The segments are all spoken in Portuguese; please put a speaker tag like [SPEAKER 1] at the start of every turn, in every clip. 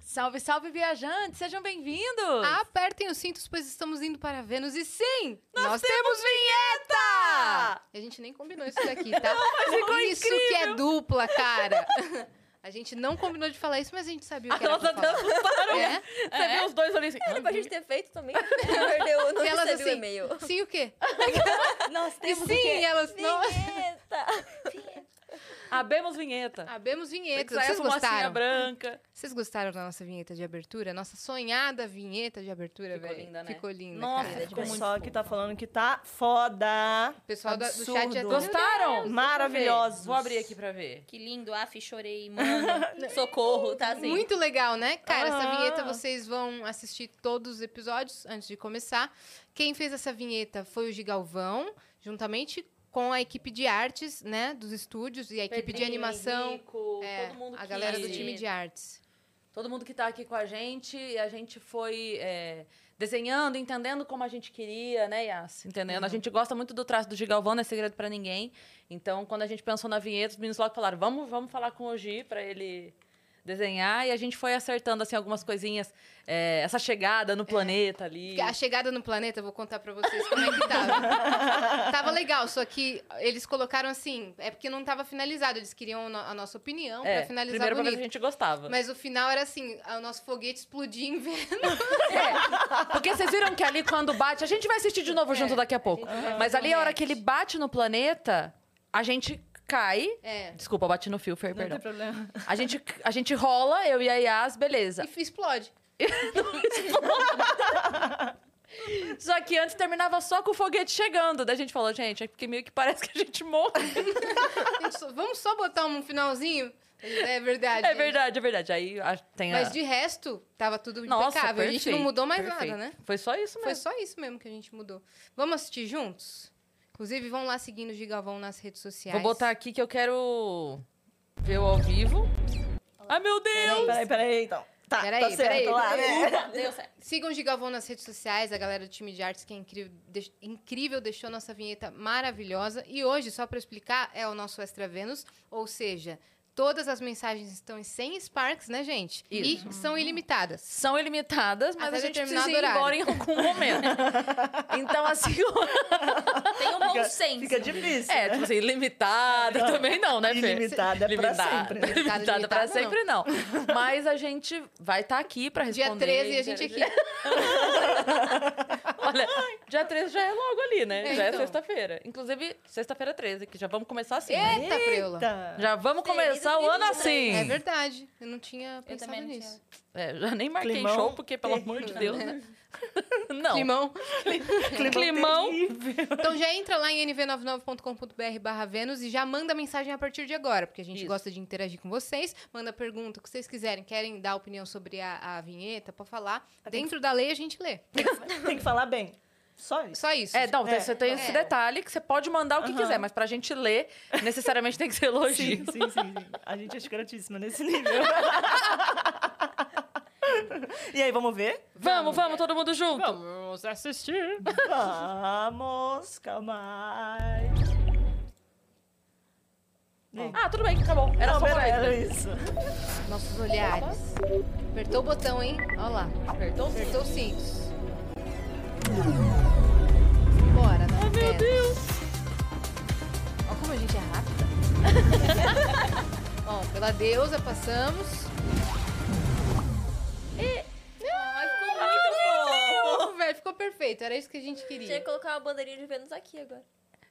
[SPEAKER 1] Salve, salve, viajantes! Sejam bem-vindos!
[SPEAKER 2] Ah, Apertem os cintos, pois estamos indo para Vênus. E sim,
[SPEAKER 1] nós, temos vinheta!
[SPEAKER 2] A gente nem combinou isso daqui, tá?
[SPEAKER 1] ficou
[SPEAKER 2] isso que é dupla, cara. A gente não combinou de falar isso, mas a gente sabia o que
[SPEAKER 1] A
[SPEAKER 2] era pra
[SPEAKER 1] nossa
[SPEAKER 2] falar.
[SPEAKER 1] Deus parou!
[SPEAKER 2] É?
[SPEAKER 1] Você viu os dois ali assim?
[SPEAKER 3] Era pra gente ter feito também. Perdeu, não
[SPEAKER 2] E elas
[SPEAKER 3] recebeu o
[SPEAKER 2] assim,
[SPEAKER 3] e-mail.
[SPEAKER 2] Sim, o quê?
[SPEAKER 3] Nós
[SPEAKER 2] E sim, elas não...
[SPEAKER 3] Vinheta!
[SPEAKER 1] Abemos vinheta!
[SPEAKER 2] Abemos vinheta.
[SPEAKER 1] Sai a
[SPEAKER 2] Vocês
[SPEAKER 1] fumacinha
[SPEAKER 2] gostaram?
[SPEAKER 1] branca.
[SPEAKER 2] Vocês gostaram da nossa vinheta de abertura? Nossa sonhada vinheta de abertura,
[SPEAKER 3] Ficou
[SPEAKER 2] velho.
[SPEAKER 3] linda, né?
[SPEAKER 2] Ficou linda,
[SPEAKER 1] Nossa,
[SPEAKER 2] cara.
[SPEAKER 1] ficou
[SPEAKER 4] O
[SPEAKER 1] muito
[SPEAKER 4] pessoal que tá falando que tá foda.
[SPEAKER 2] O pessoal da- do
[SPEAKER 4] Absurdo.
[SPEAKER 2] chat é...
[SPEAKER 1] Gostaram?
[SPEAKER 4] Maravilhosos.
[SPEAKER 1] Vou abrir aqui pra ver.
[SPEAKER 3] Que lindo, af, chorei, mano. Socorro, tá assim.
[SPEAKER 2] Muito legal, né? Cara, essa
[SPEAKER 4] Aham.
[SPEAKER 2] vinheta vocês vão assistir todos os episódios antes de começar. Quem fez essa vinheta foi o Gigalvão, juntamente com a equipe de artes, né? Dos estúdios e a equipe de
[SPEAKER 1] Pedrinho,
[SPEAKER 2] animação.
[SPEAKER 1] Henrico,
[SPEAKER 2] É,
[SPEAKER 1] todo mundo
[SPEAKER 2] a
[SPEAKER 1] que-
[SPEAKER 2] galera do time de artes.
[SPEAKER 1] Todo mundo que tá aqui com a gente, e a gente foi é, desenhando, entendendo como a gente queria, né, Yas? Entendendo?
[SPEAKER 2] Uhum.
[SPEAKER 1] A gente gosta muito do traço do Gigalvão, não é segredo pra ninguém. Então, quando a gente pensou na vinheta, os meninos logo falaram, vamos, vamos falar com o Gi pra ele desenhar. E a gente foi acertando, assim, algumas coisinhas. é, essa chegada no planeta ali.
[SPEAKER 2] A chegada no planeta, eu vou contar pra vocês como é que tava. tava legal, só que eles colocaram assim, é porque não tava finalizado, eles queriam no- a nossa opinião
[SPEAKER 1] É,
[SPEAKER 2] pra finalizar
[SPEAKER 1] primeiro pra ver se
[SPEAKER 2] bonito.
[SPEAKER 1] a gente gostava.
[SPEAKER 2] Mas o final era assim, o nosso foguete explodia em Vênus.
[SPEAKER 1] Porque vocês viram que ali quando bate, a gente vai assistir de
[SPEAKER 2] É,
[SPEAKER 1] novo junto daqui a pouco. Mas ali
[SPEAKER 2] um
[SPEAKER 1] a hora que ele bate no planeta, a gente cai.
[SPEAKER 2] É.
[SPEAKER 1] Desculpa, bate no fio, Fer,
[SPEAKER 4] Não
[SPEAKER 1] perdão.
[SPEAKER 4] tem problema.
[SPEAKER 1] A gente, a gente rola, eu e a Yas, beleza.
[SPEAKER 2] E explode.
[SPEAKER 1] Só que antes terminava só com o foguete chegando. Daí a gente falou, gente, é porque meio que parece que a gente morre.
[SPEAKER 2] Gente, só- vamos só botar um finalzinho? É verdade.
[SPEAKER 1] É
[SPEAKER 2] gente.
[SPEAKER 1] verdade, é verdade. Aí a- tem a...
[SPEAKER 2] Mas de resto, tava tudo impecável.
[SPEAKER 1] Nossa,
[SPEAKER 2] a gente não
[SPEAKER 1] perfeito,
[SPEAKER 2] mudou mais
[SPEAKER 1] perfeito.
[SPEAKER 2] nada, né?
[SPEAKER 1] Foi só isso
[SPEAKER 2] Foi
[SPEAKER 1] mesmo.
[SPEAKER 2] só isso mesmo que a gente mudou. Vamos assistir juntos? Inclusive, vão lá seguindo o Gigalvão nas redes sociais.
[SPEAKER 1] Vou botar aqui que eu quero ver o ao vivo. Ai, meu Deus!
[SPEAKER 4] Peraí, peraí, então. Tá,
[SPEAKER 2] Peraí,
[SPEAKER 4] tá certo
[SPEAKER 2] peraí.
[SPEAKER 4] lá, né?
[SPEAKER 3] Deu certo.
[SPEAKER 2] Sigam o Gigalvão nas redes sociais, a galera do time de artes que é incrível, deix- incrível deixou nossa vinheta maravilhosa. E hoje, só para explicar, é o nosso Extra Vênus, ou seja, todas as mensagens estão em 100 Sparks, né, gente? E são
[SPEAKER 1] Uhum.
[SPEAKER 2] ilimitadas.
[SPEAKER 1] são ilimitadas, mas
[SPEAKER 2] Até
[SPEAKER 1] a gente
[SPEAKER 2] determinado
[SPEAKER 1] precisa ir embora em
[SPEAKER 2] horário.
[SPEAKER 1] algum momento. então, assim,
[SPEAKER 3] Tem um bom
[SPEAKER 4] Fica-
[SPEAKER 3] senso.
[SPEAKER 4] Fica difícil.
[SPEAKER 1] é, tipo assim, ilimitada também não, né, Fê?
[SPEAKER 4] Ilimitada é pra sempre.
[SPEAKER 1] Ilimitada,
[SPEAKER 2] Ilimitada
[SPEAKER 1] pra
[SPEAKER 2] não.
[SPEAKER 1] sempre não. Mas a gente vai estar aqui pra
[SPEAKER 2] Dia
[SPEAKER 1] responder.
[SPEAKER 2] 13 e a gente aqui.
[SPEAKER 1] Olha, dia 13 já é logo ali, né?
[SPEAKER 2] É,
[SPEAKER 1] já é
[SPEAKER 2] então.
[SPEAKER 1] sexta-feira. Inclusive, sexta-feira 13, que já vamos começar assim. né?
[SPEAKER 2] Eita, preula.
[SPEAKER 4] Eita.
[SPEAKER 1] Já vamos
[SPEAKER 3] Feliz
[SPEAKER 1] começar o ano
[SPEAKER 3] 2023.
[SPEAKER 1] assim.
[SPEAKER 2] É verdade. Eu não tinha pensado
[SPEAKER 3] também não
[SPEAKER 2] nisso.
[SPEAKER 1] É, já nem marquei
[SPEAKER 4] Climão
[SPEAKER 1] show, porque, pelo amor de Deus, né? Não.
[SPEAKER 2] Climão.
[SPEAKER 4] é um Climão.
[SPEAKER 1] Climão.
[SPEAKER 4] terrível.
[SPEAKER 2] Então já entra lá em nv99.com.br barra Vênus e já manda mensagem a partir de agora, porque a gente
[SPEAKER 1] Isso.
[SPEAKER 2] gosta de interagir com vocês, manda pergunta, o que vocês quiserem, querem dar opinião sobre a, a vinheta, pra falar. Dentro da lei a gente lê.
[SPEAKER 4] Tem que falar bem. Só isso.
[SPEAKER 2] Só isso.
[SPEAKER 1] É, não, tem-
[SPEAKER 4] É.
[SPEAKER 1] você tem esse
[SPEAKER 2] É.
[SPEAKER 1] detalhe que você pode mandar o que
[SPEAKER 4] Aham.
[SPEAKER 1] quiser, mas pra gente ler, necessariamente tem que ser elogio.
[SPEAKER 4] Sim, sim, sim, sim. A gente é escrotíssima nesse nível. e aí, vamos ver?
[SPEAKER 1] Vamos, vamos, todo mundo junto.
[SPEAKER 2] Vamos assistir.
[SPEAKER 4] Vamos, calma aí.
[SPEAKER 1] Ah, tudo bem, acabou. Era
[SPEAKER 4] Não,
[SPEAKER 1] só
[SPEAKER 4] pera,
[SPEAKER 1] pra
[SPEAKER 4] era
[SPEAKER 1] isso.
[SPEAKER 4] isso.
[SPEAKER 2] Nossos olhares. Apertou o botão, hein? Olha lá.
[SPEAKER 1] Apertou?
[SPEAKER 2] Apertou os cintos. Bora, né? Ai, meu Deus! Olha como a gente é rápida. Ó, pela deusa passamos. Ah, Pô, velho, ficou perfeito. Era isso que a gente
[SPEAKER 3] Tinha que
[SPEAKER 2] queria.
[SPEAKER 3] colocar uma bandeirinha de Vênus aqui agora.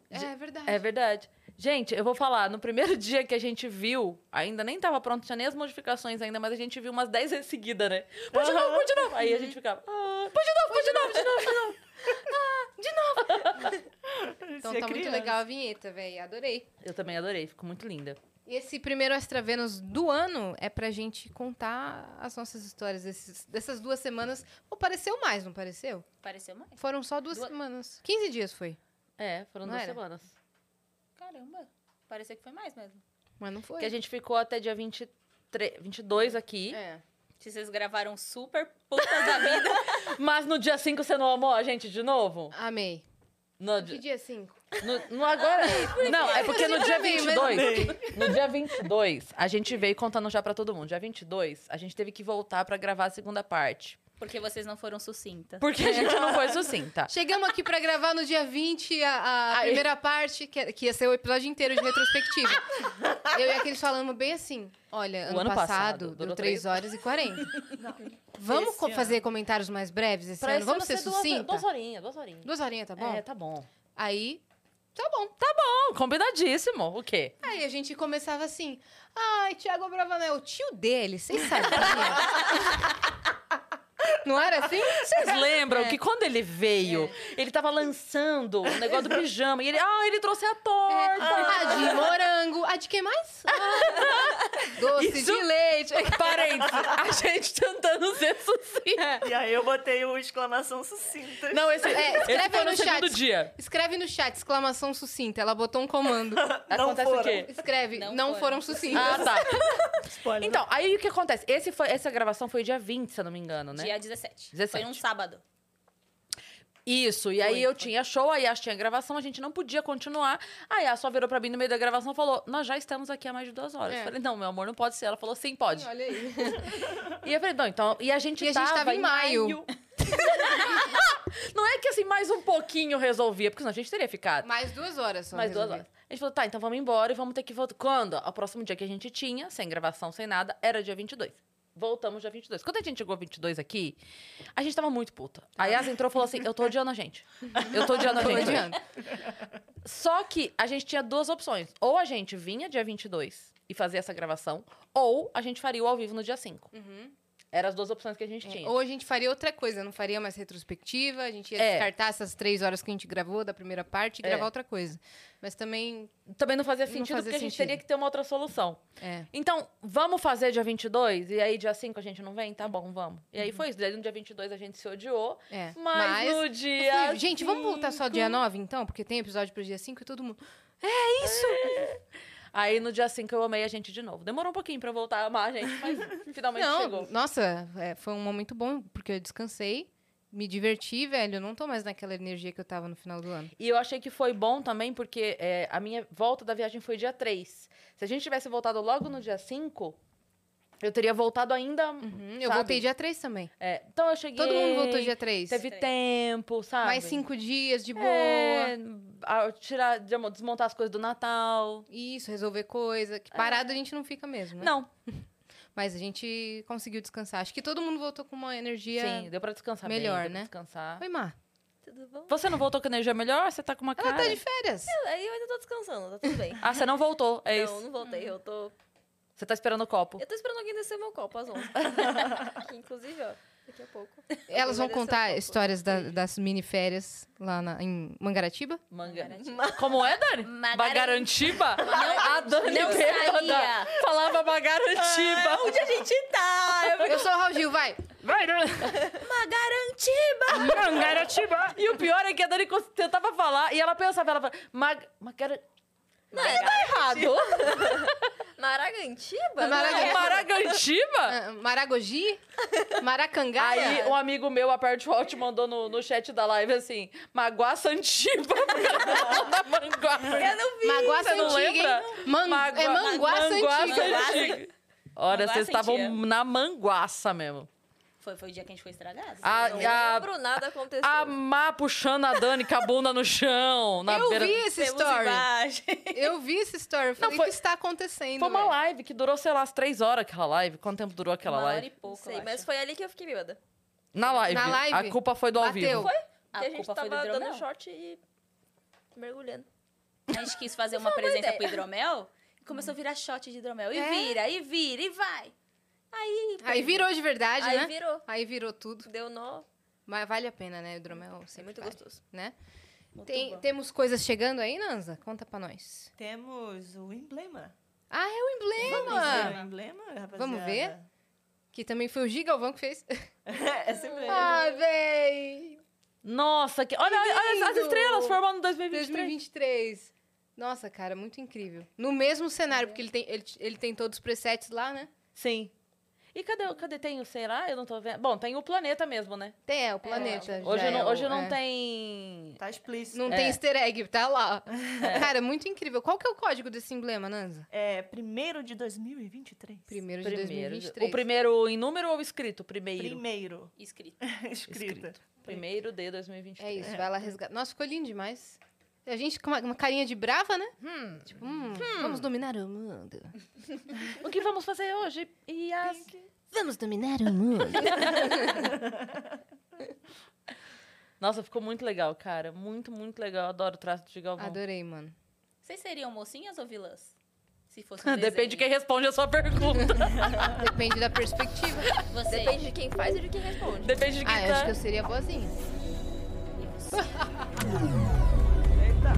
[SPEAKER 2] É verdade.
[SPEAKER 1] É verdade. Gente, eu vou falar, no primeiro dia que a gente viu, ainda nem tava pronto, tinha nem as modificações ainda, mas a gente viu umas 10 vezes seguida, né? Pode de novo, pode de novo. Aí a gente ficava, ah, pode de novo, pode de novo, de novo, de novo.
[SPEAKER 2] Então
[SPEAKER 4] Você é
[SPEAKER 2] tá muito
[SPEAKER 4] criança.
[SPEAKER 2] legal a vinheta, velho. Adorei.
[SPEAKER 1] Eu também adorei, ficou muito linda.
[SPEAKER 2] E esse primeiro Extra Vênus do ano é pra gente contar as nossas histórias desses- dessas duas semanas. Ou pareceu mais, não pareceu?
[SPEAKER 3] Pareceu mais.
[SPEAKER 2] Foram só duas
[SPEAKER 3] Duas-
[SPEAKER 2] semanas. 15 dias foi.
[SPEAKER 1] É, foram
[SPEAKER 2] Não
[SPEAKER 1] duas
[SPEAKER 2] era?
[SPEAKER 1] semanas.
[SPEAKER 3] Caramba. Pareceu que foi mais mesmo.
[SPEAKER 2] Mas não foi.
[SPEAKER 1] Que a gente ficou até dia 23, 22 aqui.
[SPEAKER 2] É.
[SPEAKER 3] Vocês gravaram super puta da vida.
[SPEAKER 1] Mas no dia 5 você não amou a gente de novo?
[SPEAKER 2] Amei.
[SPEAKER 1] No,
[SPEAKER 2] Que
[SPEAKER 1] di-
[SPEAKER 2] dia 5?
[SPEAKER 1] no, no agora. Não, é porque no dia 22. No dia 22, a gente veio contando já pra todo mundo. Dia 22, a gente teve que voltar pra gravar a segunda parte.
[SPEAKER 3] Porque vocês não foram sucinta.
[SPEAKER 1] Porque a gente não foi sucinta.
[SPEAKER 2] Chegamos aqui pra gravar no dia 20 a, a
[SPEAKER 1] Aí.
[SPEAKER 2] primeira parte, que, que ia ser o episódio inteiro de retrospectiva. Eu e aqueles falando bem assim: olha,
[SPEAKER 1] O
[SPEAKER 2] ano,
[SPEAKER 1] ano
[SPEAKER 2] passado,
[SPEAKER 1] passado
[SPEAKER 2] deu
[SPEAKER 1] durou
[SPEAKER 2] 3
[SPEAKER 1] três
[SPEAKER 2] horas e 40. Vamos
[SPEAKER 4] Esse
[SPEAKER 2] co-
[SPEAKER 4] ano.
[SPEAKER 2] fazer comentários mais breves esse ano?
[SPEAKER 1] esse
[SPEAKER 2] Vamos
[SPEAKER 1] ano
[SPEAKER 2] ser
[SPEAKER 1] vai duas-
[SPEAKER 2] sucinta?
[SPEAKER 1] Duas
[SPEAKER 2] Duas,
[SPEAKER 1] horinhas, duas horinhas.
[SPEAKER 2] horinhas, tá bom?
[SPEAKER 1] É, tá bom.
[SPEAKER 2] Aí, tá bom.
[SPEAKER 1] Bom, combinadíssimo. O quê?
[SPEAKER 2] Aí a gente começava assim: ai, Tiago Bravanel, o tio dele, vocês sabiam? Não era assim?
[SPEAKER 1] Vocês lembram
[SPEAKER 2] É.
[SPEAKER 1] que quando ele veio, ele tava lançando o negócio do pijama. E ele, ah, ele trouxe a torta.
[SPEAKER 2] A de morango. A de que mais? Ah, doce
[SPEAKER 1] Isso-
[SPEAKER 2] de leite.
[SPEAKER 1] Parênteses, a gente tentando ser sucinta.
[SPEAKER 4] E aí eu botei o exclamação sucinta.
[SPEAKER 1] Não, esse,
[SPEAKER 2] É, escreve
[SPEAKER 1] esse foi
[SPEAKER 2] aí
[SPEAKER 1] no,
[SPEAKER 2] no chat.
[SPEAKER 1] segundo dia.
[SPEAKER 2] Escreve no chat, exclamação sucinta. Ela botou um comando.
[SPEAKER 4] não
[SPEAKER 1] acontece o
[SPEAKER 4] foram.
[SPEAKER 1] quê?
[SPEAKER 2] Escreve, não,
[SPEAKER 3] Não
[SPEAKER 2] foram,
[SPEAKER 3] foram.
[SPEAKER 1] Ah,
[SPEAKER 2] sucintas.
[SPEAKER 1] tá.
[SPEAKER 4] Spoiler.
[SPEAKER 1] Então, aí o que acontece? Esse foi, essa gravação foi dia 20, se eu não me engano, né?
[SPEAKER 3] Dia 17.
[SPEAKER 1] 17.
[SPEAKER 3] Foi um sábado.
[SPEAKER 1] Isso, e aí eu tinha show, a Yas tinha gravação, a gente não podia continuar. A Yas só virou pra mim no meio da gravação e falou: Nós já estamos aqui há mais de duas horas.
[SPEAKER 2] É.
[SPEAKER 1] Eu falei: Não, meu amor, não pode ser. Ela falou: Sim, pode.
[SPEAKER 2] Olha aí.
[SPEAKER 1] E eu falei: Não, então. E a gente,
[SPEAKER 2] E a gente
[SPEAKER 1] tá. tava,
[SPEAKER 2] tava em maio.
[SPEAKER 1] Não é que assim, mais um pouquinho resolvia, porque senão a gente teria ficado.
[SPEAKER 2] Mais duas horas só.
[SPEAKER 1] Mais duas
[SPEAKER 2] resolvi.
[SPEAKER 1] horas. A gente falou, tá, então vamos embora e vamos ter que voltar. Quando? O próximo dia que a gente tinha, sem gravação, sem nada, era dia 22. Voltamos dia 22. Quando a gente chegou 22 aqui, a gente tava muito puta. A Yas entrou e falou assim, eu tô odiando a gente. Eu tô odiando a
[SPEAKER 2] Tô
[SPEAKER 1] gente.
[SPEAKER 2] adiando.
[SPEAKER 1] Só que a gente tinha duas opções. Ou a gente vinha dia 22 e fazia essa gravação, ou a gente faria o ao vivo no dia 5. Eram as duas opções que a gente tinha.
[SPEAKER 2] Uhum. É, Ou a gente faria outra coisa, não faria mais retrospectiva, a gente ia
[SPEAKER 1] É.
[SPEAKER 2] descartar essas três horas que a gente gravou da primeira parte e
[SPEAKER 1] É.
[SPEAKER 2] gravar outra coisa. Mas também,
[SPEAKER 1] Também não fazia
[SPEAKER 2] Não
[SPEAKER 1] sentido,
[SPEAKER 2] fazia
[SPEAKER 1] porque a gente
[SPEAKER 2] sentido.
[SPEAKER 1] teria que ter uma outra solução.
[SPEAKER 2] é.
[SPEAKER 1] Então, vamos fazer dia 22? E aí, dia 5 a gente não vem? Tá bom, vamos. E aí foi isso. Daí, no dia 22 a gente se odiou.
[SPEAKER 2] Uhum. é.
[SPEAKER 1] Mas, no
[SPEAKER 2] eu
[SPEAKER 1] dia.
[SPEAKER 2] falei, gente, vamos voltar só
[SPEAKER 1] cinco-
[SPEAKER 2] dia 9 então? Porque tem episódio pro dia 5 e todo mundo.
[SPEAKER 1] Aí no dia 5 eu amei a gente de novo. Demorou um pouquinho pra eu voltar a amar a gente, mas finalmente
[SPEAKER 2] não,
[SPEAKER 1] chegou.
[SPEAKER 2] nossa, é, foi um momento bom, porque eu descansei, me diverti, velho. Eu não tô mais naquela energia que eu tava no final do ano.
[SPEAKER 1] E eu achei que foi bom também, porque é, a minha volta da viagem foi dia 3. Se a gente tivesse voltado logo no dia 5, eu teria voltado ainda.
[SPEAKER 2] Uhum, eu
[SPEAKER 1] Sabe?
[SPEAKER 2] voltei dia 3 também.
[SPEAKER 1] é, então eu cheguei.
[SPEAKER 2] Todo mundo voltou dia 3.
[SPEAKER 1] Teve
[SPEAKER 3] Sei.
[SPEAKER 1] tempo, sabe?
[SPEAKER 2] Mais cinco dias de boa.
[SPEAKER 1] É, a- tirar, desmontar as coisas do Natal.
[SPEAKER 2] Isso, resolver coisa.
[SPEAKER 1] É.
[SPEAKER 2] Que parado a gente não fica mesmo, né?
[SPEAKER 1] Não,
[SPEAKER 2] Mas a gente conseguiu descansar. Acho que todo mundo voltou com uma
[SPEAKER 3] é
[SPEAKER 2] energia.
[SPEAKER 1] Sim, deu pra descansar bem,
[SPEAKER 2] melhor,
[SPEAKER 1] deu pra
[SPEAKER 2] né?
[SPEAKER 1] descansar.
[SPEAKER 2] Oi, Mar.
[SPEAKER 3] Tudo bom?
[SPEAKER 1] Você não voltou com energia melhor? Você tá com uma
[SPEAKER 2] Ela
[SPEAKER 1] cara...
[SPEAKER 2] tá de férias.
[SPEAKER 3] Aí eu ainda tô descansando, tá tudo bem.
[SPEAKER 1] Ah, você não voltou, é
[SPEAKER 3] não,
[SPEAKER 1] isso.
[SPEAKER 3] não voltei. Eu tô.
[SPEAKER 1] Você tá esperando o copo.
[SPEAKER 3] Eu tô esperando alguém descer meu copo às 11. que, inclusive, ó, daqui a pouco.
[SPEAKER 2] É, Elas vão
[SPEAKER 3] Vai descer o
[SPEAKER 1] um
[SPEAKER 2] contar
[SPEAKER 3] copo.
[SPEAKER 2] histórias da- das mini férias lá na- em Mangaratiba.
[SPEAKER 1] Manga.
[SPEAKER 3] Garantiba.
[SPEAKER 1] Como é, Dani?
[SPEAKER 3] Magaran-
[SPEAKER 1] Bagarantiba? a Dani
[SPEAKER 3] não
[SPEAKER 1] bêbada
[SPEAKER 3] saía.
[SPEAKER 1] falava Bagarantiba.
[SPEAKER 3] Onde a gente
[SPEAKER 1] É
[SPEAKER 3] tá?
[SPEAKER 2] Eu sou o Raul Gil, vai!
[SPEAKER 1] Vai, Dani.
[SPEAKER 3] Garantiba!
[SPEAKER 1] Mangaratiba. E o pior é que a Dani cons- tentava falar e ela pensava, ela falava... Mag... Magara...
[SPEAKER 3] Não, é
[SPEAKER 1] Errado.
[SPEAKER 3] Maragantiba?
[SPEAKER 2] Não, Maragan-
[SPEAKER 1] É Maragantiba?
[SPEAKER 2] Ah, Maragogi? Maracangaia?
[SPEAKER 1] Aí um amigo meu, a parte Walt, mandou no, no chat da live assim: Maguá Santiba, porque ela falou da Manguá.
[SPEAKER 3] Eu não vi.
[SPEAKER 2] Manguá
[SPEAKER 1] Você não
[SPEAKER 2] Santiga, hein?
[SPEAKER 1] lembra?
[SPEAKER 2] Man-
[SPEAKER 1] Mangua-
[SPEAKER 2] É Manguaça Antiga.
[SPEAKER 3] Manguaça.
[SPEAKER 1] Santiga. Olha,
[SPEAKER 3] Manguaça
[SPEAKER 1] vocês estavam
[SPEAKER 3] Antiga.
[SPEAKER 1] na manguaça mesmo.
[SPEAKER 3] Foi, foi o dia que a gente foi estragado.
[SPEAKER 2] Ah,
[SPEAKER 1] A,
[SPEAKER 5] Não
[SPEAKER 1] a,
[SPEAKER 5] lembro, nada aconteceu.
[SPEAKER 1] a Má puxando a Dani com a bunda no chão, na
[SPEAKER 2] Eu
[SPEAKER 1] beira.
[SPEAKER 2] vi esse
[SPEAKER 3] Temos
[SPEAKER 2] story.
[SPEAKER 3] imagem.
[SPEAKER 2] Eu vi esse story. Eu Falei, o
[SPEAKER 1] foi-
[SPEAKER 2] que está acontecendo?
[SPEAKER 1] Foi uma
[SPEAKER 2] velho?"
[SPEAKER 1] live que durou, sei lá, as três horas aquela live. Quanto tempo durou aquela
[SPEAKER 3] Uma
[SPEAKER 2] é
[SPEAKER 3] hora
[SPEAKER 1] live?
[SPEAKER 3] e
[SPEAKER 5] Não
[SPEAKER 3] pouco,
[SPEAKER 5] sei,
[SPEAKER 3] eu
[SPEAKER 5] mas
[SPEAKER 3] acho.
[SPEAKER 5] foi ali que eu fiquei bêbada.
[SPEAKER 1] Na live.
[SPEAKER 2] Na live?
[SPEAKER 1] A culpa foi do ao
[SPEAKER 2] Bateu.
[SPEAKER 1] vivo.
[SPEAKER 5] Foi?
[SPEAKER 3] A
[SPEAKER 5] que a gente
[SPEAKER 3] culpa
[SPEAKER 5] tava
[SPEAKER 3] foi do hidromel.
[SPEAKER 5] dando short e mergulhando.
[SPEAKER 3] A gente quis fazer uma presença pro hidromel e começou a virar shot de hidromel. E
[SPEAKER 2] É?
[SPEAKER 3] vira, e vira, e vai. Aí.
[SPEAKER 2] Aí virou de verdade,
[SPEAKER 5] Aí
[SPEAKER 2] né?
[SPEAKER 5] virou.
[SPEAKER 2] Aí virou tudo.
[SPEAKER 5] Deu nó.
[SPEAKER 2] Mas vale a pena, né? O hidromel
[SPEAKER 5] É
[SPEAKER 2] sempre
[SPEAKER 5] muito
[SPEAKER 2] vale,
[SPEAKER 5] gostoso.
[SPEAKER 2] Né?
[SPEAKER 3] Muito
[SPEAKER 2] Tem-
[SPEAKER 3] bom.
[SPEAKER 2] temos coisas chegando aí, Nanza? Conta pra nós.
[SPEAKER 4] Temos o emblema.
[SPEAKER 2] Ah, é o
[SPEAKER 4] Vamos
[SPEAKER 2] emblema!
[SPEAKER 4] ver o emblema, rapaziada?
[SPEAKER 2] Vamos ver? Que também foi o Gigalvão que fez.
[SPEAKER 4] é sempre ele.
[SPEAKER 2] Ah, véi!
[SPEAKER 1] Nossa, que... olha, olha as- as
[SPEAKER 2] lindo!
[SPEAKER 1] estrelas formando 2023.
[SPEAKER 2] 2023. Nossa, cara, muito incrível. No mesmo cenário, porque ele tem, ele, ele tem todos os presets lá, né?
[SPEAKER 1] Sim. E cadê, cadê tem o, sei lá, eu não tô vendo. Bom, tem o planeta mesmo, né?
[SPEAKER 2] Tem, é, o planeta. já
[SPEAKER 1] Hoje,
[SPEAKER 2] é
[SPEAKER 1] não,
[SPEAKER 2] o-
[SPEAKER 1] hoje não
[SPEAKER 2] é.
[SPEAKER 1] tem...
[SPEAKER 4] Tá explícito.
[SPEAKER 2] Não
[SPEAKER 1] É.
[SPEAKER 2] tem easter egg, tá lá. Cara, muito incrível. Qual que é o código desse emblema, Nanza?
[SPEAKER 4] É, primeiro de 2023.
[SPEAKER 2] Primeiro de
[SPEAKER 1] Primeiro.
[SPEAKER 2] 2023.
[SPEAKER 1] O primeiro em número ou escrito? Primeiro.
[SPEAKER 4] Primeiro.
[SPEAKER 3] Escrito.
[SPEAKER 4] Escrita.
[SPEAKER 1] Primeiro de
[SPEAKER 2] É
[SPEAKER 1] 2023.
[SPEAKER 2] isso, vai lá resgatar. Nossa, ficou lindo demais. A gente com uma, uma carinha de brava, né? Tipo, hum, vamos dominar o mundo. É
[SPEAKER 1] O que vamos fazer hoje? E as...
[SPEAKER 2] Vamos dominar o mundo.
[SPEAKER 1] Nossa, ficou muito legal, cara. Muito, muito legal. Adoro o traço de Galvão.
[SPEAKER 2] Adorei, mano.
[SPEAKER 3] Vocês seriam mocinhas ou vilãs? Se fosse um
[SPEAKER 1] Depende de quem
[SPEAKER 3] desenho.
[SPEAKER 1] responde a sua pergunta.
[SPEAKER 2] Depende da perspectiva.
[SPEAKER 3] Vocês.
[SPEAKER 5] Depende de quem faz e de quem responde.
[SPEAKER 1] Depende de quem
[SPEAKER 2] Ah, eu
[SPEAKER 1] tá.
[SPEAKER 2] acho que eu seria boazinha.
[SPEAKER 4] Eita, eita.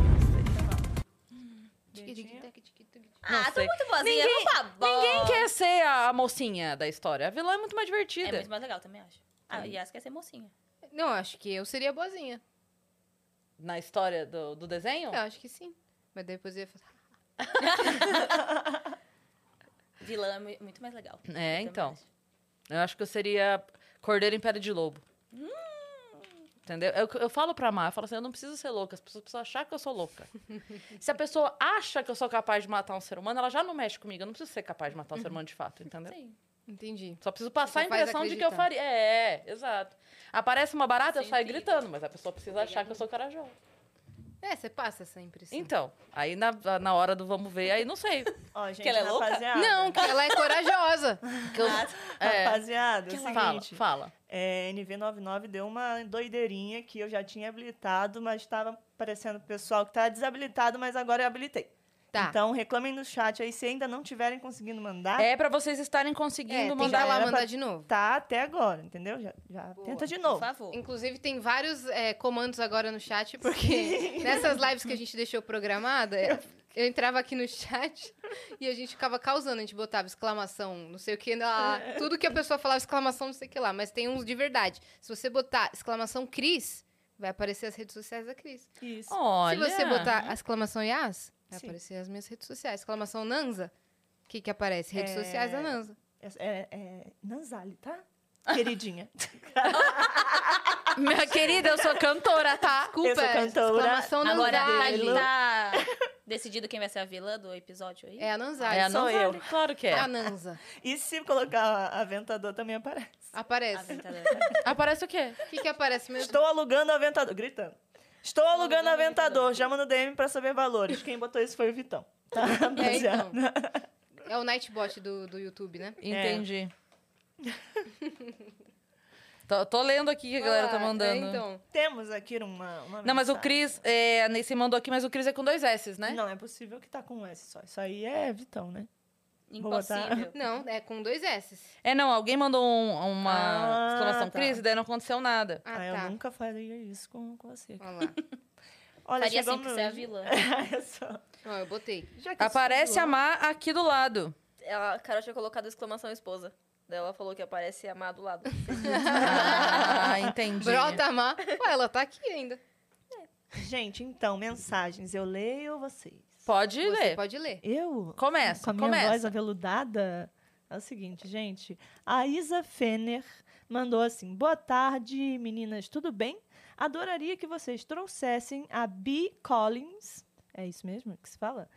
[SPEAKER 1] Não
[SPEAKER 3] Ah, tô
[SPEAKER 1] sei.
[SPEAKER 3] muito boazinha.
[SPEAKER 1] Ninguém-
[SPEAKER 3] Vamos pra bola.
[SPEAKER 1] Ninguém quer ser a mocinha da história. A vilã é muito mais
[SPEAKER 3] É
[SPEAKER 1] divertida.
[SPEAKER 3] muito mais legal, também acho. Ah, e Yas quer ser mocinha.
[SPEAKER 2] Não, eu acho que eu seria boazinha.
[SPEAKER 1] Na história do, do desenho?
[SPEAKER 2] Eu acho que sim. Mas depois eu ia falar. "Ah,
[SPEAKER 3] Vilã é mu- muito mais legal. Eu
[SPEAKER 1] É,
[SPEAKER 3] também
[SPEAKER 1] então.
[SPEAKER 3] acho.
[SPEAKER 1] Eu acho que eu seria cordeiro em pele de lobo. Entendeu? Eu, eu falo pra Mar, eu falo assim, eu não preciso ser louca, as pessoas precisam achar que eu sou louca. Se a pessoa acha que eu sou capaz de matar um ser humano, ela já não mexe comigo, eu não preciso ser capaz de matar um ser humano de fato, entendeu?
[SPEAKER 3] Sim.
[SPEAKER 2] Entendi.
[SPEAKER 1] Só preciso passar a
[SPEAKER 2] Uhum. Só faz
[SPEAKER 1] impressão de que eu
[SPEAKER 2] acreditar.
[SPEAKER 1] faria. É, é, exato. Aparece uma barata, eu
[SPEAKER 3] Sim,
[SPEAKER 1] saio
[SPEAKER 3] sim.
[SPEAKER 1] gritando, mas a pessoa precisa achar que eu sou corajosa.
[SPEAKER 2] É, você passa essa impressão.
[SPEAKER 1] Então, aí na, na hora do vamos ver, aí não sei.
[SPEAKER 4] Ó, gente,
[SPEAKER 3] Que ela é louca?
[SPEAKER 4] rapaziada.
[SPEAKER 2] Não, que ela é corajosa.
[SPEAKER 1] Que eu- é,
[SPEAKER 4] Rapaziada, é o
[SPEAKER 1] fala,
[SPEAKER 4] seguinte,
[SPEAKER 1] fala.
[SPEAKER 4] é, NV99 deu uma doideirinha que eu já tinha habilitado, mas estava parecendo pessoal que tá desabilitado, mas agora eu habilitei.
[SPEAKER 2] Tá.
[SPEAKER 4] Então reclamem no chat aí se ainda não tiverem conseguindo mandar.
[SPEAKER 1] É pra vocês estarem
[SPEAKER 2] Ah. é,
[SPEAKER 1] conseguindo
[SPEAKER 2] tem que
[SPEAKER 1] mandar
[SPEAKER 2] ir lá
[SPEAKER 4] era
[SPEAKER 2] mandar
[SPEAKER 4] pra-
[SPEAKER 2] de novo.
[SPEAKER 4] Tá até agora, entendeu? Já, já tenta de novo.
[SPEAKER 3] Por favor.
[SPEAKER 2] Inclusive, tem vários é, comandos agora no chat, porque nessas lives que a gente deixou programada, é, eu entrava aqui no chat e a gente ficava causando, a gente botava exclamação, não sei o que lá.
[SPEAKER 4] É.
[SPEAKER 2] Tudo que a pessoa falava, exclamação, não sei o que lá. Mas tem uns de verdade. Se você botar exclamação Cris, vai aparecer as redes sociais da Cris.
[SPEAKER 4] Isso.
[SPEAKER 1] Olha.
[SPEAKER 2] Se você botar a exclamação Yas, vai
[SPEAKER 4] Sim.
[SPEAKER 2] aparecer as minhas redes sociais. Exclamação Nanza, o que que aparece? Redes
[SPEAKER 4] É.
[SPEAKER 2] sociais da Nanza.
[SPEAKER 4] É, é, é Nanzali, tá? Queridinha.
[SPEAKER 1] Minha querida, eu sou cantora, tá?
[SPEAKER 2] Desculpa,
[SPEAKER 4] Eu sou cantora.
[SPEAKER 2] exclamação
[SPEAKER 3] Agora tá,
[SPEAKER 2] Nanzali.
[SPEAKER 3] tá decidido quem vai ser a vilã do episódio aí?
[SPEAKER 2] É a Nanzali.
[SPEAKER 1] é a
[SPEAKER 4] sou
[SPEAKER 1] Nanzali,
[SPEAKER 4] eu.
[SPEAKER 1] Claro que é.
[SPEAKER 2] A Nanza.
[SPEAKER 4] E se colocar aventador também aparece.
[SPEAKER 3] A
[SPEAKER 2] Aparece.
[SPEAKER 3] ventadora.
[SPEAKER 1] Aparece o quê?
[SPEAKER 2] O que, que aparece mesmo?
[SPEAKER 4] Estou alugando aventador. Gritando. Estou alugando aventador. Já manda DM pra saber valores. Quem botou isso foi o Vitão. Tá,
[SPEAKER 2] É, então.
[SPEAKER 4] rapaziada?
[SPEAKER 2] É o Nightbot do, do YouTube, né?
[SPEAKER 1] Entendi.
[SPEAKER 4] É.
[SPEAKER 1] tô, tô lendo aqui que a galera tá
[SPEAKER 2] Ah,
[SPEAKER 1] mandando.
[SPEAKER 2] é, então.
[SPEAKER 4] Temos aqui uma. uma
[SPEAKER 1] Não, mas o
[SPEAKER 4] mensagem.
[SPEAKER 1] Cris, é, você mandou aqui, mas o Cris é com dois S's, né?
[SPEAKER 4] Não, é possível que tá com um S só. Isso aí é Vitão, né?
[SPEAKER 3] Impossível.
[SPEAKER 2] Não, é com dois S.
[SPEAKER 1] É, não, alguém mandou um- uma
[SPEAKER 4] Ah,
[SPEAKER 1] exclamação
[SPEAKER 4] tá.
[SPEAKER 1] Cris e daí não aconteceu nada.
[SPEAKER 2] Ah,
[SPEAKER 4] Ah,
[SPEAKER 2] tá.
[SPEAKER 4] Eu nunca faria isso com, com você.
[SPEAKER 2] Olha lá.
[SPEAKER 4] Olha,
[SPEAKER 3] Faria
[SPEAKER 4] chegou
[SPEAKER 3] assim que
[SPEAKER 4] meu-
[SPEAKER 3] você é a vilã.
[SPEAKER 4] Olha só.
[SPEAKER 2] Ó, eu botei.
[SPEAKER 4] Já que
[SPEAKER 1] Aparece
[SPEAKER 4] isso é
[SPEAKER 1] a Mar aqui do lado.
[SPEAKER 5] Ela, a Carol tinha colocado exclamação esposa. Daí ela falou que aparece a Má do lado.
[SPEAKER 1] Ah, entendi.
[SPEAKER 2] Brota má. Ué, ela tá aqui ainda.
[SPEAKER 4] chegou. Gente, então, mensagens. Eu leio ou vocês?
[SPEAKER 1] Pode
[SPEAKER 2] Você
[SPEAKER 1] ler.
[SPEAKER 2] pode ler.
[SPEAKER 4] Eu?
[SPEAKER 1] Começa,
[SPEAKER 4] com a minha voz
[SPEAKER 1] começa.
[SPEAKER 4] aveludada. É o seguinte, gente. A Isa Fener mandou assim: Boa tarde, meninas, tudo bem? Adoraria que vocês trouxessem a Bee Collins. É isso mesmo que se fala?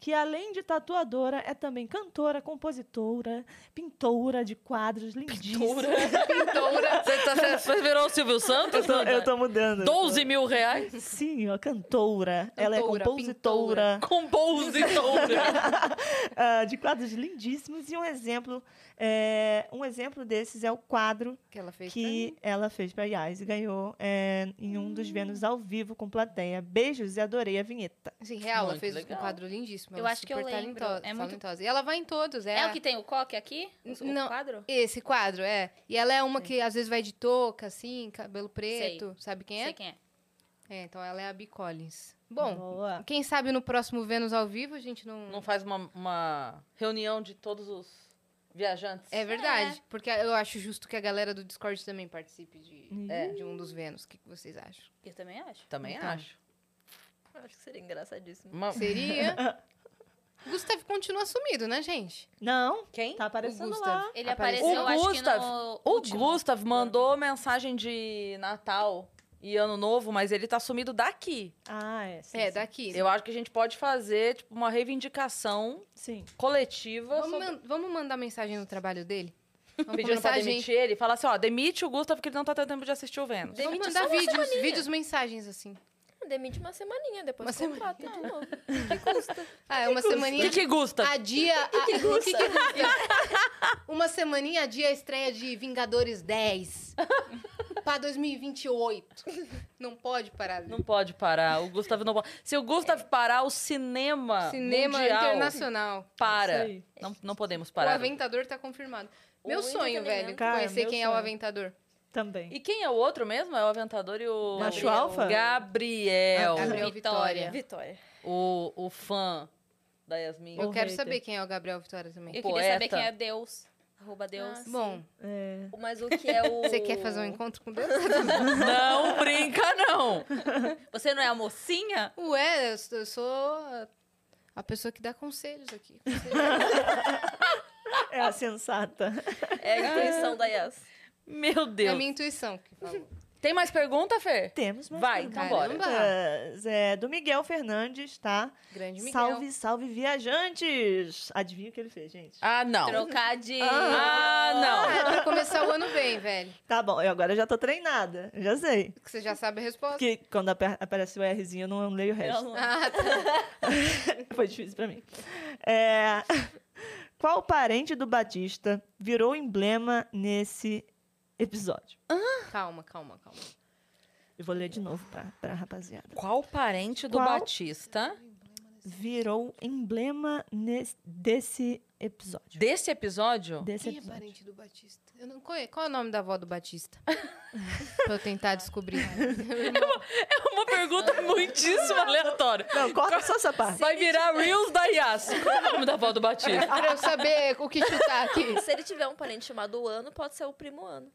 [SPEAKER 4] Que além de tatuadora, é também cantora, compositora, pintora de quadros lindíssimos.
[SPEAKER 2] Pintora.
[SPEAKER 1] Você, tá, você- você virou o Silvio Santos?
[SPEAKER 4] Eu tô, eu tô mudando.
[SPEAKER 1] 12 mil reais?
[SPEAKER 4] Sim, ó, cantora. Ela é
[SPEAKER 2] Cantora,
[SPEAKER 4] compositora.
[SPEAKER 1] Compositora.
[SPEAKER 4] Ah, de quadros lindíssimos e um exemplo é, um exemplo desses é o quadro
[SPEAKER 2] Que ela fez. pra mim.
[SPEAKER 4] que ela fez para Yas e ganhou é, em um
[SPEAKER 2] Hum.
[SPEAKER 4] dos Vênus ao vivo com plateia. Beijos e adorei a vinheta.
[SPEAKER 2] Sim, real, ela
[SPEAKER 1] Muito
[SPEAKER 2] fez
[SPEAKER 1] legal.
[SPEAKER 2] um quadro lindíssimo.
[SPEAKER 3] Eu
[SPEAKER 2] Ela é
[SPEAKER 3] acho que eu
[SPEAKER 2] super
[SPEAKER 3] lembro.
[SPEAKER 2] talentosa-
[SPEAKER 3] É muito-
[SPEAKER 2] talentosa. E ela vai em todos. É,
[SPEAKER 3] É
[SPEAKER 2] a-
[SPEAKER 3] o que tem o coque aqui? O, o
[SPEAKER 2] Não.
[SPEAKER 3] quadro?
[SPEAKER 2] Esse quadro, é. E ela é uma que às vezes vai de touca, assim, cabelo preto. Sabe quem é?
[SPEAKER 3] Sei quem é.
[SPEAKER 2] É, então ela é a B. Collins. Bom,
[SPEAKER 4] Boa.
[SPEAKER 2] quem sabe no próximo Vênus ao vivo a gente não.
[SPEAKER 1] Não faz uma, uma reunião de todos os viajantes?
[SPEAKER 2] É verdade, porque eu acho justo que a galera do Discord também é,
[SPEAKER 4] Uhum.
[SPEAKER 2] participe de, de um dos Vênus. O que que vocês acham?
[SPEAKER 3] Eu também acho.
[SPEAKER 1] Também
[SPEAKER 2] Então.
[SPEAKER 1] acho.
[SPEAKER 5] Acho que seria engraçadíssimo.
[SPEAKER 1] Uma-
[SPEAKER 2] Seria. Gustavo continua sumido, né, gente?
[SPEAKER 4] Não,
[SPEAKER 1] Quem?
[SPEAKER 4] tá aparecendo
[SPEAKER 2] Gustav.
[SPEAKER 4] lá.
[SPEAKER 3] Ele
[SPEAKER 2] Apareceu.
[SPEAKER 3] apareceu,
[SPEAKER 1] O
[SPEAKER 3] acho
[SPEAKER 1] Gustav.
[SPEAKER 3] que no
[SPEAKER 1] O
[SPEAKER 3] último.
[SPEAKER 1] Gustav mandou mensagem de Natal e Ano Novo, mas ele tá sumido daqui.
[SPEAKER 4] Ah, é. Sim,
[SPEAKER 2] É,
[SPEAKER 4] sim.
[SPEAKER 2] daqui.
[SPEAKER 1] Eu acho que a gente pode fazer tipo, uma reivindicação
[SPEAKER 4] Sim.
[SPEAKER 1] coletiva
[SPEAKER 2] Vamos,
[SPEAKER 1] sobre...
[SPEAKER 2] man- vamos mandar mensagem no trabalho dele? Vamos
[SPEAKER 1] pedindo pra
[SPEAKER 2] começar,
[SPEAKER 1] demitir
[SPEAKER 2] gente.
[SPEAKER 1] ele. Fala assim, ó, demite o Gustav porque ele não tá tendo tempo de assistir o Vênus.
[SPEAKER 5] Demite
[SPEAKER 2] Vamos
[SPEAKER 5] só
[SPEAKER 2] mandar
[SPEAKER 5] uma
[SPEAKER 2] vídeos,
[SPEAKER 5] semaninha.
[SPEAKER 2] vídeos, mensagens, assim.
[SPEAKER 5] Demite uma semaninha, depois
[SPEAKER 2] Uma
[SPEAKER 5] contrata de novo. Que custa?
[SPEAKER 2] Ah, é uma
[SPEAKER 1] Que
[SPEAKER 2] semaninha...
[SPEAKER 1] que Gustav?
[SPEAKER 2] Adia... A... Que que custa? uma semaninha adia a estreia de Vingadores 10. pra 2028. Não pode parar.
[SPEAKER 1] Não pode parar. O Gustav não pode. Se o Gustav parar, o
[SPEAKER 4] Ah,
[SPEAKER 1] cinema,
[SPEAKER 2] Cinema
[SPEAKER 1] mundial
[SPEAKER 2] internacional.
[SPEAKER 1] para.
[SPEAKER 4] Isso aí.
[SPEAKER 1] Não, não podemos
[SPEAKER 2] O
[SPEAKER 1] parar.
[SPEAKER 2] Aventador tá confirmado.
[SPEAKER 5] O
[SPEAKER 2] meu sonho,
[SPEAKER 5] entretenimento.
[SPEAKER 2] velho,
[SPEAKER 4] Cara,
[SPEAKER 2] conhecer
[SPEAKER 4] meu
[SPEAKER 2] quem é o
[SPEAKER 4] sonho.
[SPEAKER 2] Aventador.
[SPEAKER 4] Também.
[SPEAKER 1] E quem é o outro mesmo? É o Aventador e o...
[SPEAKER 4] Macho
[SPEAKER 1] Gabriel.
[SPEAKER 4] alfa?
[SPEAKER 1] Gabriel.
[SPEAKER 2] Gabriel Vitória.
[SPEAKER 5] Vitória.
[SPEAKER 1] O, o fã da Yasmin.
[SPEAKER 4] O
[SPEAKER 2] Eu quero
[SPEAKER 4] hater.
[SPEAKER 2] saber quem é o Gabriel Vitória também.
[SPEAKER 3] Eu
[SPEAKER 1] poeta.
[SPEAKER 3] queria saber quem é Deus. Arroba Deus.
[SPEAKER 5] Ah,
[SPEAKER 2] Bom,
[SPEAKER 4] É.
[SPEAKER 5] Mas o que é o...
[SPEAKER 2] você quer fazer um encontro com Deus?
[SPEAKER 1] Não brinca, não!
[SPEAKER 3] Você não é a mocinha?
[SPEAKER 2] Ué, eu s- eu sou a- a pessoa que dá conselhos aqui.
[SPEAKER 4] é a sensata.
[SPEAKER 5] É a intuição da Yas.
[SPEAKER 1] Meu
[SPEAKER 2] É a
[SPEAKER 1] Deus.
[SPEAKER 2] minha intuição que falou.
[SPEAKER 1] Tem mais pergunta, Fer?
[SPEAKER 4] Temos mais
[SPEAKER 1] Vai, então bora.
[SPEAKER 2] Caramba.
[SPEAKER 4] perguntas. É do Miguel Fernandes, tá?
[SPEAKER 2] Grande É Miguel.
[SPEAKER 4] Salve, salve, viajantes! Adivinha o que ele fez, gente?
[SPEAKER 1] Ah, não.
[SPEAKER 3] Trocar de.
[SPEAKER 1] Ah,
[SPEAKER 2] Ah,
[SPEAKER 1] não.
[SPEAKER 2] é pra começar o ano bem, velho.
[SPEAKER 4] Tá bom, eu agora já tô treinada. Já sei.
[SPEAKER 2] Que você já sabe a resposta.
[SPEAKER 4] Porque quando apa- aparece o Rzinho, eu não leio o resto.
[SPEAKER 5] Ela-
[SPEAKER 2] Ah, tá.
[SPEAKER 4] Foi difícil pra mim. É, Qual parente do Batista virou emblema nesse episódio?
[SPEAKER 2] Calma, calma, calma.
[SPEAKER 4] Eu vou ler de novo pra, pra rapaziada.
[SPEAKER 1] Qual parente do
[SPEAKER 4] Qual?
[SPEAKER 1] Batista
[SPEAKER 4] Virou emblema nesse, desse episódio.
[SPEAKER 1] desse episódio?
[SPEAKER 4] Desse
[SPEAKER 2] Quem é
[SPEAKER 4] episódio.
[SPEAKER 2] parente do Batista? Eu não conheço. Qual é o nome da avó do Batista? pra eu tentar descobrir.
[SPEAKER 1] É uma pergunta muitíssimo aleatória.
[SPEAKER 4] Não, corta só essa parte.
[SPEAKER 1] Vai virar Reels da Yas. Qual é o nome da avó do Batista?
[SPEAKER 2] pra eu saber o que chutar aqui.
[SPEAKER 5] Se ele tiver um parente chamado Ano, pode ser o primo Ano.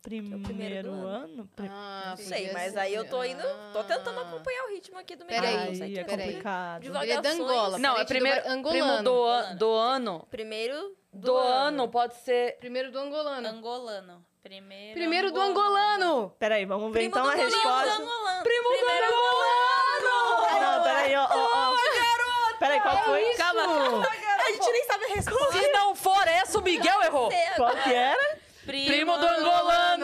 [SPEAKER 4] Primeiro
[SPEAKER 5] É do
[SPEAKER 4] ano.
[SPEAKER 5] ano.
[SPEAKER 4] pri-
[SPEAKER 2] Ah,
[SPEAKER 5] Não sei,
[SPEAKER 2] podia
[SPEAKER 5] mas
[SPEAKER 2] ser.
[SPEAKER 5] aí eu tô indo... Tô tentando
[SPEAKER 2] Ah.
[SPEAKER 5] acompanhar o ritmo aqui do meu
[SPEAKER 2] Peraí,
[SPEAKER 4] Aí é
[SPEAKER 2] peraí.
[SPEAKER 4] complicado.
[SPEAKER 5] Devagar.
[SPEAKER 2] Ele é da Angola.
[SPEAKER 1] Não, é
[SPEAKER 2] parente do
[SPEAKER 1] primeiro
[SPEAKER 2] ba-
[SPEAKER 1] primo
[SPEAKER 2] angolano.
[SPEAKER 1] do, an- do ano.
[SPEAKER 5] Primeiro do,
[SPEAKER 1] Do ano pode ser.
[SPEAKER 2] Primeiro do angolano.
[SPEAKER 3] Angolano. Primeiro.
[SPEAKER 2] Primeiro do angolano.
[SPEAKER 4] Peraí, vamos ver
[SPEAKER 5] Primo
[SPEAKER 4] então
[SPEAKER 5] do
[SPEAKER 4] a
[SPEAKER 5] Bruno,
[SPEAKER 4] resposta.
[SPEAKER 3] Angolano.
[SPEAKER 1] Primo do ano!
[SPEAKER 4] Ah, não, peraí, ó, ó, ó. Peraí,
[SPEAKER 5] é
[SPEAKER 4] qual foi?
[SPEAKER 1] Calma.
[SPEAKER 5] A gente nem sabe a resposta.
[SPEAKER 1] Se não for essa, o Miguel errou.
[SPEAKER 4] Qual que era?
[SPEAKER 1] Primo do angolano.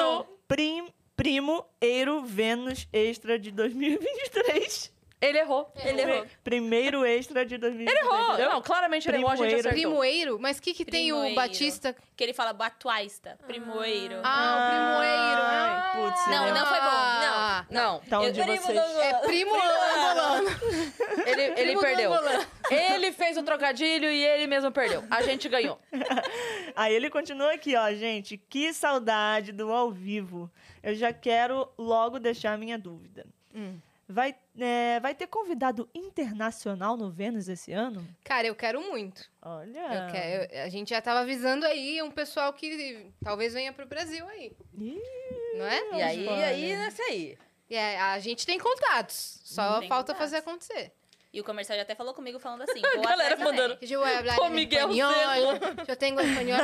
[SPEAKER 4] Prim, primo Eiro Vênus Extra de 2023.
[SPEAKER 1] Ele errou.
[SPEAKER 5] Ele errou.
[SPEAKER 4] Primeiro extra de 2023. Ele
[SPEAKER 1] Errou. Não, claramente ele errou, a gente
[SPEAKER 4] Primoeiro.
[SPEAKER 1] acertou.
[SPEAKER 2] Primoeiro? Mas o que, que tem o
[SPEAKER 3] Primoeiro.
[SPEAKER 2] Batista?
[SPEAKER 3] Que ele fala batuaista. Primoeiro.
[SPEAKER 2] Ah, o primoeiro.
[SPEAKER 4] Putz,
[SPEAKER 3] Não,
[SPEAKER 4] né?
[SPEAKER 3] não foi bom.
[SPEAKER 2] Ah.
[SPEAKER 1] Não,
[SPEAKER 4] Tá
[SPEAKER 5] Eu-
[SPEAKER 4] onde
[SPEAKER 5] primo do
[SPEAKER 4] vocês...
[SPEAKER 5] Angolano.
[SPEAKER 2] É primo angolano.
[SPEAKER 1] É, ele, ele
[SPEAKER 2] Primo do
[SPEAKER 1] perdeu.
[SPEAKER 2] angolano.
[SPEAKER 1] Ele fez o trocadilho e ele mesmo perdeu. A gente ganhou.
[SPEAKER 4] Aí ele continua aqui, ó, gente. Que saudade do ao vivo. Eu já quero logo deixar a minha dúvida.
[SPEAKER 2] Hum.
[SPEAKER 4] Vai, é, vai ter convidado internacional no Vênus esse ano?
[SPEAKER 2] Cara, eu quero muito.
[SPEAKER 4] Olha.
[SPEAKER 2] Eu quero- eu- a gente já tava avisando aí um pessoal que talvez venha pro Brasil aí,
[SPEAKER 4] Ih,
[SPEAKER 2] não é?
[SPEAKER 1] E aí,
[SPEAKER 4] Olha.
[SPEAKER 1] aí, nessa aí.
[SPEAKER 2] E a, a gente tem contatos. Só
[SPEAKER 3] Tem
[SPEAKER 2] falta
[SPEAKER 3] contatos.
[SPEAKER 2] fazer acontecer.
[SPEAKER 3] E o comercial já até falou comigo falando assim.
[SPEAKER 1] A galera mandando.
[SPEAKER 2] Eu vou falar
[SPEAKER 1] Pô,
[SPEAKER 2] em
[SPEAKER 1] Miguel
[SPEAKER 2] espanhol. Eu tenho espanhol.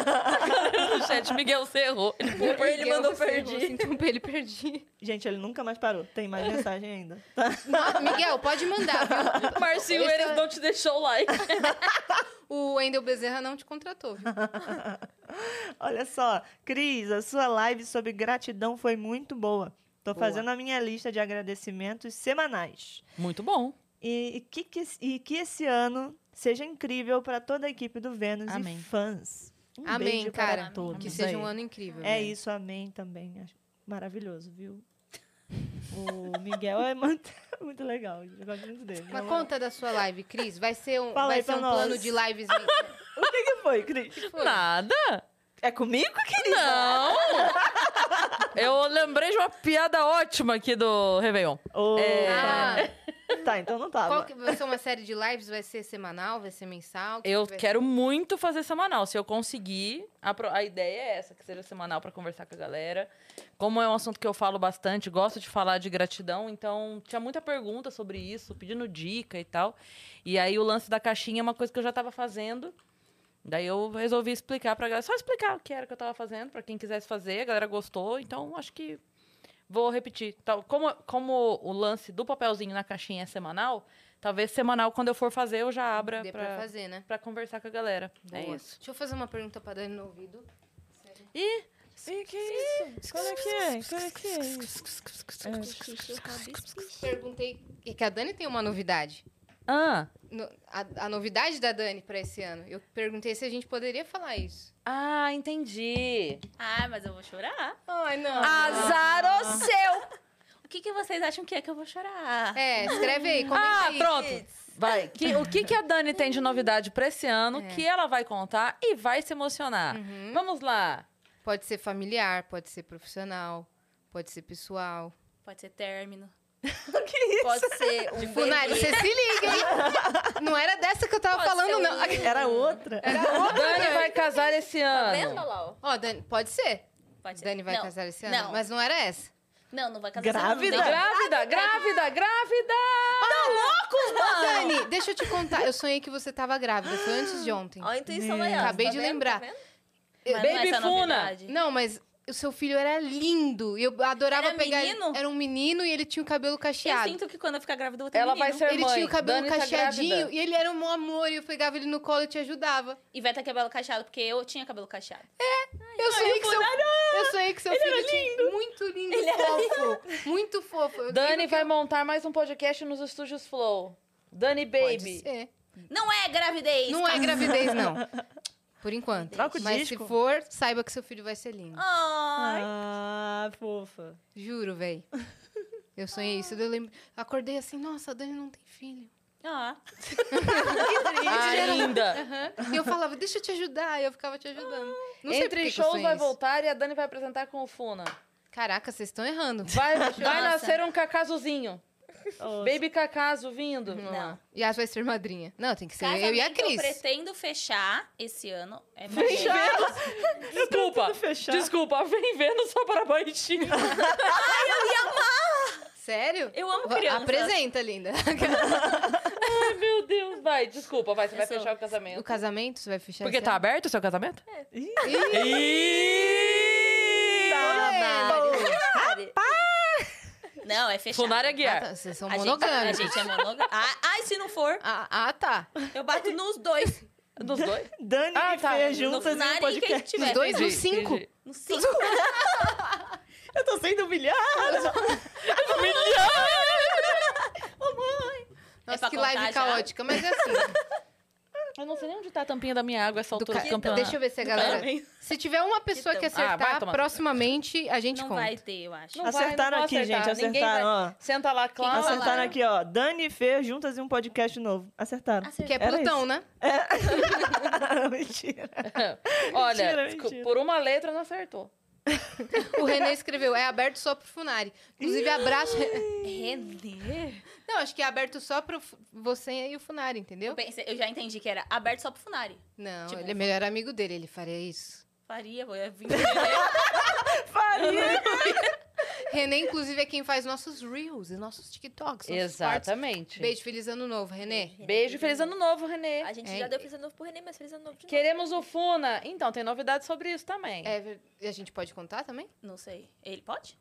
[SPEAKER 1] No chat, Miguel, você errou.
[SPEAKER 5] Ele
[SPEAKER 2] Miguel
[SPEAKER 5] mandou
[SPEAKER 2] ferrou,
[SPEAKER 5] perdi.
[SPEAKER 2] assim, Então ele perdi.
[SPEAKER 4] Gente, ele nunca mais parou. Tem mais mensagem ainda.
[SPEAKER 2] Miguel, pode mandar, viu?
[SPEAKER 1] Marcinho,
[SPEAKER 2] Esse
[SPEAKER 1] eles
[SPEAKER 2] é-
[SPEAKER 1] não te deixou o like.
[SPEAKER 2] O Wendel Bezerra não te contratou, viu?
[SPEAKER 4] Olha só, Cris, a sua live sobre gratidão foi muito boa. Tô
[SPEAKER 1] Boa.
[SPEAKER 4] fazendo a minha lista de agradecimentos semanais.
[SPEAKER 1] Muito bom.
[SPEAKER 4] E, e que, que- e que esse ano seja incrível para toda a equipe do Vênus
[SPEAKER 1] Amém.
[SPEAKER 4] e fãs. Um
[SPEAKER 2] Amém,
[SPEAKER 4] beijo
[SPEAKER 2] cara.
[SPEAKER 4] para todos.
[SPEAKER 2] Que seja um
[SPEAKER 4] aí.
[SPEAKER 2] ano incrível.
[SPEAKER 4] É
[SPEAKER 2] velho.
[SPEAKER 4] isso, amém também. Acho maravilhoso, viu? O Miguel é muito, muito legal. Eu gosto muito dele.
[SPEAKER 2] Mas
[SPEAKER 4] Na moral.
[SPEAKER 2] conta da sua live, Cris. Vai ser um,
[SPEAKER 4] Fala
[SPEAKER 2] vai
[SPEAKER 4] aí
[SPEAKER 2] ser
[SPEAKER 4] pra
[SPEAKER 2] um
[SPEAKER 4] nós.
[SPEAKER 2] plano de lives.
[SPEAKER 4] O que, que foi, Cris?
[SPEAKER 2] Foi.
[SPEAKER 1] Nada.
[SPEAKER 4] É comigo, querida?
[SPEAKER 1] Não. Eu lembrei de uma piada ótima aqui do Réveillon.
[SPEAKER 4] Ô,
[SPEAKER 1] É.
[SPEAKER 2] Ah,
[SPEAKER 4] Tá, então não tava.
[SPEAKER 2] Qual que vai ser uma série de lives? Vai ser semanal? Vai ser mensal? O que
[SPEAKER 1] Eu
[SPEAKER 2] que vai
[SPEAKER 1] quero muito fazer semanal. Se eu conseguir, a, pro- a ideia é essa, que seja semanal pra conversar com a galera. Como é um assunto que eu falo bastante, gosto de falar de gratidão, então tinha muita pergunta sobre isso, pedindo dica e tal. E aí o lance da caixinha é uma coisa que eu já tava fazendo. Daí eu resolvi explicar pra galera, só explicar o que era que eu tava fazendo, pra quem quisesse fazer, a galera gostou, então acho que vou repetir. Tal- Como, como o lance do papelzinho na caixinha é semanal, talvez semanal, quando eu for fazer, eu já abra
[SPEAKER 2] dê pra
[SPEAKER 1] pra
[SPEAKER 2] fazer, né?
[SPEAKER 1] pra conversar com a galera. É
[SPEAKER 2] Boa.
[SPEAKER 1] isso.
[SPEAKER 2] Deixa eu fazer uma perguta pra Dani no ouvido.
[SPEAKER 1] E
[SPEAKER 4] Ih, que isso? Qual é que é? Qual é que é isso?
[SPEAKER 2] Perguntei é que a Dani tem uma novidade.
[SPEAKER 1] ah,
[SPEAKER 2] No- a, a novidade da Dani pra esse ano. Eu perguntei se a gente poderia falar isso.
[SPEAKER 1] ah, entendi.
[SPEAKER 3] Ah, mas eu vou chorar.
[SPEAKER 2] Ai, não.
[SPEAKER 1] Azar o seu.
[SPEAKER 3] O que, que vocês acham que é que eu vou chorar?
[SPEAKER 2] É, escreve aí, comenta
[SPEAKER 1] Ah,
[SPEAKER 2] aí.
[SPEAKER 1] pronto. Vai. Que- o que, que a Dani tem de novidade pra esse
[SPEAKER 2] É.
[SPEAKER 1] ano que ela vai contar e vai se emocionar?
[SPEAKER 2] Uhum.
[SPEAKER 1] Vamos lá.
[SPEAKER 2] Pode ser familiar, pode ser profissional, pode ser pessoal.
[SPEAKER 3] Pode ser término.
[SPEAKER 5] Pode ser um
[SPEAKER 2] Tipo, Nari,
[SPEAKER 5] bebê.
[SPEAKER 2] você se liga, hein? Não era dessa que eu tava
[SPEAKER 5] Pode
[SPEAKER 2] falando,
[SPEAKER 5] ser
[SPEAKER 2] não.
[SPEAKER 5] um-
[SPEAKER 4] Era outra?
[SPEAKER 1] Dani vai casar esse
[SPEAKER 5] Tá vendo,
[SPEAKER 1] ano.
[SPEAKER 5] Lau?
[SPEAKER 2] Ó, Dani, pode ser.
[SPEAKER 3] Pode ser.
[SPEAKER 2] Dani vai
[SPEAKER 3] não,
[SPEAKER 2] casar esse ano,
[SPEAKER 3] Não,
[SPEAKER 2] mas não era essa.
[SPEAKER 3] não, não vai casar
[SPEAKER 4] Grávida?
[SPEAKER 3] esse ano. não.
[SPEAKER 1] Grávida, grávida, grávida!
[SPEAKER 2] Ô, Dani, deixa eu te contar. Eu sonhei que você tava grávida, foi antes de ontem.
[SPEAKER 5] Olha a intuição
[SPEAKER 4] Meu.
[SPEAKER 5] da Yas,
[SPEAKER 2] Acabei
[SPEAKER 5] tá
[SPEAKER 2] de
[SPEAKER 5] vendo?
[SPEAKER 2] lembrar.
[SPEAKER 5] Tá vendo?
[SPEAKER 3] Mas não é
[SPEAKER 1] Baby
[SPEAKER 3] essa a
[SPEAKER 1] Funa.
[SPEAKER 3] novidade.
[SPEAKER 2] Não, mas o seu filho era lindo. Eu adorava
[SPEAKER 3] Era
[SPEAKER 2] pegar
[SPEAKER 3] menino?
[SPEAKER 2] ele. Era um menino e ele tinha o cabelo
[SPEAKER 3] Eu
[SPEAKER 2] cacheado.
[SPEAKER 3] sinto que quando eu ficar grávida eu vou ter
[SPEAKER 1] Ela
[SPEAKER 3] menino.
[SPEAKER 1] vai ser
[SPEAKER 2] Ele
[SPEAKER 1] mãe.
[SPEAKER 2] tinha o cabelo
[SPEAKER 1] Dani tá
[SPEAKER 2] cacheadinho
[SPEAKER 1] grávida.
[SPEAKER 2] e ele era um amor. E eu pegava ele no colo e te ajudava.
[SPEAKER 3] E vai ter cabelo cacheado, porque eu tinha cabelo cacheado.
[SPEAKER 2] Eu sonhei que seu, eu sonhei que seu filho tinha muito lindo, fofo. Muito fofo. Eu
[SPEAKER 1] Dani
[SPEAKER 2] lembro Tá que
[SPEAKER 1] vai montar mais um podcast nos estúdios Flow. Dani
[SPEAKER 2] pode
[SPEAKER 1] Baby.
[SPEAKER 2] ser.
[SPEAKER 3] Não é gravidez!
[SPEAKER 2] Não é gravidez, não. Por enquanto.
[SPEAKER 4] Troca o
[SPEAKER 2] Mas
[SPEAKER 4] disco.
[SPEAKER 2] se for, saiba que seu filho vai ser lindo.
[SPEAKER 3] Ai,
[SPEAKER 4] Ah, fofa.
[SPEAKER 2] Juro, véi. Eu sonhei isso, daí eu lembro. Acordei assim, nossa, a Dani não tem filho.
[SPEAKER 3] ah.
[SPEAKER 2] Ai,
[SPEAKER 1] Ainda.
[SPEAKER 2] E eu falava, deixa eu te ajudar, e eu ficava te ajudando. Não sei por
[SPEAKER 1] Entre
[SPEAKER 2] que que eu
[SPEAKER 1] shows
[SPEAKER 2] sonhei
[SPEAKER 1] vai
[SPEAKER 2] isso.
[SPEAKER 1] voltar e a Dani vai apresentar com o Funa.
[SPEAKER 2] Caraca, vocês estão errando.
[SPEAKER 1] Vai, vai
[SPEAKER 3] Nossa.
[SPEAKER 1] nascer um cacazuzinho.
[SPEAKER 4] Oh,
[SPEAKER 1] Baby cacazo vindo.
[SPEAKER 2] Vamos
[SPEAKER 3] Não.
[SPEAKER 2] lá. E as vai ser madrinha. Não, tem que ser eu e a
[SPEAKER 3] Casamento
[SPEAKER 2] Cris.
[SPEAKER 3] Eu pretendo fechar esse ano. É meu jeito.
[SPEAKER 1] Desculpa.
[SPEAKER 4] tudo fechado.
[SPEAKER 1] Desculpa, vem vendo só para baixinho.
[SPEAKER 2] Sério?
[SPEAKER 3] Eu amo
[SPEAKER 2] Va-
[SPEAKER 3] criança.
[SPEAKER 2] Apresenta, linda.
[SPEAKER 1] Ai, meu Deus. Vai, desculpa, vai. Você vai
[SPEAKER 3] sou-
[SPEAKER 1] fechar o
[SPEAKER 2] o
[SPEAKER 1] casamento.
[SPEAKER 2] casamento, você vai fechar
[SPEAKER 1] Porque
[SPEAKER 2] esse
[SPEAKER 1] tá
[SPEAKER 2] ano?
[SPEAKER 1] aberto o seu casamento?
[SPEAKER 4] Ih,
[SPEAKER 1] É.
[SPEAKER 3] Não, é fechar.
[SPEAKER 1] Funária
[SPEAKER 2] Ah,
[SPEAKER 1] Guiar.
[SPEAKER 2] tá, vocês são
[SPEAKER 3] A gente, a
[SPEAKER 2] monogâmicos.
[SPEAKER 3] gente é monogâmico. Ah, ai, se não for,
[SPEAKER 2] Ah, ah, tá.
[SPEAKER 3] eu bato nos dois.
[SPEAKER 1] Dos dois?
[SPEAKER 4] Dani
[SPEAKER 1] Ah,
[SPEAKER 4] e
[SPEAKER 1] tá.
[SPEAKER 4] Fê
[SPEAKER 1] No
[SPEAKER 4] juntas em um
[SPEAKER 3] Nari e quem
[SPEAKER 4] podcast.
[SPEAKER 2] Os
[SPEAKER 3] tiver.
[SPEAKER 2] dois
[SPEAKER 1] Entendi,
[SPEAKER 2] nos cinco.
[SPEAKER 1] entendi.
[SPEAKER 3] Nos cinco.
[SPEAKER 4] Eu tô sendo humilhada.
[SPEAKER 3] É
[SPEAKER 2] Nossa,
[SPEAKER 3] pra
[SPEAKER 2] que
[SPEAKER 3] contar
[SPEAKER 2] live
[SPEAKER 3] já?
[SPEAKER 2] caótica, mas é assim.
[SPEAKER 1] Eu não sei nem onde tá a tampinha da minha água essa
[SPEAKER 2] do
[SPEAKER 1] altura
[SPEAKER 2] ca-
[SPEAKER 1] do campeonato.
[SPEAKER 2] Deixa eu ver se a galera.
[SPEAKER 1] Também.
[SPEAKER 2] Se tiver uma pessoa
[SPEAKER 3] Então.
[SPEAKER 1] Ah,
[SPEAKER 2] que
[SPEAKER 1] vai
[SPEAKER 2] acertar,
[SPEAKER 1] tomar-
[SPEAKER 2] proximamente a gente
[SPEAKER 3] Não
[SPEAKER 2] conta.
[SPEAKER 3] vai ter, eu acho.
[SPEAKER 1] Não vai, não
[SPEAKER 4] Acertaram
[SPEAKER 1] vou
[SPEAKER 4] aqui,
[SPEAKER 1] acertar.
[SPEAKER 4] gente.
[SPEAKER 1] Ninguém vai-
[SPEAKER 4] Acertaram, ó.
[SPEAKER 1] Senta lá, Cláudia.
[SPEAKER 3] Falaram.
[SPEAKER 4] Acertaram aqui, ó. Dani e Fê juntas em um podcast novo. Acertaram.
[SPEAKER 2] Que é
[SPEAKER 4] Era
[SPEAKER 2] Plutão, né?
[SPEAKER 4] Mentira.
[SPEAKER 1] Olha,
[SPEAKER 4] Mentira,
[SPEAKER 1] desculpa,
[SPEAKER 4] mentira.
[SPEAKER 1] por uma letra não acertou.
[SPEAKER 2] O René escreveu, é aberto só pro Funari. Inclusive, abraço.
[SPEAKER 3] René?
[SPEAKER 2] Não, acho que é aberto só pro fu- você e o Funari,
[SPEAKER 3] Eu,
[SPEAKER 2] entendeu?
[SPEAKER 1] Tipo,
[SPEAKER 3] pensei, eu já entendi que era aberto só pro Funari.
[SPEAKER 2] Não,
[SPEAKER 3] Tipo,
[SPEAKER 2] ele é melhor amigo dele, ele faria isso.
[SPEAKER 3] Faria, vou vir.
[SPEAKER 4] Faria.
[SPEAKER 2] René, inclusive, é quem faz nossos reels e nossos TikToks. nossos
[SPEAKER 1] Exatamente.
[SPEAKER 2] cortes. Beijo, feliz ano novo, René.
[SPEAKER 1] Beijo, feliz ano novo, Renê.
[SPEAKER 5] A gente
[SPEAKER 2] É.
[SPEAKER 5] já deu feliz ano novo pro René, mas
[SPEAKER 3] um
[SPEAKER 5] feliz ano novo de novo.
[SPEAKER 1] Queremos o Funa. Então, tem novidades sobre isso também.
[SPEAKER 2] É, ver- e a gente pode contar também?
[SPEAKER 3] Não sei. Ele pode?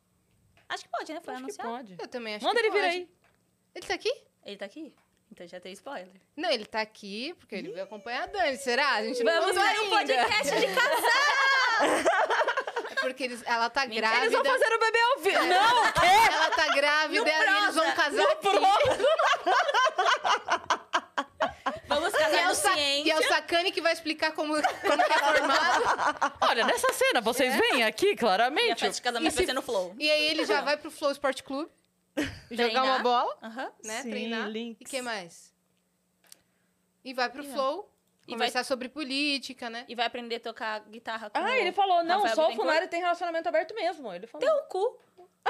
[SPEAKER 3] Acho que pode, né? Foi
[SPEAKER 1] Acho que
[SPEAKER 3] anunciado.
[SPEAKER 1] pode.
[SPEAKER 2] Eu também acho
[SPEAKER 1] Manda
[SPEAKER 2] que
[SPEAKER 1] ele vir
[SPEAKER 2] pode.
[SPEAKER 1] aí.
[SPEAKER 2] Ele tá aqui?
[SPEAKER 3] Ele tá aqui? Então já tem spoiler.
[SPEAKER 2] Não, ele tá aqui porque ele veio acompanhar a Dani, será? A gente não
[SPEAKER 3] Vamos
[SPEAKER 2] mandou
[SPEAKER 3] para um
[SPEAKER 2] ainda.
[SPEAKER 3] podcast de casa.
[SPEAKER 2] É Porque eles- ela tá
[SPEAKER 3] Mentira,
[SPEAKER 2] grávida.
[SPEAKER 1] Eles vão fazer o bebê ao vivo. Não!
[SPEAKER 2] Ela tá grávida e eles vão casar aqui.
[SPEAKER 3] Vamos
[SPEAKER 2] E
[SPEAKER 3] casar
[SPEAKER 2] é,
[SPEAKER 3] no
[SPEAKER 2] o Sa- e é
[SPEAKER 3] ciência.
[SPEAKER 2] o Sacani que vai explicar como, como que é formado.
[SPEAKER 1] Olha, nessa cena, vocês vêm aqui,
[SPEAKER 3] E a
[SPEAKER 1] claramente.
[SPEAKER 3] festa de casamento vai ser no Flow.
[SPEAKER 2] E aí ele já vai pro Flow Sport Clube jogar
[SPEAKER 3] Treinar.
[SPEAKER 2] uma bola,
[SPEAKER 3] Aham.
[SPEAKER 2] né?
[SPEAKER 4] Sim,
[SPEAKER 2] treinar.
[SPEAKER 4] links.
[SPEAKER 2] E que mais? E vai pro Flow.
[SPEAKER 3] E vai,
[SPEAKER 2] Conversar sobre política, né?
[SPEAKER 3] e vai aprender a tocar guitarra com
[SPEAKER 1] Ah, ele falou, não,
[SPEAKER 3] Rafael
[SPEAKER 1] só o
[SPEAKER 3] Bittencourt?
[SPEAKER 1] Funari tem relacionamento aberto mesmo. Ele falou.
[SPEAKER 3] o cu.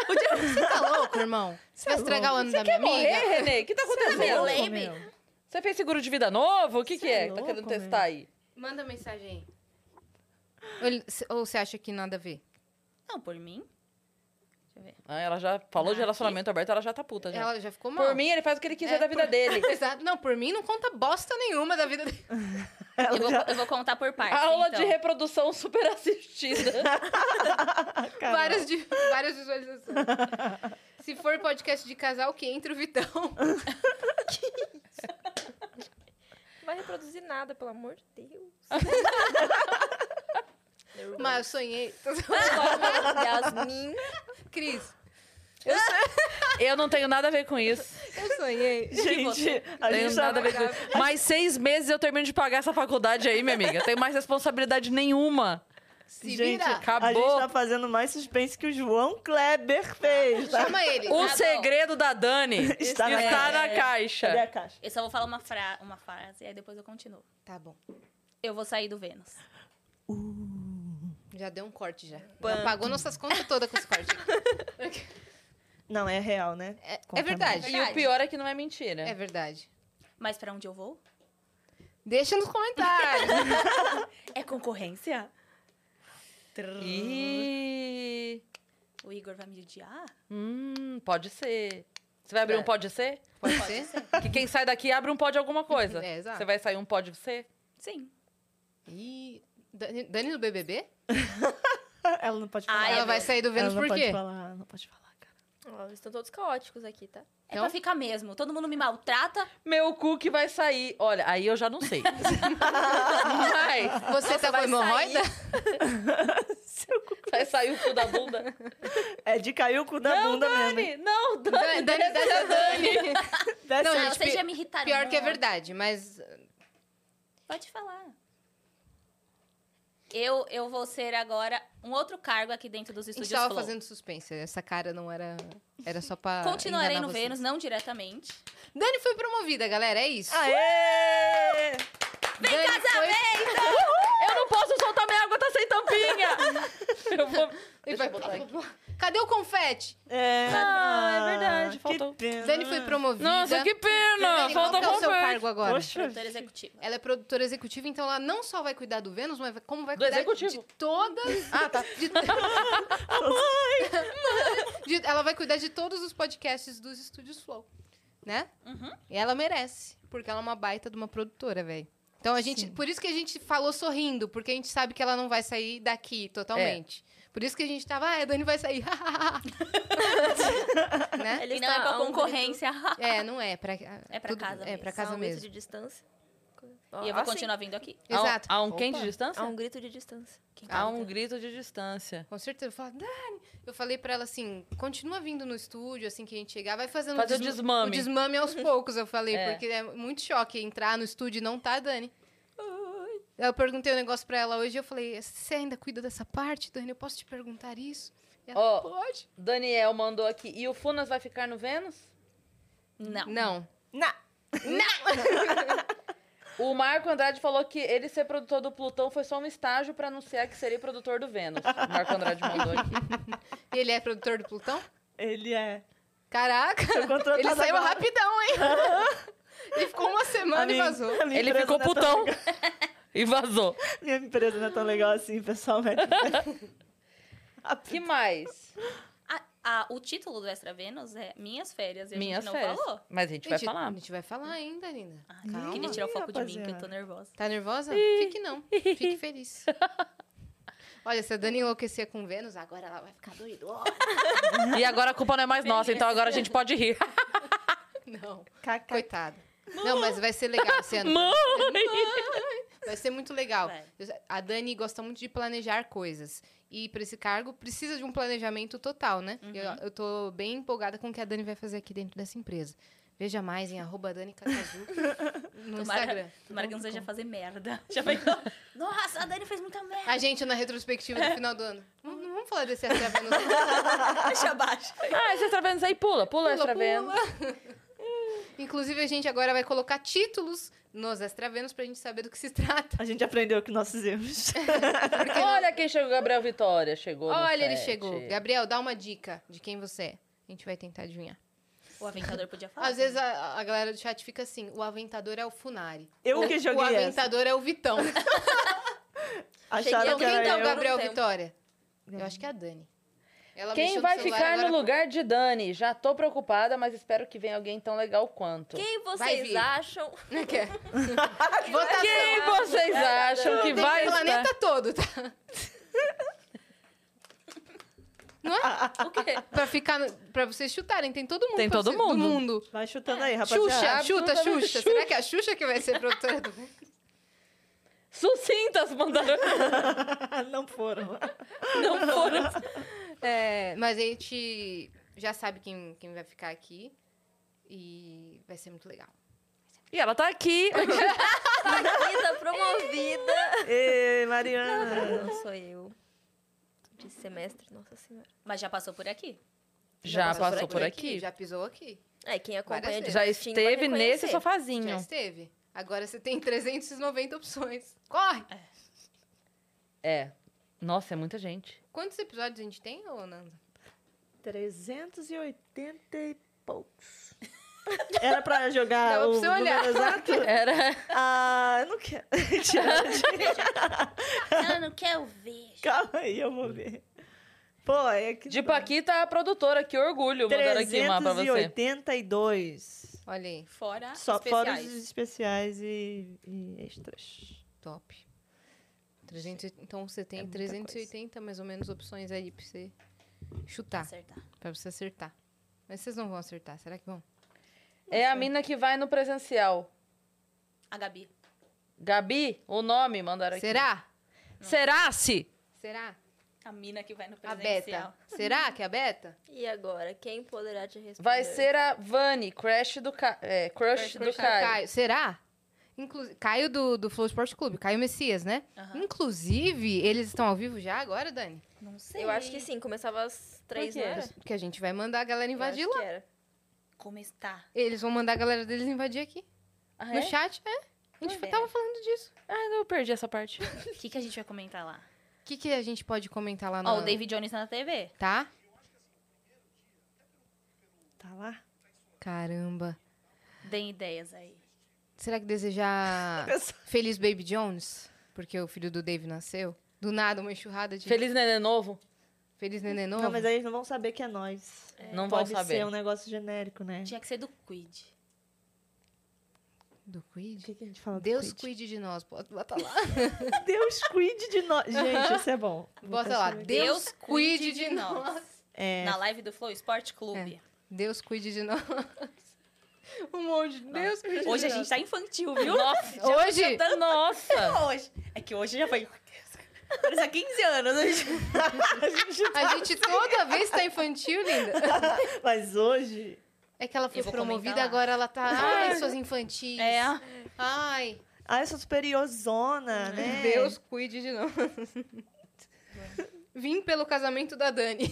[SPEAKER 2] Você tá louco, irmão? Você vai estragar o ano da minha
[SPEAKER 1] Morrer,
[SPEAKER 2] Então, amiga?
[SPEAKER 1] Renê? O que tá acontecendo?
[SPEAKER 3] louco?
[SPEAKER 1] Você fez seguro de vida novo? O que,
[SPEAKER 4] é Você
[SPEAKER 1] que é
[SPEAKER 4] é
[SPEAKER 1] que tá querendo
[SPEAKER 4] louco, meu.
[SPEAKER 1] testar aí?
[SPEAKER 2] Manda mensagem aí. Ou ele- Ou você acha que nada a ver?
[SPEAKER 3] Não, por mim.
[SPEAKER 1] Ah, ela já falou de
[SPEAKER 3] Ah,
[SPEAKER 1] relacionamento aberto, ela já tá puta. Já.
[SPEAKER 2] Ela já ficou mal.
[SPEAKER 1] Por mim, ele faz o que ele quiser
[SPEAKER 2] É,
[SPEAKER 1] da vida
[SPEAKER 2] por-
[SPEAKER 1] dele.
[SPEAKER 2] Exato. Não, por mim não conta bosta nenhuma da vida dele.
[SPEAKER 4] Ela
[SPEAKER 3] Eu vou,
[SPEAKER 4] já-
[SPEAKER 3] eu vou contar por partes.
[SPEAKER 1] Aula
[SPEAKER 3] então.
[SPEAKER 1] de reprodução super assistida.
[SPEAKER 4] Caramba.
[SPEAKER 2] Várias, de, várias visualizações. Se for podcast de casal, que entre o Vitão.
[SPEAKER 5] Não vai reproduzir nada, pelo amor de Deus.
[SPEAKER 2] Mas eu sonhei.
[SPEAKER 5] Yasmin.
[SPEAKER 2] Cris,
[SPEAKER 1] eu não tenho nada a ver com isso.
[SPEAKER 2] eu sonhei.
[SPEAKER 4] Gente, a
[SPEAKER 1] Tenho
[SPEAKER 4] gente tá...
[SPEAKER 1] nada a ver com isso. Mais seis meses eu termino de pagar essa faculdade aí, minha amiga. Tenho mais responsabilidade nenhuma.
[SPEAKER 2] Se
[SPEAKER 4] Gente,
[SPEAKER 2] vira.
[SPEAKER 4] a gente
[SPEAKER 1] Acabou.
[SPEAKER 4] tá fazendo mais suspense que o João Kleber fez, tá?
[SPEAKER 2] Chama ele.
[SPEAKER 1] O
[SPEAKER 3] bom.
[SPEAKER 1] segredo da Dani
[SPEAKER 4] Está
[SPEAKER 1] está
[SPEAKER 4] na
[SPEAKER 1] na,
[SPEAKER 3] caixa.
[SPEAKER 4] Cadê
[SPEAKER 1] caixa.
[SPEAKER 4] a caixa?
[SPEAKER 3] Eu só vou falar uma, fra... uma frase, aí depois eu continuo.
[SPEAKER 2] Tá bom.
[SPEAKER 3] Eu vou sair do Vênus.
[SPEAKER 2] Já deu um corte já. Já Pagou nossas contas todas com esse corte.
[SPEAKER 4] Não, é real, né?
[SPEAKER 2] É, é
[SPEAKER 4] Conta
[SPEAKER 2] verdade.
[SPEAKER 1] E o pior é que não é mentira.
[SPEAKER 2] É verdade.
[SPEAKER 3] Mas pra onde eu vou?
[SPEAKER 2] Deixa nos comentários.
[SPEAKER 3] É concorrência?
[SPEAKER 1] Ih,
[SPEAKER 3] O Igor vai me odiar?
[SPEAKER 1] hum, pode ser. Você vai abrir
[SPEAKER 2] É.
[SPEAKER 1] um pode ser?
[SPEAKER 2] Pode ser?
[SPEAKER 1] Que quem sai daqui abre um pode alguma coisa.
[SPEAKER 2] É, exato.
[SPEAKER 1] Você vai sair um pode ser?
[SPEAKER 3] Sim.
[SPEAKER 2] Ih, Dani, Dani do BBB?
[SPEAKER 4] não. Ela não pode falar.
[SPEAKER 3] Ah,
[SPEAKER 2] ela
[SPEAKER 3] eu
[SPEAKER 2] vai
[SPEAKER 3] vou-
[SPEAKER 2] sair do Vênus
[SPEAKER 4] ela não
[SPEAKER 2] por
[SPEAKER 4] pode
[SPEAKER 2] quê?
[SPEAKER 4] falar, não pode falar, cara.
[SPEAKER 5] Ó, eles estão todos caóticos aqui, tá?
[SPEAKER 3] É
[SPEAKER 2] Então?
[SPEAKER 3] pra ficar mesmo. Todo mundo me maltrata.
[SPEAKER 1] Meu cu que vai sair. Olha, aí eu já não sei. Mas
[SPEAKER 2] Você tá com
[SPEAKER 3] vai
[SPEAKER 2] hemorroida?
[SPEAKER 1] vai sair o cu da bunda.
[SPEAKER 4] É de cair o cu da bunda mesmo. hein?
[SPEAKER 1] Dani, não, Dani.
[SPEAKER 2] Dani, Dani,
[SPEAKER 1] desce a
[SPEAKER 2] Dani, Dani.
[SPEAKER 4] Desce
[SPEAKER 2] Não,
[SPEAKER 4] aí.
[SPEAKER 3] Ah,
[SPEAKER 2] gente,
[SPEAKER 3] vocês
[SPEAKER 2] pi-
[SPEAKER 3] já me irritaram.
[SPEAKER 2] Pior que é
[SPEAKER 3] muito.
[SPEAKER 2] verdade, mas
[SPEAKER 3] Pode falar. Eu, eu vou ser agora um outro cargo aqui dentro dos
[SPEAKER 2] a gente
[SPEAKER 3] estúdios
[SPEAKER 2] tava
[SPEAKER 3] Flow.
[SPEAKER 2] fazendo suspense. Essa cara não era. Era só pra.
[SPEAKER 3] Continuarei
[SPEAKER 2] enganar
[SPEAKER 3] no
[SPEAKER 2] vocês.
[SPEAKER 3] Vênus, não diretamente.
[SPEAKER 2] Dani foi promovida, galera. É isso.
[SPEAKER 3] Ah,
[SPEAKER 4] Aê!
[SPEAKER 2] Vem Dani foi...
[SPEAKER 1] Eu não posso soltar minha água, tá sem tampinha. Eu vou... Deixa eu botar aqui.
[SPEAKER 2] Cadê o confete?
[SPEAKER 4] É,
[SPEAKER 1] Ah, é verdade,
[SPEAKER 4] que
[SPEAKER 1] faltou.
[SPEAKER 4] pena.
[SPEAKER 2] Dani foi promovida.
[SPEAKER 1] Nossa, que pena.
[SPEAKER 2] Dani,
[SPEAKER 1] Falta
[SPEAKER 2] qual que é o seu
[SPEAKER 1] confete.
[SPEAKER 2] cargo agora?
[SPEAKER 4] Poxa,
[SPEAKER 3] Produtora executiva.
[SPEAKER 2] Ela é produtora executiva, então ela não só vai cuidar do Vênus, mas vai- como vai
[SPEAKER 1] Do
[SPEAKER 2] cuidar
[SPEAKER 1] executivo.
[SPEAKER 2] de todas. Ah, tá. ela vai cuidar de todos os podcasts dos estúdios Flow. Né?
[SPEAKER 3] Uhum.
[SPEAKER 2] E ela merece, porque ela é uma baita de uma produtora, velho. Então a gente. Por isso que a gente falou sorrindo, porque a gente sabe que ela não vai sair daqui totalmente.
[SPEAKER 1] É.
[SPEAKER 2] Por isso que a gente tava, ah, a Dani vai sair. né?
[SPEAKER 5] Ele
[SPEAKER 3] E não
[SPEAKER 5] está
[SPEAKER 3] é pra
[SPEAKER 5] a um
[SPEAKER 3] concorrência.
[SPEAKER 2] É, não é. Pra,
[SPEAKER 3] É pra casa
[SPEAKER 2] É, pra
[SPEAKER 5] grito- a
[SPEAKER 2] casa
[SPEAKER 5] um grito
[SPEAKER 2] mesmo.
[SPEAKER 5] de distância.
[SPEAKER 3] E
[SPEAKER 2] Ah,
[SPEAKER 3] eu vou
[SPEAKER 5] Assim,
[SPEAKER 3] continuar vindo aqui.
[SPEAKER 1] Há um-
[SPEAKER 2] Exato.
[SPEAKER 1] Há um quente
[SPEAKER 2] Opa.
[SPEAKER 1] de distância?
[SPEAKER 5] A um grito de distância.
[SPEAKER 1] Há um grito de distância.
[SPEAKER 2] Com certeza. Eu falei, Dani. Eu falei pra ela assim: continua vindo no estúdio, assim que a gente chegar, vai fazendo
[SPEAKER 1] Fazer o
[SPEAKER 2] desma-
[SPEAKER 1] desmame.
[SPEAKER 2] O desmame aos poucos, eu falei,
[SPEAKER 1] É.
[SPEAKER 2] porque é muito choque entrar no estúdio e não tá, a Dani. Eu perguntei um negócio pra ela hoje, eu falei, você ainda cuida dessa parte, Dani? Eu posso te perguntar isso? E Ela,
[SPEAKER 1] Ó.
[SPEAKER 2] pode?
[SPEAKER 1] Daniel mandou aqui. E o Funas vai ficar no Vênus?
[SPEAKER 3] Não.
[SPEAKER 2] Não.
[SPEAKER 4] Não.
[SPEAKER 1] O Marco Andrade falou que ele ser produtor do Plutão foi só um estágio pra anunciar que seria produtor do Vênus. O Marco Andrade mandou aqui.
[SPEAKER 2] Ele é produtor do Plutão?
[SPEAKER 4] Ele é.
[SPEAKER 2] Caraca!
[SPEAKER 4] Foi contratado
[SPEAKER 2] Ele saiu
[SPEAKER 4] agora.
[SPEAKER 2] rapidão, hein? Ele ficou uma semana e
[SPEAKER 4] minha-
[SPEAKER 2] vazou.
[SPEAKER 4] a minha
[SPEAKER 1] Ele
[SPEAKER 4] empresa
[SPEAKER 1] ficou
[SPEAKER 4] não é tão
[SPEAKER 1] putão
[SPEAKER 4] legal-
[SPEAKER 1] e vazou.
[SPEAKER 4] Minha empresa não é tão legal assim, pessoal. Mas...
[SPEAKER 1] Que mais?
[SPEAKER 3] A- a- o título do Extra Vênus é Minhas Férias. E a
[SPEAKER 1] Minhas
[SPEAKER 3] gente não
[SPEAKER 1] férias.
[SPEAKER 3] falou.
[SPEAKER 1] Mas a gente vai falar.
[SPEAKER 2] A gente vai falar ainda, linda.
[SPEAKER 3] Ah,
[SPEAKER 2] Calma.
[SPEAKER 3] queria tirar o foco de mim, que eu
[SPEAKER 4] rapaziada.
[SPEAKER 3] tô nervosa.
[SPEAKER 2] Tá nervosa? Fique não. Fique feliz. Olha, se a Dani enlouquecer com Vênus, agora ela vai ficar doidona.
[SPEAKER 1] E agora a culpa não é mais nossa, então agora a gente pode rir.
[SPEAKER 2] Não,
[SPEAKER 4] Caca.
[SPEAKER 2] coitada. Não, mas vai ser legal esse ano.
[SPEAKER 1] Mãe!
[SPEAKER 2] Vai ser muito legal.
[SPEAKER 3] Vai.
[SPEAKER 2] Eu- A Dani gosta muito de planejar coisas. E pra esse cargo, precisa de um planejamento total, né? Eu,
[SPEAKER 3] Uhum.
[SPEAKER 2] eu tô bem empolgada com o que a Dani vai fazer aqui dentro dessa empresa. Veja mais em arroba Dani Cacazu no Instagram.
[SPEAKER 3] Tomara, tomara que não seja fazer merda. Já vai... Nossa, a Dani fez muita merda.
[SPEAKER 2] A gente na retrospectiva do final do ano. Não, não vamos falar desse extra Vênus.
[SPEAKER 3] Deixa abaixo.
[SPEAKER 1] Ah, esse extra Vênus aí pula, pula, o extra Vênus.
[SPEAKER 2] pula. Inclusive, a gente agora vai colocar títulos nos extravenos pra gente saber do que se trata.
[SPEAKER 4] A gente aprendeu com nossos erros.
[SPEAKER 1] Olha quem chegou, Gabriel Vitória. Chegou. no
[SPEAKER 2] Olha, ele
[SPEAKER 1] chat.
[SPEAKER 2] chegou. Gabriel, dá uma dica de quem você é. A gente vai tentar adivinhar.
[SPEAKER 3] O aventador podia falar.
[SPEAKER 2] Às vezes a, a galera do chat fica assim: o aventador é o Funari.
[SPEAKER 4] Eu
[SPEAKER 2] O-
[SPEAKER 4] que
[SPEAKER 2] O
[SPEAKER 4] joguei essa.
[SPEAKER 2] aventador é o Vitão.
[SPEAKER 4] Acharam
[SPEAKER 2] então,
[SPEAKER 4] que
[SPEAKER 2] quem
[SPEAKER 4] era
[SPEAKER 2] é o
[SPEAKER 4] eu.
[SPEAKER 2] Gabriel
[SPEAKER 5] tempo.
[SPEAKER 2] Vitória? Eu acho que é a Dani. Ela
[SPEAKER 1] Quem
[SPEAKER 2] mexeu
[SPEAKER 1] vai
[SPEAKER 2] celular
[SPEAKER 1] ficar
[SPEAKER 2] agora-
[SPEAKER 1] no lugar de Dani? Já tô preocupada, mas espero que venha alguém tão legal quanto.
[SPEAKER 5] Quem
[SPEAKER 2] Vai
[SPEAKER 5] vocês
[SPEAKER 2] vir.
[SPEAKER 5] acham?
[SPEAKER 2] Não quer. Votação.
[SPEAKER 1] Quem vocês acham que
[SPEAKER 2] Tem
[SPEAKER 1] vai
[SPEAKER 2] o
[SPEAKER 1] estar?
[SPEAKER 2] planeta todo, tá? Não é?
[SPEAKER 5] O quê?
[SPEAKER 2] Pra, ficar, no- pra vocês chutarem, tem todo mundo.
[SPEAKER 1] Tem
[SPEAKER 2] pra
[SPEAKER 1] todo
[SPEAKER 2] você-
[SPEAKER 1] mundo.
[SPEAKER 2] Do mundo.
[SPEAKER 4] Vai chutando aí, rapaziada.
[SPEAKER 2] Xuxa, chuta,
[SPEAKER 1] absolutamente
[SPEAKER 2] Xuxa. Será que é a Xuxa que vai ser produtora do mundo?
[SPEAKER 1] Sucintas mandaram.
[SPEAKER 4] Não foram.
[SPEAKER 1] Não foram.
[SPEAKER 2] É, mas a gente já sabe quem, quem vai ficar aqui. E vai ser muito legal.
[SPEAKER 1] E ela tá aqui.
[SPEAKER 5] Vida Tá promovida.
[SPEAKER 4] Ê, Mariana.
[SPEAKER 5] Não sou eu. De semestre, nossa senhora.
[SPEAKER 3] Mas já passou por aqui.
[SPEAKER 1] Já passou por aqui.
[SPEAKER 2] Já pisou aqui.
[SPEAKER 5] É, quem acompanha
[SPEAKER 2] Várias
[SPEAKER 5] de
[SPEAKER 2] vezes.
[SPEAKER 1] Já
[SPEAKER 5] pertinho vai
[SPEAKER 1] esteve nesse
[SPEAKER 5] reconhecer.
[SPEAKER 2] Já
[SPEAKER 1] sofazinho.
[SPEAKER 2] esteve. Agora você tem 390 opções. Corre!
[SPEAKER 1] É. Nossa, é muita gente.
[SPEAKER 2] Quantos episódios a gente tem, ô Nanda?
[SPEAKER 4] 380 e poucos. Era pra jogar
[SPEAKER 2] Dava pra
[SPEAKER 4] o
[SPEAKER 2] você olhar.
[SPEAKER 4] número exato?
[SPEAKER 1] Era.
[SPEAKER 4] Ah, eu não quero. Tira, tira.
[SPEAKER 3] Ela não quer ouvir.
[SPEAKER 4] Calma aí, eu vou ver. Pô, é que...
[SPEAKER 1] De Paquita, tipo, tá a produtora, que orgulho. Mandaram aqui uma pra você. Ah,
[SPEAKER 4] 382.
[SPEAKER 2] Olha aí,
[SPEAKER 3] Fora
[SPEAKER 4] Só fora os
[SPEAKER 3] especiais.
[SPEAKER 4] especiais e, e extras.
[SPEAKER 2] top. 300, então você tem
[SPEAKER 4] É muita
[SPEAKER 2] 380 mais ou menos opções aí pra você chutar,
[SPEAKER 3] Acertar.
[SPEAKER 2] pra você acertar. Mas vocês não vão acertar, será que vão?
[SPEAKER 1] É a mina que vai no presencial.
[SPEAKER 3] A Gabi.
[SPEAKER 1] Gabi, o nome mandaram aqui.
[SPEAKER 2] Será?
[SPEAKER 1] Será-se?
[SPEAKER 2] Será?
[SPEAKER 3] A mina que vai no
[SPEAKER 2] A
[SPEAKER 3] presencial.
[SPEAKER 2] Beta. Será que é a Beta?
[SPEAKER 5] E agora, quem poderá te responder?
[SPEAKER 1] Vai ser a Vani, Crash do Ca... é, Crush, do Caio.
[SPEAKER 2] Será? Inclu Caio do, do Flow Esporte Clube, Caio Messias, né?
[SPEAKER 3] Aham.
[SPEAKER 2] Inclusive, eles estão ao vivo já agora, Dani?
[SPEAKER 3] Não sei.
[SPEAKER 5] Eu acho que
[SPEAKER 3] assim.
[SPEAKER 5] sim, começava às três,
[SPEAKER 1] quê?
[SPEAKER 5] não era?
[SPEAKER 2] Porque a gente vai mandar a galera
[SPEAKER 5] Eu acho
[SPEAKER 2] invadir
[SPEAKER 5] que
[SPEAKER 2] lá.
[SPEAKER 5] era.
[SPEAKER 3] Como está?
[SPEAKER 2] Eles vão mandar a galera deles invadir aqui.
[SPEAKER 1] Ah,
[SPEAKER 2] no
[SPEAKER 1] é?
[SPEAKER 2] chat, é. A gente
[SPEAKER 3] Pois é.
[SPEAKER 2] tava falando disso.
[SPEAKER 1] Ah, não, eu perdi essa parte.
[SPEAKER 3] O que, que a gente vai comentar lá?
[SPEAKER 2] O que, que a gente pode comentar lá no...
[SPEAKER 3] Ó, o David Jones na TV.
[SPEAKER 2] Tá?
[SPEAKER 4] Tá lá?
[SPEAKER 2] Caramba.
[SPEAKER 3] Deem ideias aí.
[SPEAKER 2] Será que
[SPEAKER 1] Ah,
[SPEAKER 2] desejar feliz Baby Jones? Porque o filho do Dave nasceu? Do nada, uma enxurrada de feliz,
[SPEAKER 1] Feliz Nenê Novo?
[SPEAKER 2] neném novo?
[SPEAKER 4] Não, mas aí eles não vão saber que é nós.
[SPEAKER 1] Não vão
[SPEAKER 4] Pode
[SPEAKER 1] saber.
[SPEAKER 4] ser um negócio genérico, né?
[SPEAKER 3] Tinha que ser do Quid.
[SPEAKER 2] Do
[SPEAKER 4] O
[SPEAKER 2] Quid?
[SPEAKER 4] que, que a gente fala? do
[SPEAKER 2] Deus
[SPEAKER 4] Quid?
[SPEAKER 2] cuide de nós. Bota bota lá.
[SPEAKER 4] Deus cuide de nós. Gente, isso é bom. Vou
[SPEAKER 2] Bota lá.
[SPEAKER 4] escrever.
[SPEAKER 2] Deus cuide de nós. É.
[SPEAKER 4] É,
[SPEAKER 3] Na live do Flow Esporte Clube.
[SPEAKER 2] Deus cuide de nós. Um monte. de Deus cuide
[SPEAKER 3] Hoje
[SPEAKER 2] de
[SPEAKER 3] a
[SPEAKER 2] nós.
[SPEAKER 3] gente tá infantil, viu?
[SPEAKER 1] Nossa!
[SPEAKER 2] Hoje?
[SPEAKER 1] Nossa!
[SPEAKER 3] hoje. É que hoje já foi. Parece há 15 anos. né, hoje.
[SPEAKER 4] a gente tá-
[SPEAKER 2] A gente toda vez tá infantil, linda.
[SPEAKER 4] Mas hoje...
[SPEAKER 2] É que ela foi
[SPEAKER 3] Eu vou
[SPEAKER 2] promovida,
[SPEAKER 3] comentar lá.
[SPEAKER 2] agora ela tá. Ai, suas infantis.
[SPEAKER 3] É.
[SPEAKER 2] Ai.
[SPEAKER 4] Ah, eu sou superiorzona, né?
[SPEAKER 2] Deus É. cuide de nós. Vim pelo casamento da Dani.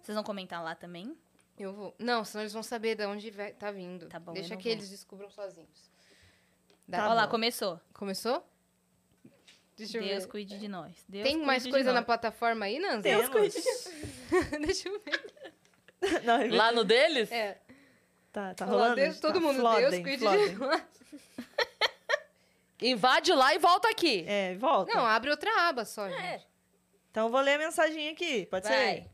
[SPEAKER 3] Vocês vão comentar lá também?
[SPEAKER 2] Eu vou. Não, senão eles vão saber de onde vai... tá vindo.
[SPEAKER 3] Tá bom,
[SPEAKER 2] Deixa
[SPEAKER 3] eu não
[SPEAKER 2] que
[SPEAKER 3] vou.
[SPEAKER 2] eles descubram sozinhos.
[SPEAKER 4] Tá
[SPEAKER 3] Olha lá,
[SPEAKER 4] bom.
[SPEAKER 3] começou.
[SPEAKER 2] Começou? Deixa eu
[SPEAKER 3] Deus
[SPEAKER 2] ver.
[SPEAKER 3] cuide de nós. Deus
[SPEAKER 2] Tem
[SPEAKER 3] cuide
[SPEAKER 2] mais
[SPEAKER 3] de
[SPEAKER 2] coisa na
[SPEAKER 3] nós.
[SPEAKER 2] plataforma aí, Nanza?
[SPEAKER 4] Temos.
[SPEAKER 2] Deixa eu ver.
[SPEAKER 4] Não,
[SPEAKER 1] Lá no deles?
[SPEAKER 2] É.
[SPEAKER 4] Tá, tá
[SPEAKER 2] Olha lá,
[SPEAKER 4] rolando?
[SPEAKER 2] Deus, todo
[SPEAKER 4] Tá,
[SPEAKER 2] mundo. Deus
[SPEAKER 4] flodem,
[SPEAKER 2] cuide
[SPEAKER 4] flodem.
[SPEAKER 2] de nós.
[SPEAKER 1] Invade lá e volta aqui.
[SPEAKER 4] É, volta.
[SPEAKER 2] Não, abre outra aba só. gente.
[SPEAKER 5] É.
[SPEAKER 4] Então eu vou ler a mensagem aqui, pode
[SPEAKER 5] Vai.
[SPEAKER 4] ser?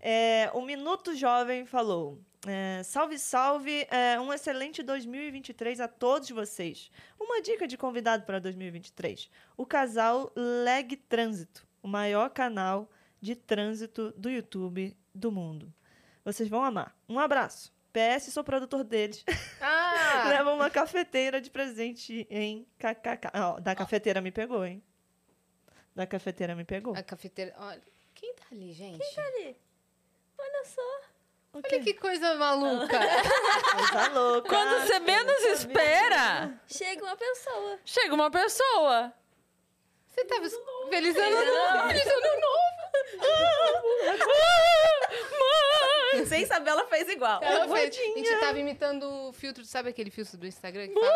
[SPEAKER 4] É, o Minuto Jovem falou. é, salve, salve! é, um excelente 2023 a todos vocês. Uma dica de convidado para 2023: o casal Leg Trânsito, o maior canal de trânsito do YouTube do mundo. Vocês vão amar. Um abraço. PS, sou produtor deles.
[SPEAKER 2] Ah!
[SPEAKER 4] Leva uma cafeteira de presente em KKK. Ó, da cafeteira me pegou, hein? Da cafeteira me pegou.
[SPEAKER 2] A cafeteira. Olha. Quem tá ali, gente?
[SPEAKER 4] O
[SPEAKER 2] Olha
[SPEAKER 4] quê?
[SPEAKER 2] que coisa maluca.
[SPEAKER 4] Tá louca.
[SPEAKER 1] Quando você menos espera,
[SPEAKER 5] Chega uma pessoa.
[SPEAKER 1] chega uma pessoa.
[SPEAKER 2] Você tava es- feliz ano novo. Feliz ano novo.
[SPEAKER 1] Ah,
[SPEAKER 5] assim, sem saber, ela fez igual.
[SPEAKER 2] Ela fez- a gente tava imitando o filtro, sabe aquele filtro do Instagram que fala?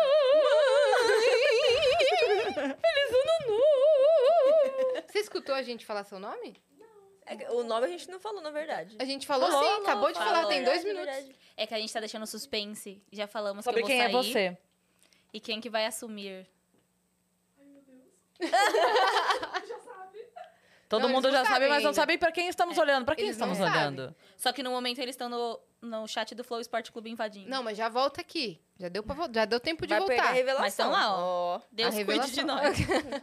[SPEAKER 2] Você escutou a gente falar seu nome?
[SPEAKER 5] É que O nome a gente não falou, na verdade.
[SPEAKER 2] A gente falou, sim, acabou de falar, tem dois minutos.
[SPEAKER 3] É que a gente tá deixando suspense. Já falamos
[SPEAKER 1] Sobre
[SPEAKER 3] que eu
[SPEAKER 1] quem
[SPEAKER 3] vou
[SPEAKER 1] é
[SPEAKER 3] sair.
[SPEAKER 1] você.
[SPEAKER 3] E quem que vai assumir.
[SPEAKER 1] Todo
[SPEAKER 2] Não,
[SPEAKER 1] mundo
[SPEAKER 2] eles não
[SPEAKER 1] já sabe,
[SPEAKER 2] sabem
[SPEAKER 1] mas não
[SPEAKER 2] ainda.
[SPEAKER 1] sabe pra quem estamos olhando. Pra quem
[SPEAKER 2] Eles não
[SPEAKER 1] estamos
[SPEAKER 2] sabem.
[SPEAKER 1] olhando?
[SPEAKER 3] Só que no momento eles estão no, no chat do Flow Esporte Clube invadindo.
[SPEAKER 2] Não, mas já volta aqui. Já deu, pra, vo- já deu tempo de
[SPEAKER 5] Vai pegar a
[SPEAKER 2] voltar. É,
[SPEAKER 5] revelação.
[SPEAKER 3] Mas tão lá,
[SPEAKER 5] ó.
[SPEAKER 3] Deus
[SPEAKER 2] a
[SPEAKER 3] cuide de
[SPEAKER 2] revelação.
[SPEAKER 3] nós.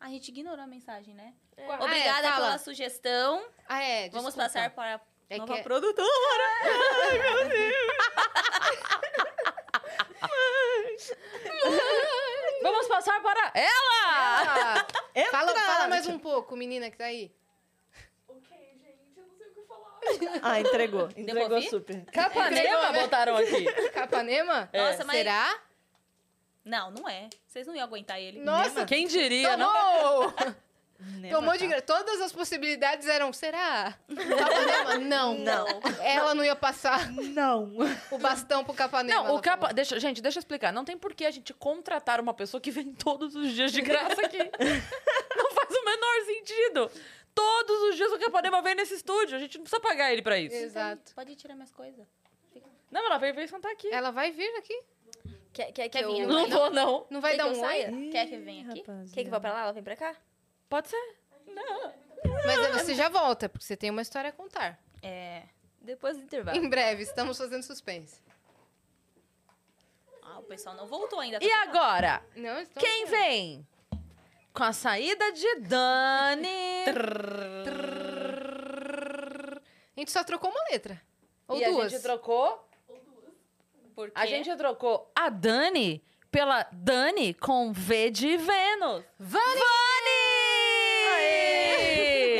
[SPEAKER 3] A gente ignorou a mensagem, né? Obrigada
[SPEAKER 2] Ah, é, fala.
[SPEAKER 3] pela sugestão.
[SPEAKER 2] Ah, é,
[SPEAKER 3] Vamos
[SPEAKER 2] desculpa.
[SPEAKER 3] passar para a
[SPEAKER 2] É
[SPEAKER 3] nova
[SPEAKER 2] que-
[SPEAKER 3] produtora.
[SPEAKER 1] Vamos passar para ela!
[SPEAKER 2] Ah,
[SPEAKER 4] Entra!
[SPEAKER 2] fala, fala mais um pouco, menina que tá aí.
[SPEAKER 4] Ah, entregou. Entregou
[SPEAKER 3] Devolvi?
[SPEAKER 4] super.
[SPEAKER 1] Capanema botaram aqui.
[SPEAKER 2] Capanema?
[SPEAKER 1] É.
[SPEAKER 3] Nossa, mas-
[SPEAKER 2] Será?
[SPEAKER 3] Não, não é. Vocês não iam aguentar ele.
[SPEAKER 2] Nossa,
[SPEAKER 1] Quem diria, não?
[SPEAKER 2] tomou!
[SPEAKER 4] Neva
[SPEAKER 2] Tomou um de
[SPEAKER 4] tá.
[SPEAKER 2] graça. Todas as possibilidades eram, será? Capanema? Não.
[SPEAKER 5] Não.
[SPEAKER 2] Ela não ia passar
[SPEAKER 4] Não.
[SPEAKER 2] o bastão pro Capanema.
[SPEAKER 1] Não, o
[SPEAKER 2] ela
[SPEAKER 1] capa.
[SPEAKER 2] falou.
[SPEAKER 1] Deixa, gente, deixa eu explicar. Não tem por que a gente contratar uma pessoa que vem todos os dias de graça aqui. não faz o menor sentido. Todos os dias o Capanema vem nesse estúdio. A gente não precisa pagar ele pra isso.
[SPEAKER 2] Exato.
[SPEAKER 3] Pode tirar minhas coisas.
[SPEAKER 1] Não, mas ela veio, veio sentar aqui.
[SPEAKER 2] Ela vai vir aqui?
[SPEAKER 5] Quer, quer que
[SPEAKER 3] Quer vir
[SPEAKER 5] eu...
[SPEAKER 1] É, Não vou, não.
[SPEAKER 2] Não vai
[SPEAKER 5] Quer
[SPEAKER 2] dar
[SPEAKER 5] que
[SPEAKER 2] um
[SPEAKER 5] eu
[SPEAKER 2] oi?
[SPEAKER 5] saia?
[SPEAKER 3] Quer que venha aqui?
[SPEAKER 4] Rapaz,
[SPEAKER 5] Quer que vá pra lá? Ela vem pra cá?
[SPEAKER 1] Pode ser.
[SPEAKER 2] Mas você já volta, porque você tem uma história a contar.
[SPEAKER 3] É.
[SPEAKER 5] Depois do
[SPEAKER 1] Tá.
[SPEAKER 5] intervalo.
[SPEAKER 2] Em breve, estamos fazendo suspense.
[SPEAKER 3] Ah, o pessoal não voltou ainda.
[SPEAKER 1] E agora?
[SPEAKER 2] Não, estamos...
[SPEAKER 1] Quem vem? Com a saída de Dani.
[SPEAKER 2] A gente só trocou uma letra. Ou
[SPEAKER 1] e
[SPEAKER 2] duas.
[SPEAKER 1] a gente trocou.
[SPEAKER 3] Porque
[SPEAKER 1] A gente trocou a Dani pela Dani com V de Vênus.
[SPEAKER 2] Vani!
[SPEAKER 1] Vani!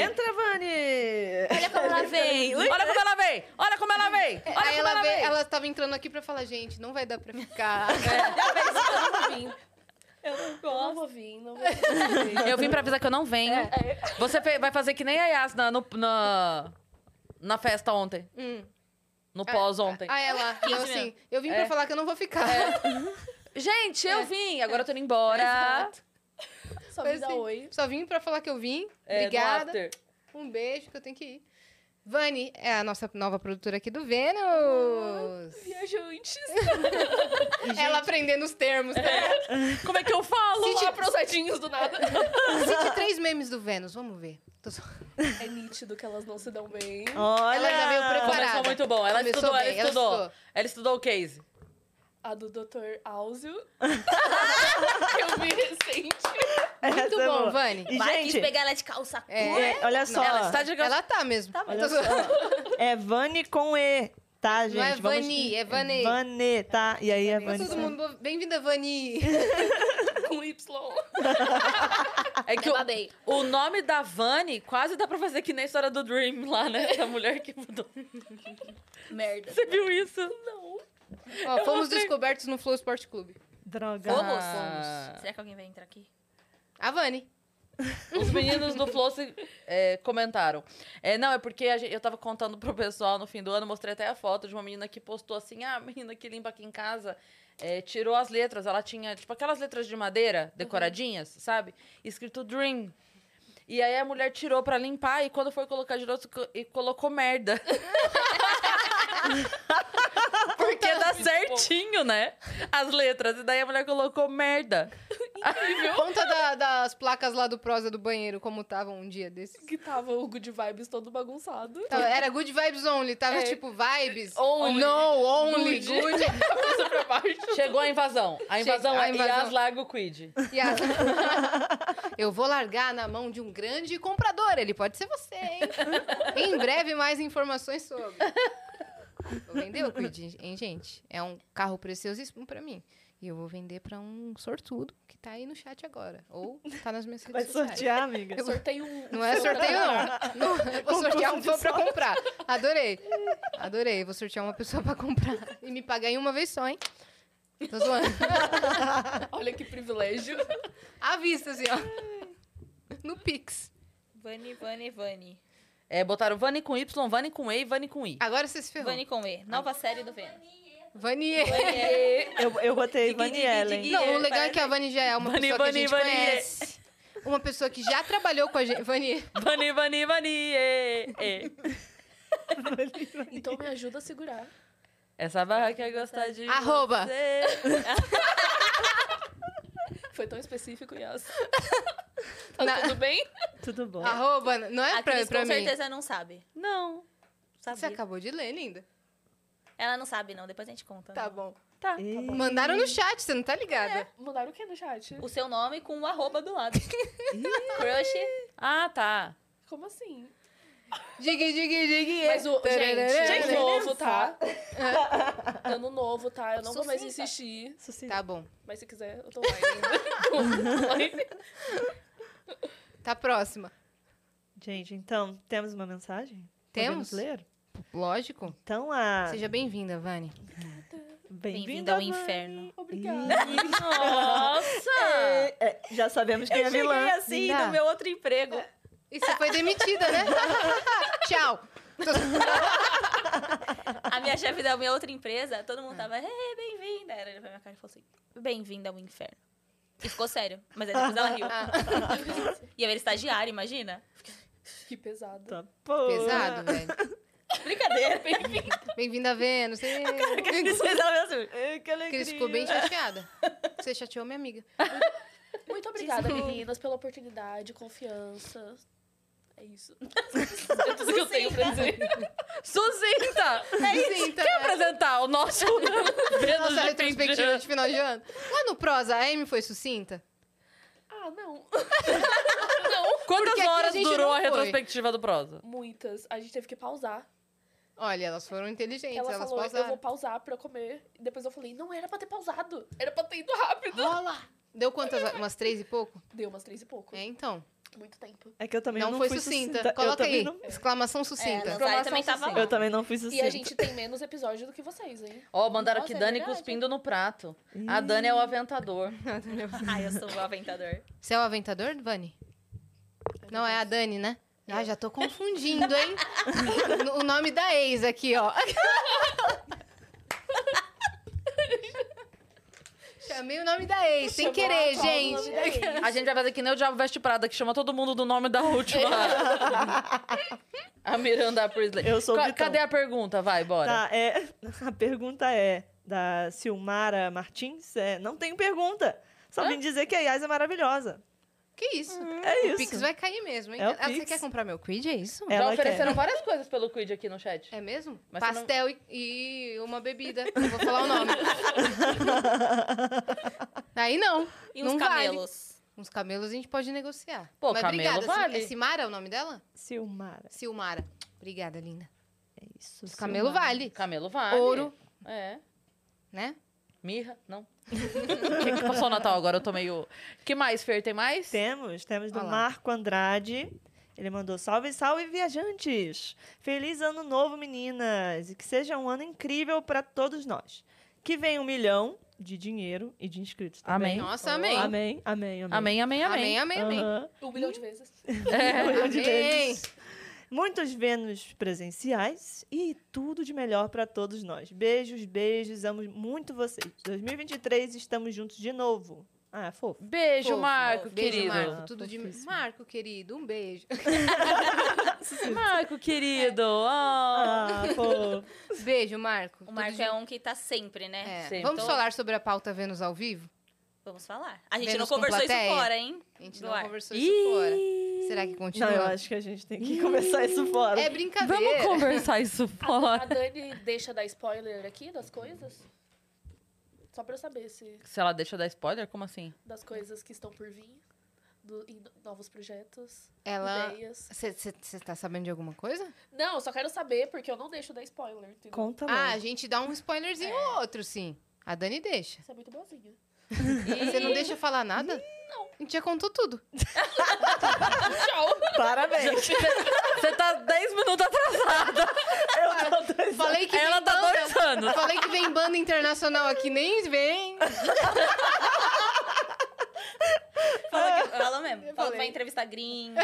[SPEAKER 4] Entra, Vani!
[SPEAKER 3] olha como ela veio. Ui,
[SPEAKER 1] Olha como ela vem! Olha como ela vem! Olha
[SPEAKER 2] Aí
[SPEAKER 1] como ela,
[SPEAKER 2] ela, vê,
[SPEAKER 1] vem!
[SPEAKER 2] ela tava entrando aqui pra falar, gente, não vai dar pra ficar.
[SPEAKER 1] É.
[SPEAKER 5] Eu não gosto. Não vou vir, não vou
[SPEAKER 1] Eu vim pra avisar que eu não venho. Você fe- vai fazer que nem a Yas na, no- na, na festa ontem.
[SPEAKER 2] Hum.
[SPEAKER 1] No pós ontem.
[SPEAKER 2] Ah, ela. Eu, assim, eu vim pra
[SPEAKER 1] É.
[SPEAKER 2] falar que eu não vou ficar.
[SPEAKER 1] Gente, eu vim! Agora eu tô indo embora.
[SPEAKER 5] Só
[SPEAKER 2] Foi
[SPEAKER 5] me dá
[SPEAKER 2] assim.
[SPEAKER 5] oi.
[SPEAKER 2] Só vim pra falar que eu vim.
[SPEAKER 1] É, no
[SPEAKER 2] Obrigada.
[SPEAKER 1] after.
[SPEAKER 2] Um beijo que eu tenho que ir. Vani é a nossa nova produtora aqui do Vênus.
[SPEAKER 5] Viajantes.
[SPEAKER 4] Uhum.
[SPEAKER 2] Ela aprendendo os termos.
[SPEAKER 1] Como é que eu falo?
[SPEAKER 5] Olá, prosadinhos do nada.
[SPEAKER 2] Cite três memes do Vênus, vamos ver. Tô só-
[SPEAKER 5] É nítido que elas não se dão bem.
[SPEAKER 4] Olha!
[SPEAKER 2] Ela já veio preparada.
[SPEAKER 1] Começou muito bom. Ela
[SPEAKER 2] Começou
[SPEAKER 1] estudou,
[SPEAKER 2] bem,
[SPEAKER 1] ela
[SPEAKER 2] ela
[SPEAKER 1] estudou.
[SPEAKER 2] estudou.
[SPEAKER 1] Ela estudou o case.
[SPEAKER 5] A do Dr. Áuzio. que eu vi recente.
[SPEAKER 2] Muito bom, Vani.
[SPEAKER 4] é E,
[SPEAKER 3] vai quis
[SPEAKER 4] gente,
[SPEAKER 3] pegar ela de calça curta.
[SPEAKER 2] É.
[SPEAKER 4] é, olha só.
[SPEAKER 1] Ela está de
[SPEAKER 2] Ela tá mesmo.
[SPEAKER 4] Olha só. É Vani com E, tá, gente?
[SPEAKER 2] Não é
[SPEAKER 4] Vamos-
[SPEAKER 2] Vani, é Vani.
[SPEAKER 4] Vani, tá? E aí é
[SPEAKER 2] Tá
[SPEAKER 4] Vani.
[SPEAKER 2] todo mundo. Bem-vinda, Vani.
[SPEAKER 5] Com Y.
[SPEAKER 1] É que
[SPEAKER 3] Eu
[SPEAKER 1] o,
[SPEAKER 3] babei.
[SPEAKER 1] o nome da Vani quase dá pra fazer que nem a história do Dream lá, né? Da mulher que mudou.
[SPEAKER 3] Merda.
[SPEAKER 1] Você viu isso?
[SPEAKER 2] Ó, fomos descobertos no Flow Sport Clube.
[SPEAKER 4] Droga.
[SPEAKER 3] Fomos?
[SPEAKER 1] Ah.
[SPEAKER 3] Será que alguém vai entrar aqui?
[SPEAKER 2] A Vani.
[SPEAKER 1] Os meninos do Flow se, é, comentaram. É, não, é porque a gente- eu tava contando pro pessoal no fim do ano, mostrei até a foto de uma menina que postou assim: ah, a menina que limpa aqui em casa é, tirou as letras. Ela tinha, tipo, aquelas letras de madeira decoradinhas, sabe? Escrito Dream. E aí a mulher tirou pra limpar e quando foi colocar de novo co- e colocou merda. Porque dá certinho, né? As letras. E daí a mulher colocou merda.
[SPEAKER 2] Conta da- das placas lá do Prosa do banheiro, como estavam um dia desses.
[SPEAKER 5] Que tava o Good Vibes todo bagunçado. É.
[SPEAKER 2] Tá, Era good vibes only, tava tipo vibes.
[SPEAKER 1] Only.
[SPEAKER 2] No, only,
[SPEAKER 1] Good.
[SPEAKER 2] good.
[SPEAKER 5] Cabeça pra baixo.
[SPEAKER 1] Chegou a invasão. A invasão
[SPEAKER 2] a
[SPEAKER 1] é
[SPEAKER 2] invasão.
[SPEAKER 1] Yas Lago Quid.
[SPEAKER 2] E a- Eu vou largar na mão de um grande comprador, ele pode ser você, hein? em breve, mais informações sobre. Vou vender o Quid, hein, gente? É um carro preciosíssimo pra mim. E eu vou vender pra um sortudo que tá aí no chat agora. Ou tá nas minhas redes
[SPEAKER 4] Vai
[SPEAKER 2] sociais.
[SPEAKER 4] sortear, amiga?
[SPEAKER 2] Eu-
[SPEAKER 5] Sorteio um.
[SPEAKER 2] Não é sorteio, não. não eu vou
[SPEAKER 4] Concurso
[SPEAKER 2] sortear um
[SPEAKER 4] de
[SPEAKER 2] fã pra
[SPEAKER 4] sorte.
[SPEAKER 2] comprar. Adorei. Adorei. Vou sortear uma pessoa pra comprar. E me pagar em uma vez só, hein? Tô zoando.
[SPEAKER 5] Olha que privilégio.
[SPEAKER 2] À vista, assim, ó. No Pix.
[SPEAKER 3] Vani, Vani, Vani.
[SPEAKER 1] É, botaram Vani com Y, Vani com E e Vani com I.
[SPEAKER 2] Agora você se ferrou.
[SPEAKER 3] Vani com E, nova série do Vênus.
[SPEAKER 2] Vanier.
[SPEAKER 4] Eu, eu botei Vani Ellen.
[SPEAKER 2] Não, o legal é que a Vani já é uma
[SPEAKER 1] Vani,
[SPEAKER 2] pessoa que a
[SPEAKER 1] Vani,
[SPEAKER 2] gente
[SPEAKER 1] Vanier.
[SPEAKER 2] conhece. Uma pessoa que já trabalhou com a gente. Vani,
[SPEAKER 1] Vani, Vani, Vani, e, e.
[SPEAKER 5] Então me ajuda a segurar.
[SPEAKER 1] Essa barra quer gostar de
[SPEAKER 2] Arroba.
[SPEAKER 1] você.
[SPEAKER 5] Foi tão específico, Yas. tá
[SPEAKER 2] Na-
[SPEAKER 5] tudo bem?
[SPEAKER 4] Tudo bom.
[SPEAKER 2] arroba, não é
[SPEAKER 3] A
[SPEAKER 2] pra,
[SPEAKER 3] Cris
[SPEAKER 2] pra
[SPEAKER 3] com
[SPEAKER 2] mim.
[SPEAKER 3] certeza não sabe.
[SPEAKER 1] Não.
[SPEAKER 2] Você
[SPEAKER 3] Sabia.
[SPEAKER 2] acabou de ler, linda.
[SPEAKER 3] Ela não sabe, não. Depois a gente conta.
[SPEAKER 2] Tá bom.
[SPEAKER 1] Tá.
[SPEAKER 4] E-
[SPEAKER 2] Mandaram no chat, você não tá ligada.
[SPEAKER 5] Mandaram o que no chat?
[SPEAKER 3] O seu nome com o arroba do lado. Crush.
[SPEAKER 1] Ah, tá.
[SPEAKER 5] Como assim?
[SPEAKER 2] Digue, digue, digue.
[SPEAKER 5] Mas o. Gente, ano
[SPEAKER 4] Gente,
[SPEAKER 5] novo,
[SPEAKER 4] nem
[SPEAKER 5] tá? ano novo, tá? Eu não vou mais
[SPEAKER 3] Sucinta.
[SPEAKER 5] insistir.
[SPEAKER 4] Sucinta.
[SPEAKER 2] Tá bom.
[SPEAKER 5] Mas se quiser, eu tô online. ainda.
[SPEAKER 2] Tá próxima.
[SPEAKER 4] Gente, então, temos uma mensagem?
[SPEAKER 2] Temos?
[SPEAKER 4] Podemos ler?
[SPEAKER 2] Lógico.
[SPEAKER 4] Então, a...
[SPEAKER 2] Seja bem-vinda, Vani.
[SPEAKER 3] Bem-vinda ao
[SPEAKER 4] Vani.
[SPEAKER 3] inferno.
[SPEAKER 5] Obrigada.
[SPEAKER 1] Nossa!
[SPEAKER 4] É, já sabemos quem
[SPEAKER 1] Eu
[SPEAKER 4] é
[SPEAKER 1] cheguei
[SPEAKER 4] vilã.
[SPEAKER 1] assim
[SPEAKER 2] Linda.
[SPEAKER 1] no meu outro emprego.
[SPEAKER 2] E você foi demitida, né? Tchau.
[SPEAKER 3] A minha chefe da minha outra empresa, todo mundo tava, "Ê, bem-vinda. Ela olhou pra minha cara e falou assim, bem-vinda ao inferno. E ficou sério. Mas aí depois ela riu.
[SPEAKER 2] Ah,
[SPEAKER 3] E eu era estagiária, imagina.
[SPEAKER 5] Que pesado.
[SPEAKER 4] Tá, pô.
[SPEAKER 2] pesado, velho.
[SPEAKER 3] Brincadeira. é
[SPEAKER 2] Bem-vinda, Vênus. Ê.
[SPEAKER 4] Cris fez ela mesmo. Ai, que
[SPEAKER 2] A
[SPEAKER 4] alegria.
[SPEAKER 2] Cris ficou bem chateada. Você chateou minha amiga.
[SPEAKER 5] Muito obrigada, meninas, pela oportunidade, confiança. É isso. É tudo que eu tenho pra dizer.
[SPEAKER 1] Suzinta! É isso.
[SPEAKER 2] Sucinta,
[SPEAKER 1] Quer
[SPEAKER 2] né?
[SPEAKER 1] apresentar o nosso...
[SPEAKER 2] Nossa retrospectiva de final de ano. Lá no Prosa, a Amy foi sucinta?
[SPEAKER 5] Ah, não.
[SPEAKER 1] Quantas
[SPEAKER 2] Porque aqui a
[SPEAKER 1] horas
[SPEAKER 2] gente
[SPEAKER 1] durou
[SPEAKER 2] não
[SPEAKER 1] a
[SPEAKER 2] foi.
[SPEAKER 1] retrospectiva do Prosa?
[SPEAKER 5] Muitas. A gente teve que pausar.
[SPEAKER 2] Olha, elas foram inteligentes,
[SPEAKER 5] Ela
[SPEAKER 2] elas
[SPEAKER 5] falou, eu vou
[SPEAKER 2] pausaram.
[SPEAKER 5] pausar pra eu comer. Depois eu falei, não era pra ter pausado. Era pra ter ido rápido.
[SPEAKER 2] Rola! Deu quantas? horas? Umas três e pouco?
[SPEAKER 5] Deu umas três e pouco.
[SPEAKER 2] É, então.
[SPEAKER 5] Muito tempo.
[SPEAKER 4] É que eu também
[SPEAKER 2] Não,
[SPEAKER 4] não,
[SPEAKER 2] foi
[SPEAKER 4] fui
[SPEAKER 2] sucinta.
[SPEAKER 4] Eu
[SPEAKER 2] Coloca
[SPEAKER 4] também
[SPEAKER 2] aí.
[SPEAKER 4] não-
[SPEAKER 2] Exclamação sucinta.
[SPEAKER 3] É, Rosário também tava lá.
[SPEAKER 4] Eu também não fui
[SPEAKER 2] assim,
[SPEAKER 4] sucinta.
[SPEAKER 5] E a gente tem menos episódio do que vocês, hein?
[SPEAKER 1] Ó, mandaram
[SPEAKER 3] Nossa,
[SPEAKER 1] aqui
[SPEAKER 3] é
[SPEAKER 1] Dani
[SPEAKER 3] verdade.
[SPEAKER 1] cuspindo no prato. A Dani é o aventador.
[SPEAKER 3] Ai, eu sou o aventador.
[SPEAKER 2] Você é o aventador, Vani? Não, é a Dani, né? Ah, já tô confundindo, hein? o nome da ex aqui, ó. Chamei o nome da ex, sem
[SPEAKER 5] Chamou
[SPEAKER 2] querer,
[SPEAKER 5] a Paula no
[SPEAKER 2] gente.
[SPEAKER 5] nome da ex.
[SPEAKER 1] A gente vai fazer que nem o Diabo Veste Prada, que chama todo mundo do nome da última. a Miranda Priestley.
[SPEAKER 4] Eu sou o
[SPEAKER 1] Ca-
[SPEAKER 4] Vitão.
[SPEAKER 1] Cadê a pergunta? Vai, bora.
[SPEAKER 4] Tá, é, a pergunta é da Silmara Martins. É, não tenho pergunta. Só vim dizer que a Yas é maravilhosa.
[SPEAKER 2] Que isso?
[SPEAKER 4] É
[SPEAKER 2] O
[SPEAKER 4] isso.
[SPEAKER 2] Pix vai cair mesmo, hein?
[SPEAKER 4] É o
[SPEAKER 2] Ah, você
[SPEAKER 4] Pix.
[SPEAKER 2] quer comprar meu quid, é isso?
[SPEAKER 1] Já
[SPEAKER 4] Ela
[SPEAKER 1] ofereceram
[SPEAKER 4] quer.
[SPEAKER 1] várias coisas pelo Quid aqui no chat.
[SPEAKER 2] É mesmo?
[SPEAKER 1] Mas você não-
[SPEAKER 2] Pastel e, e uma bebida. Não vou falar o nome. Aí não.
[SPEAKER 3] E uns
[SPEAKER 2] Não vale.
[SPEAKER 3] camelos.
[SPEAKER 2] Uns camelos a gente pode negociar.
[SPEAKER 1] Pô, camelo
[SPEAKER 2] obrigada. Sil-
[SPEAKER 1] vale.
[SPEAKER 2] É Simara o nome dela?
[SPEAKER 4] Silmara.
[SPEAKER 2] Silmara. Obrigada, linda.
[SPEAKER 4] É isso.
[SPEAKER 2] Os camelo
[SPEAKER 4] Silmara.
[SPEAKER 2] vale,
[SPEAKER 1] Camelo vale.
[SPEAKER 2] Ouro.
[SPEAKER 1] É.
[SPEAKER 2] né?
[SPEAKER 1] Mirra, não. que, que passou o Natal agora? Eu tô meio. Que mais, Fer? Tem mais?
[SPEAKER 4] Temos, temos do
[SPEAKER 2] Olha lá.
[SPEAKER 4] Marco Andrade. Ele mandou salve, salve, viajantes! Feliz ano novo, meninas! E que seja um ano incrível para todos nós. Que venha um milhão de dinheiro e de inscritos também.
[SPEAKER 1] Amém.
[SPEAKER 2] Nossa, amém.
[SPEAKER 4] Amém, amém, amém.
[SPEAKER 1] Amém, amém, É.
[SPEAKER 2] Amém,
[SPEAKER 1] amém.
[SPEAKER 2] amém, amém. É,
[SPEAKER 4] Aham.
[SPEAKER 5] Um milhão de vezes.
[SPEAKER 4] Um milhão de
[SPEAKER 2] Amém.
[SPEAKER 4] vezes. Muitos Vênus presenciais e tudo de melhor para todos nós. Beijos, beijos, amo muito vocês. 2023 estamos juntos de novo. Ah, fofo.
[SPEAKER 1] Beijo,
[SPEAKER 2] Fofo.
[SPEAKER 1] Marco,
[SPEAKER 2] Beijo,
[SPEAKER 1] querido. Marco.
[SPEAKER 2] Marco. Tudo de...
[SPEAKER 4] Fofíssimo.
[SPEAKER 2] Marco, querido, um beijo.
[SPEAKER 1] querido. ó.
[SPEAKER 4] Ah, fofo.
[SPEAKER 2] Beijo, Marco.
[SPEAKER 3] O Marco é um que tá sempre, né?
[SPEAKER 2] É.
[SPEAKER 1] Sempre.
[SPEAKER 2] Vamos
[SPEAKER 1] Então-
[SPEAKER 2] falar sobre a pauta Vênus ao vivo?
[SPEAKER 3] Vamos falar. A gente
[SPEAKER 2] Vênus
[SPEAKER 3] não
[SPEAKER 2] com
[SPEAKER 3] conversou isso
[SPEAKER 2] plateia.
[SPEAKER 3] fora, hein?
[SPEAKER 2] A gente
[SPEAKER 3] Do
[SPEAKER 2] não
[SPEAKER 3] ar.
[SPEAKER 2] conversou isso fora. Será que
[SPEAKER 4] Não,
[SPEAKER 2] continua?
[SPEAKER 4] eu acho que a gente tem que começar isso fora.
[SPEAKER 2] É brincadeira.
[SPEAKER 1] Vamos conversar isso
[SPEAKER 5] A, a
[SPEAKER 1] fora.
[SPEAKER 5] Dani deixa dar spoiler aqui das coisas? Só pra eu saber se
[SPEAKER 1] Se ela deixa eu dar spoiler, como assim?
[SPEAKER 5] das coisas que estão por vir, do, em novos projetos,
[SPEAKER 2] Ela...
[SPEAKER 5] ideias.
[SPEAKER 2] Você tá sabendo de alguma coisa?
[SPEAKER 5] Não, eu só quero saber porque eu não deixo dar spoiler, entendeu?
[SPEAKER 4] Conta
[SPEAKER 2] Ah,
[SPEAKER 4] lá.
[SPEAKER 2] a gente dá um spoilerzinho
[SPEAKER 3] É.
[SPEAKER 2] ou outro, sim. A Dani deixa.
[SPEAKER 5] Você é muito boazinha.
[SPEAKER 2] Você não deixa eu falar nada?
[SPEAKER 5] Não.
[SPEAKER 2] A gente já contou tudo.
[SPEAKER 5] Tchau!
[SPEAKER 2] tá
[SPEAKER 4] Parabéns.
[SPEAKER 1] Você tá 10 minutos atrasada.
[SPEAKER 2] tá
[SPEAKER 4] eu tô dois...
[SPEAKER 2] Falei que
[SPEAKER 1] Ela
[SPEAKER 2] vem
[SPEAKER 1] tá
[SPEAKER 2] banda.
[SPEAKER 1] dois anos.
[SPEAKER 2] Falei que vem banda internacional aqui, nem vem.
[SPEAKER 3] Fala, que- fala mesmo. mesmo.
[SPEAKER 2] Eu
[SPEAKER 3] Falou
[SPEAKER 2] falei.
[SPEAKER 3] que vai entrevistar gringo.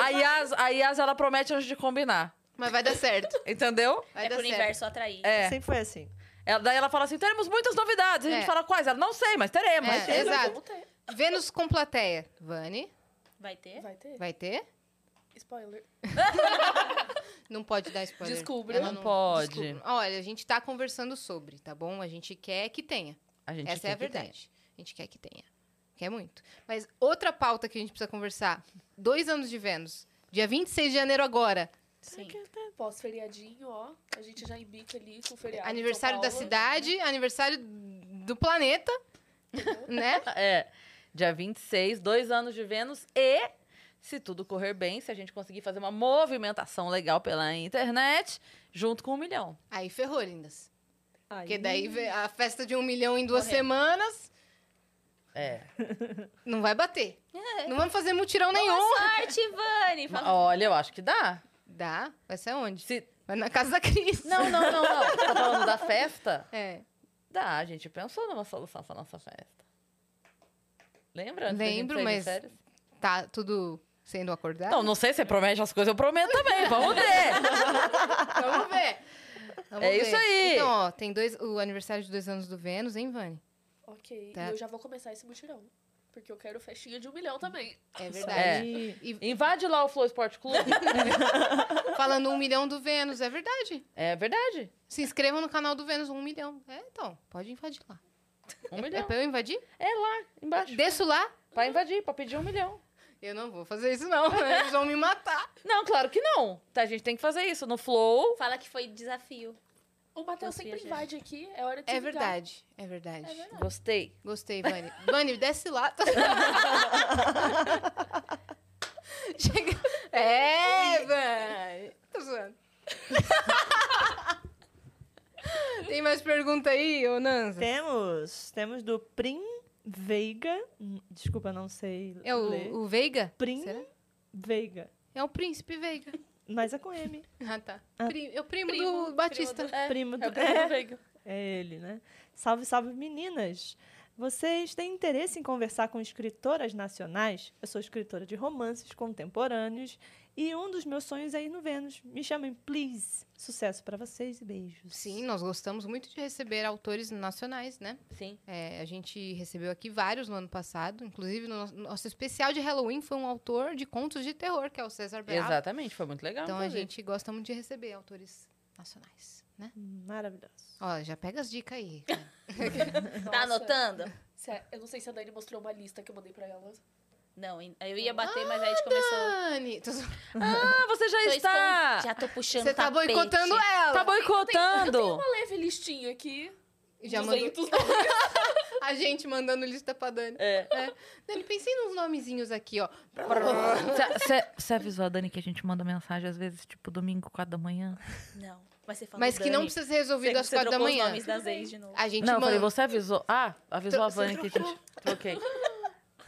[SPEAKER 1] A Yas, a Yas, ela promete antes de combinar.
[SPEAKER 2] Mas vai dar certo.
[SPEAKER 1] Entendeu?
[SPEAKER 2] Vai
[SPEAKER 3] é
[SPEAKER 2] dar
[SPEAKER 3] pro
[SPEAKER 2] certo.
[SPEAKER 3] universo atrair.
[SPEAKER 1] É.
[SPEAKER 4] Sempre foi assim.
[SPEAKER 1] Ela- daí ela fala assim: teremos muitas novidades. A gente
[SPEAKER 2] É.
[SPEAKER 1] fala quais? Ela não sei, mas teremos.
[SPEAKER 2] É,
[SPEAKER 1] Mas tem.
[SPEAKER 2] exato.
[SPEAKER 5] Vamos ter. é,
[SPEAKER 2] Vênus com plateia. Vani,
[SPEAKER 3] Vai ter?
[SPEAKER 5] Vai ter?
[SPEAKER 2] vai ter?
[SPEAKER 5] Spoiler.
[SPEAKER 2] Não pode dar spoiler.
[SPEAKER 5] Descubra.
[SPEAKER 2] Ela
[SPEAKER 1] Não pode.
[SPEAKER 2] descubra. Olha, a gente tá conversando sobre, tá bom? A gente quer que tenha.
[SPEAKER 1] A gente
[SPEAKER 2] Essa é a
[SPEAKER 1] tem que ter.
[SPEAKER 2] verdade. A gente quer que tenha. Quer muito. Mas outra pauta que a gente precisa conversar. Dois anos de Vênus. Dia 26 de janeiro agora.
[SPEAKER 3] Sim.
[SPEAKER 5] Pós-feriadinho, ó. A gente já embica ali com o feriado. em
[SPEAKER 2] aniversário
[SPEAKER 5] É, São
[SPEAKER 2] da
[SPEAKER 5] Paulo. né?
[SPEAKER 2] cidade, aniversário do planeta, né?
[SPEAKER 1] É. Dia 26, dois anos de Vênus e. Se tudo correr bem, se a gente conseguir fazer uma movimentação legal pela internet, junto com um milhão.
[SPEAKER 2] Aí ferrou, lindas.
[SPEAKER 4] Aí...
[SPEAKER 2] Porque daí vê a festa de um milhão em duas
[SPEAKER 3] Correto.
[SPEAKER 2] semanas
[SPEAKER 1] É.
[SPEAKER 2] não vai bater.
[SPEAKER 5] É.
[SPEAKER 2] Não vamos fazer mutirão nenhum.
[SPEAKER 3] Boa sorte, Vani! Fala-
[SPEAKER 1] Olha, eu acho que dá.
[SPEAKER 2] Dá? Vai ser onde?
[SPEAKER 1] Se...
[SPEAKER 2] Vai na casa da Cris.
[SPEAKER 1] Não, não, não, não. Tá falando da festa?
[SPEAKER 2] É.
[SPEAKER 1] Dá, a gente pensou numa solução pra nossa festa. Lembra? antes da gente
[SPEAKER 2] Lembro,
[SPEAKER 1] sair de
[SPEAKER 2] mas-
[SPEAKER 1] férias?
[SPEAKER 2] Tá tudo sendo acordado?
[SPEAKER 1] Não, não sei, você promete as coisas, eu prometo também. Vamos ver.
[SPEAKER 2] Então, Vamos ver. Vamos
[SPEAKER 1] É isso
[SPEAKER 2] ver.
[SPEAKER 1] aí.
[SPEAKER 2] Então, ó, tem dois, o aniversário de dois anos do Vênus, hein, Vani?
[SPEAKER 5] Ok.
[SPEAKER 2] Tá.
[SPEAKER 5] E eu já vou começar esse mutirão. Porque eu quero festinha de um milhão também.
[SPEAKER 2] É
[SPEAKER 1] É.
[SPEAKER 2] verdade.
[SPEAKER 1] Invade lá o Flow Esporte Clube.
[SPEAKER 2] Falando um milhão do Vênus, é verdade.
[SPEAKER 1] É verdade.
[SPEAKER 2] Se inscrevam no canal do Vênus, um milhão. É, então, pode invadir lá.
[SPEAKER 1] Um
[SPEAKER 2] É
[SPEAKER 1] milhão.
[SPEAKER 2] pra eu invadir?
[SPEAKER 1] É lá, embaixo.
[SPEAKER 2] Desço lá?
[SPEAKER 1] Pra invadir, pra pedir um milhão.
[SPEAKER 2] Eu não vou fazer isso, não. Eles vão me matar.
[SPEAKER 1] Não, claro que não. Tá, A gente tem que fazer isso no Flow.
[SPEAKER 3] Fala que foi desafio.
[SPEAKER 5] O Matheus
[SPEAKER 3] Confia,
[SPEAKER 5] sempre
[SPEAKER 3] gente.
[SPEAKER 5] invade aqui. É hora de
[SPEAKER 2] É
[SPEAKER 5] se vingar.
[SPEAKER 2] verdade, é verdade.
[SPEAKER 1] Gostei.
[SPEAKER 2] Gostei, Vani. Vani, desce lá. Chega. É, Vani. Tô zoando. Tem mais pergunta aí, ô Nanza?
[SPEAKER 4] Temos, temos do Prim Veiga. Hum, Desculpa, não sei
[SPEAKER 2] É
[SPEAKER 4] ler.
[SPEAKER 2] o, o Veiga?
[SPEAKER 4] Prim
[SPEAKER 2] Será?
[SPEAKER 4] Veiga.
[SPEAKER 2] É o príncipe Veiga.
[SPEAKER 4] Mas é com M.
[SPEAKER 2] Ah, tá.
[SPEAKER 4] Ah.
[SPEAKER 2] Pri- é o primo,
[SPEAKER 3] Primo,
[SPEAKER 2] do
[SPEAKER 3] primo
[SPEAKER 2] Batista.
[SPEAKER 3] do- É,
[SPEAKER 4] Primo do...
[SPEAKER 1] É o Bruno
[SPEAKER 4] É,
[SPEAKER 1] Veiga.
[SPEAKER 4] é ele, né? Salve, salve, meninas! Vocês têm interesse em conversar com escritoras nacionais? Eu sou escritora de romances contemporâneos e um dos meus sonhos é ir no Vênus. Me chamem, please. Sucesso pra vocês e beijos.
[SPEAKER 2] Sim, nós gostamos muito de receber autores nacionais, né?
[SPEAKER 1] Sim.
[SPEAKER 2] É, a gente recebeu aqui vários no ano passado, inclusive no nosso, nosso especial de Halloween foi um autor de contos de terror, que é o César Bravo.
[SPEAKER 1] Exatamente, foi muito legal.
[SPEAKER 2] Então a
[SPEAKER 1] inclusive.
[SPEAKER 2] gente gosta muito de receber autores nacionais, né?
[SPEAKER 4] Maravilhoso.
[SPEAKER 2] Ó, já pega as dicas aí.
[SPEAKER 3] Tá
[SPEAKER 5] Nossa.
[SPEAKER 3] anotando?
[SPEAKER 5] Tá Se a- Eu não sei se a Dani mostrou uma lista que eu mandei pra ela.
[SPEAKER 3] Não, ainda- eu ia bater, mas aí a gente começou.
[SPEAKER 2] Dani, tô-
[SPEAKER 1] Ah, você já
[SPEAKER 3] Tô
[SPEAKER 1] está.
[SPEAKER 3] escon- Já tô puxando
[SPEAKER 2] você tá
[SPEAKER 3] tapete.
[SPEAKER 2] boicotando ela.
[SPEAKER 1] Tá boicotando.
[SPEAKER 5] Uma leve listinha aqui.
[SPEAKER 2] Já mandou
[SPEAKER 5] 200
[SPEAKER 2] a gente mandando lista pra Dani.
[SPEAKER 1] É.
[SPEAKER 2] Dani, pensei nos nomezinhos aqui, ó.
[SPEAKER 1] Você avisou a Dani que a gente manda mensagem às vezes, tipo, domingo, 4 da manhã?
[SPEAKER 3] Não, mas você falou.
[SPEAKER 2] Mas que não
[SPEAKER 3] Dani.
[SPEAKER 2] precisa ser resolvido
[SPEAKER 3] Você-
[SPEAKER 2] às
[SPEAKER 3] você
[SPEAKER 2] quatro da
[SPEAKER 3] trocou os
[SPEAKER 2] manhã.
[SPEAKER 3] nomes das ex de novo.
[SPEAKER 2] A gente
[SPEAKER 1] não, eu falei,
[SPEAKER 2] manda.
[SPEAKER 1] você avisou. Ah, avisou
[SPEAKER 2] Tro-
[SPEAKER 1] a Vani
[SPEAKER 2] você
[SPEAKER 1] que a gente. Troquei.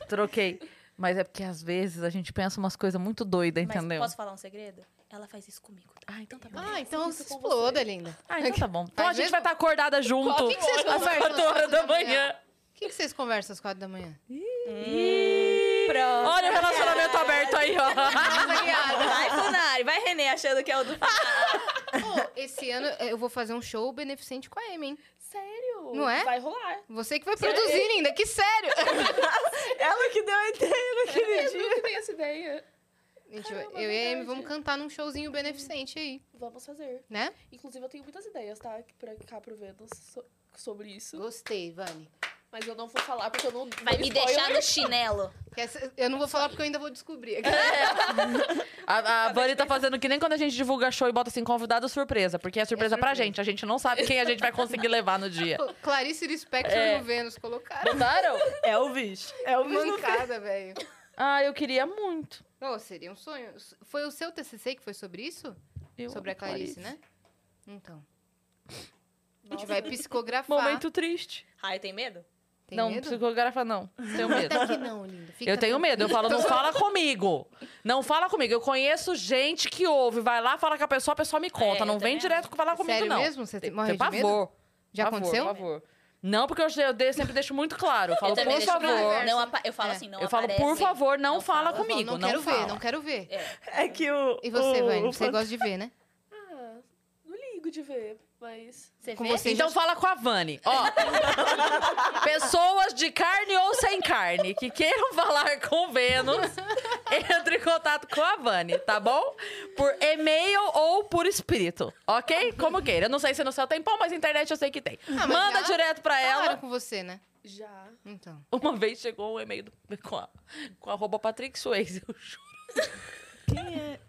[SPEAKER 1] Troquei. Mas é porque às vezes a gente pensa umas coisas muito doidas,
[SPEAKER 3] Mas
[SPEAKER 1] entendeu?
[SPEAKER 3] posso falar um segredo? Ela faz isso comigo. Tá?
[SPEAKER 1] Ah, então tá bom.
[SPEAKER 2] Ah, então
[SPEAKER 5] Isso
[SPEAKER 2] se
[SPEAKER 5] com
[SPEAKER 2] exploda,
[SPEAKER 5] você.
[SPEAKER 2] linda.
[SPEAKER 1] Ah, então tá bom. Então a
[SPEAKER 2] Faz
[SPEAKER 1] gente
[SPEAKER 2] mesmo?
[SPEAKER 1] vai estar acordada junto.
[SPEAKER 2] Qual- o que que vocês
[SPEAKER 1] às
[SPEAKER 2] conversam
[SPEAKER 1] 4
[SPEAKER 2] às
[SPEAKER 1] horas
[SPEAKER 2] quatro
[SPEAKER 1] da
[SPEAKER 2] da manhã?
[SPEAKER 1] manhã.
[SPEAKER 2] O que, que vocês conversam às quatro da manhã?
[SPEAKER 3] Pronto.
[SPEAKER 1] Olha o relacionamento aberto aí,
[SPEAKER 2] Ah,
[SPEAKER 1] ó.
[SPEAKER 3] Vai, Funari. Vai, Renê, achando que é o do Funari.
[SPEAKER 2] Pô, esse ano eu vou fazer um show beneficente com a Amy, hein?
[SPEAKER 5] Sério?
[SPEAKER 2] Não é?
[SPEAKER 5] Vai rolar.
[SPEAKER 2] Você que vai produzir, linda, que sério!
[SPEAKER 4] Ela que deu a ideia naquele
[SPEAKER 5] Eu que dei essa ideia.
[SPEAKER 2] Gente,
[SPEAKER 5] Caramba,
[SPEAKER 2] eu e a Amy
[SPEAKER 5] verdade.
[SPEAKER 2] vamos cantar num showzinho beneficente aí,
[SPEAKER 5] Vamos fazer.
[SPEAKER 2] né?
[SPEAKER 5] Inclusive, eu tenho muitas ideias, tá? Pra cá pro Vênus so- sobre isso.
[SPEAKER 2] Gostei, Vani.
[SPEAKER 5] Mas eu não vou falar porque eu não.
[SPEAKER 3] Vai
[SPEAKER 5] dou
[SPEAKER 3] me
[SPEAKER 5] spoiler.
[SPEAKER 3] deixar no chinelo.
[SPEAKER 2] Que essa- Eu não vou falar porque eu ainda vou descobrir.
[SPEAKER 1] A, a Vani tá fazendo que nem quando a gente divulga show e bota assim, convidado surpresa. Porque é surpresa, pra
[SPEAKER 2] surpresa.
[SPEAKER 1] gente. A gente não sabe quem a gente vai conseguir levar no dia.
[SPEAKER 2] Pô, Clarice Lispector
[SPEAKER 1] É.
[SPEAKER 2] no Vênus colocaram.
[SPEAKER 1] Botaram?
[SPEAKER 4] Elvis. Elvis não
[SPEAKER 2] Mancada, velho.
[SPEAKER 1] Ah, eu queria muito.
[SPEAKER 2] Pô, seria um sonho. Foi o seu TCC que foi sobre isso?
[SPEAKER 1] Eu
[SPEAKER 2] sobre a
[SPEAKER 1] amo
[SPEAKER 2] Clarice, né? Então. A gente
[SPEAKER 5] Nossa.
[SPEAKER 2] vai psicografar.
[SPEAKER 1] Momento triste.
[SPEAKER 3] Ai, tem medo?
[SPEAKER 2] Tem
[SPEAKER 1] não,
[SPEAKER 2] medo?
[SPEAKER 1] psicografa não. Tenho medo.
[SPEAKER 2] Até que não, linda. Fica
[SPEAKER 1] eu tenho medo. Eu falo,
[SPEAKER 2] tranquila.
[SPEAKER 1] não fala comigo. Não fala comigo. Eu conheço gente que ouve. Vai lá, fala com a pessoa, a pessoa me conta.
[SPEAKER 3] É,
[SPEAKER 1] não
[SPEAKER 3] eu
[SPEAKER 1] vem
[SPEAKER 3] também
[SPEAKER 1] direto falar comigo,
[SPEAKER 2] Sério
[SPEAKER 1] não.
[SPEAKER 2] mesmo? Você
[SPEAKER 1] Tem,
[SPEAKER 2] morre
[SPEAKER 1] tem
[SPEAKER 2] de medo?
[SPEAKER 1] pavor.
[SPEAKER 2] Já
[SPEAKER 1] pavor,
[SPEAKER 2] aconteceu?
[SPEAKER 1] Pavor. Não, porque eu, eu de- sempre deixo muito claro. Eu falo,
[SPEAKER 3] também
[SPEAKER 1] por
[SPEAKER 3] deixo pra-
[SPEAKER 1] favor.
[SPEAKER 3] Não apa- eu falo
[SPEAKER 2] É.
[SPEAKER 3] assim, não
[SPEAKER 1] eu falo, por
[SPEAKER 3] aparecem.
[SPEAKER 1] favor, não,
[SPEAKER 3] Não
[SPEAKER 1] fala,
[SPEAKER 3] fala.
[SPEAKER 1] comigo.
[SPEAKER 2] não quero
[SPEAKER 1] fala.
[SPEAKER 2] ver, não quero ver.
[SPEAKER 4] É que o.
[SPEAKER 2] E você,
[SPEAKER 4] o,
[SPEAKER 2] Vani?
[SPEAKER 4] o
[SPEAKER 2] Você
[SPEAKER 4] fan-
[SPEAKER 2] gosta de ver, né?
[SPEAKER 5] Ah, não ligo de ver, mas.
[SPEAKER 3] Você
[SPEAKER 2] Com
[SPEAKER 3] vê?
[SPEAKER 2] você
[SPEAKER 1] Então
[SPEAKER 2] já-
[SPEAKER 1] fala com a Vani. Ó, pessoas de carne ou sem carne que queiram falar com Vênus, entre em contato com a Vani, tá bom? Por e-mail ou por espírito, ok? Como queira. Eu não sei se no céu tem pão, mas na internet eu sei que tem.
[SPEAKER 2] mas
[SPEAKER 1] Manda
[SPEAKER 2] já Ah,
[SPEAKER 1] direto pra
[SPEAKER 2] Falaram
[SPEAKER 1] ela.
[SPEAKER 2] com você, né?
[SPEAKER 5] Já.
[SPEAKER 2] Então.
[SPEAKER 1] Uma vez chegou um e-mail do- com a, com a arroba Patrick Swayze, eu juro.
[SPEAKER 4] Quem é?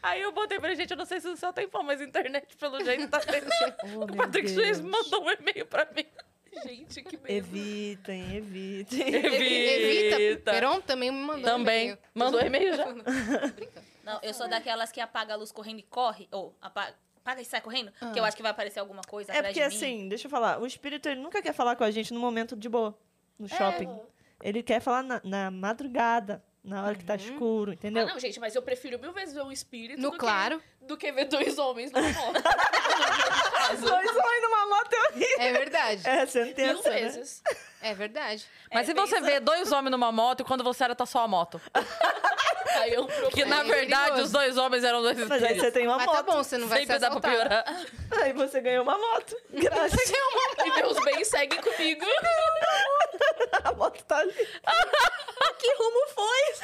[SPEAKER 1] Aí eu botei pra gente, eu não sei se no céu tem pão, mas na internet pelo jeito tá tendo.
[SPEAKER 4] Oh,
[SPEAKER 1] O
[SPEAKER 4] meu
[SPEAKER 1] Patrick Swayze
[SPEAKER 4] Deus.
[SPEAKER 1] mandou um e-mail pra mim.
[SPEAKER 5] Gente, que medo.
[SPEAKER 4] Evitem, evitem.
[SPEAKER 1] Evita.
[SPEAKER 2] Evita. Peron também me mandou.
[SPEAKER 1] Também.
[SPEAKER 2] e-mail.
[SPEAKER 1] Mandou um e-mail já.
[SPEAKER 2] Brincando.
[SPEAKER 3] Não, eu sou daquelas que apaga a luz correndo e corre. Ou apaga, apaga e sai correndo.
[SPEAKER 2] Ah.
[SPEAKER 3] Porque eu acho que vai aparecer alguma coisa
[SPEAKER 4] É
[SPEAKER 3] Tá atrás
[SPEAKER 4] porque
[SPEAKER 3] de mim.
[SPEAKER 4] assim, deixa eu falar, o espírito ele nunca quer falar com a gente no momento de boa, no shopping. Ele quer falar na, na madrugada, na hora que tá escuro,
[SPEAKER 5] Ah,
[SPEAKER 4] entendeu?
[SPEAKER 5] não, gente, mas eu prefiro mil vezes ver um espírito
[SPEAKER 2] No
[SPEAKER 5] do,
[SPEAKER 2] claro.
[SPEAKER 5] que, do que ver dois homens no moto.
[SPEAKER 4] Dois homens numa moto é horrível.
[SPEAKER 2] É verdade.
[SPEAKER 4] É
[SPEAKER 5] mil
[SPEAKER 4] sentença, né?
[SPEAKER 5] vezes.
[SPEAKER 2] É verdade.
[SPEAKER 1] Mas
[SPEAKER 3] É,
[SPEAKER 1] se você vê dois homens numa moto e quando você era, tá só a moto.
[SPEAKER 5] Aí eu
[SPEAKER 1] Que na
[SPEAKER 2] É
[SPEAKER 1] verdade
[SPEAKER 2] perigoso.
[SPEAKER 1] os dois homens eram dois
[SPEAKER 4] Mas aí
[SPEAKER 1] espíritos.
[SPEAKER 4] você tem uma
[SPEAKER 2] Mas
[SPEAKER 4] moto.
[SPEAKER 2] tá bom, você não vai
[SPEAKER 1] Sempre
[SPEAKER 2] ser
[SPEAKER 1] dá pra
[SPEAKER 2] assaltado.
[SPEAKER 1] piorar.
[SPEAKER 4] Aí você ganhou uma moto.
[SPEAKER 2] Tá
[SPEAKER 4] Graças
[SPEAKER 5] E meus bens seguem comigo.
[SPEAKER 4] a moto tá ali.
[SPEAKER 1] Que rumo foi?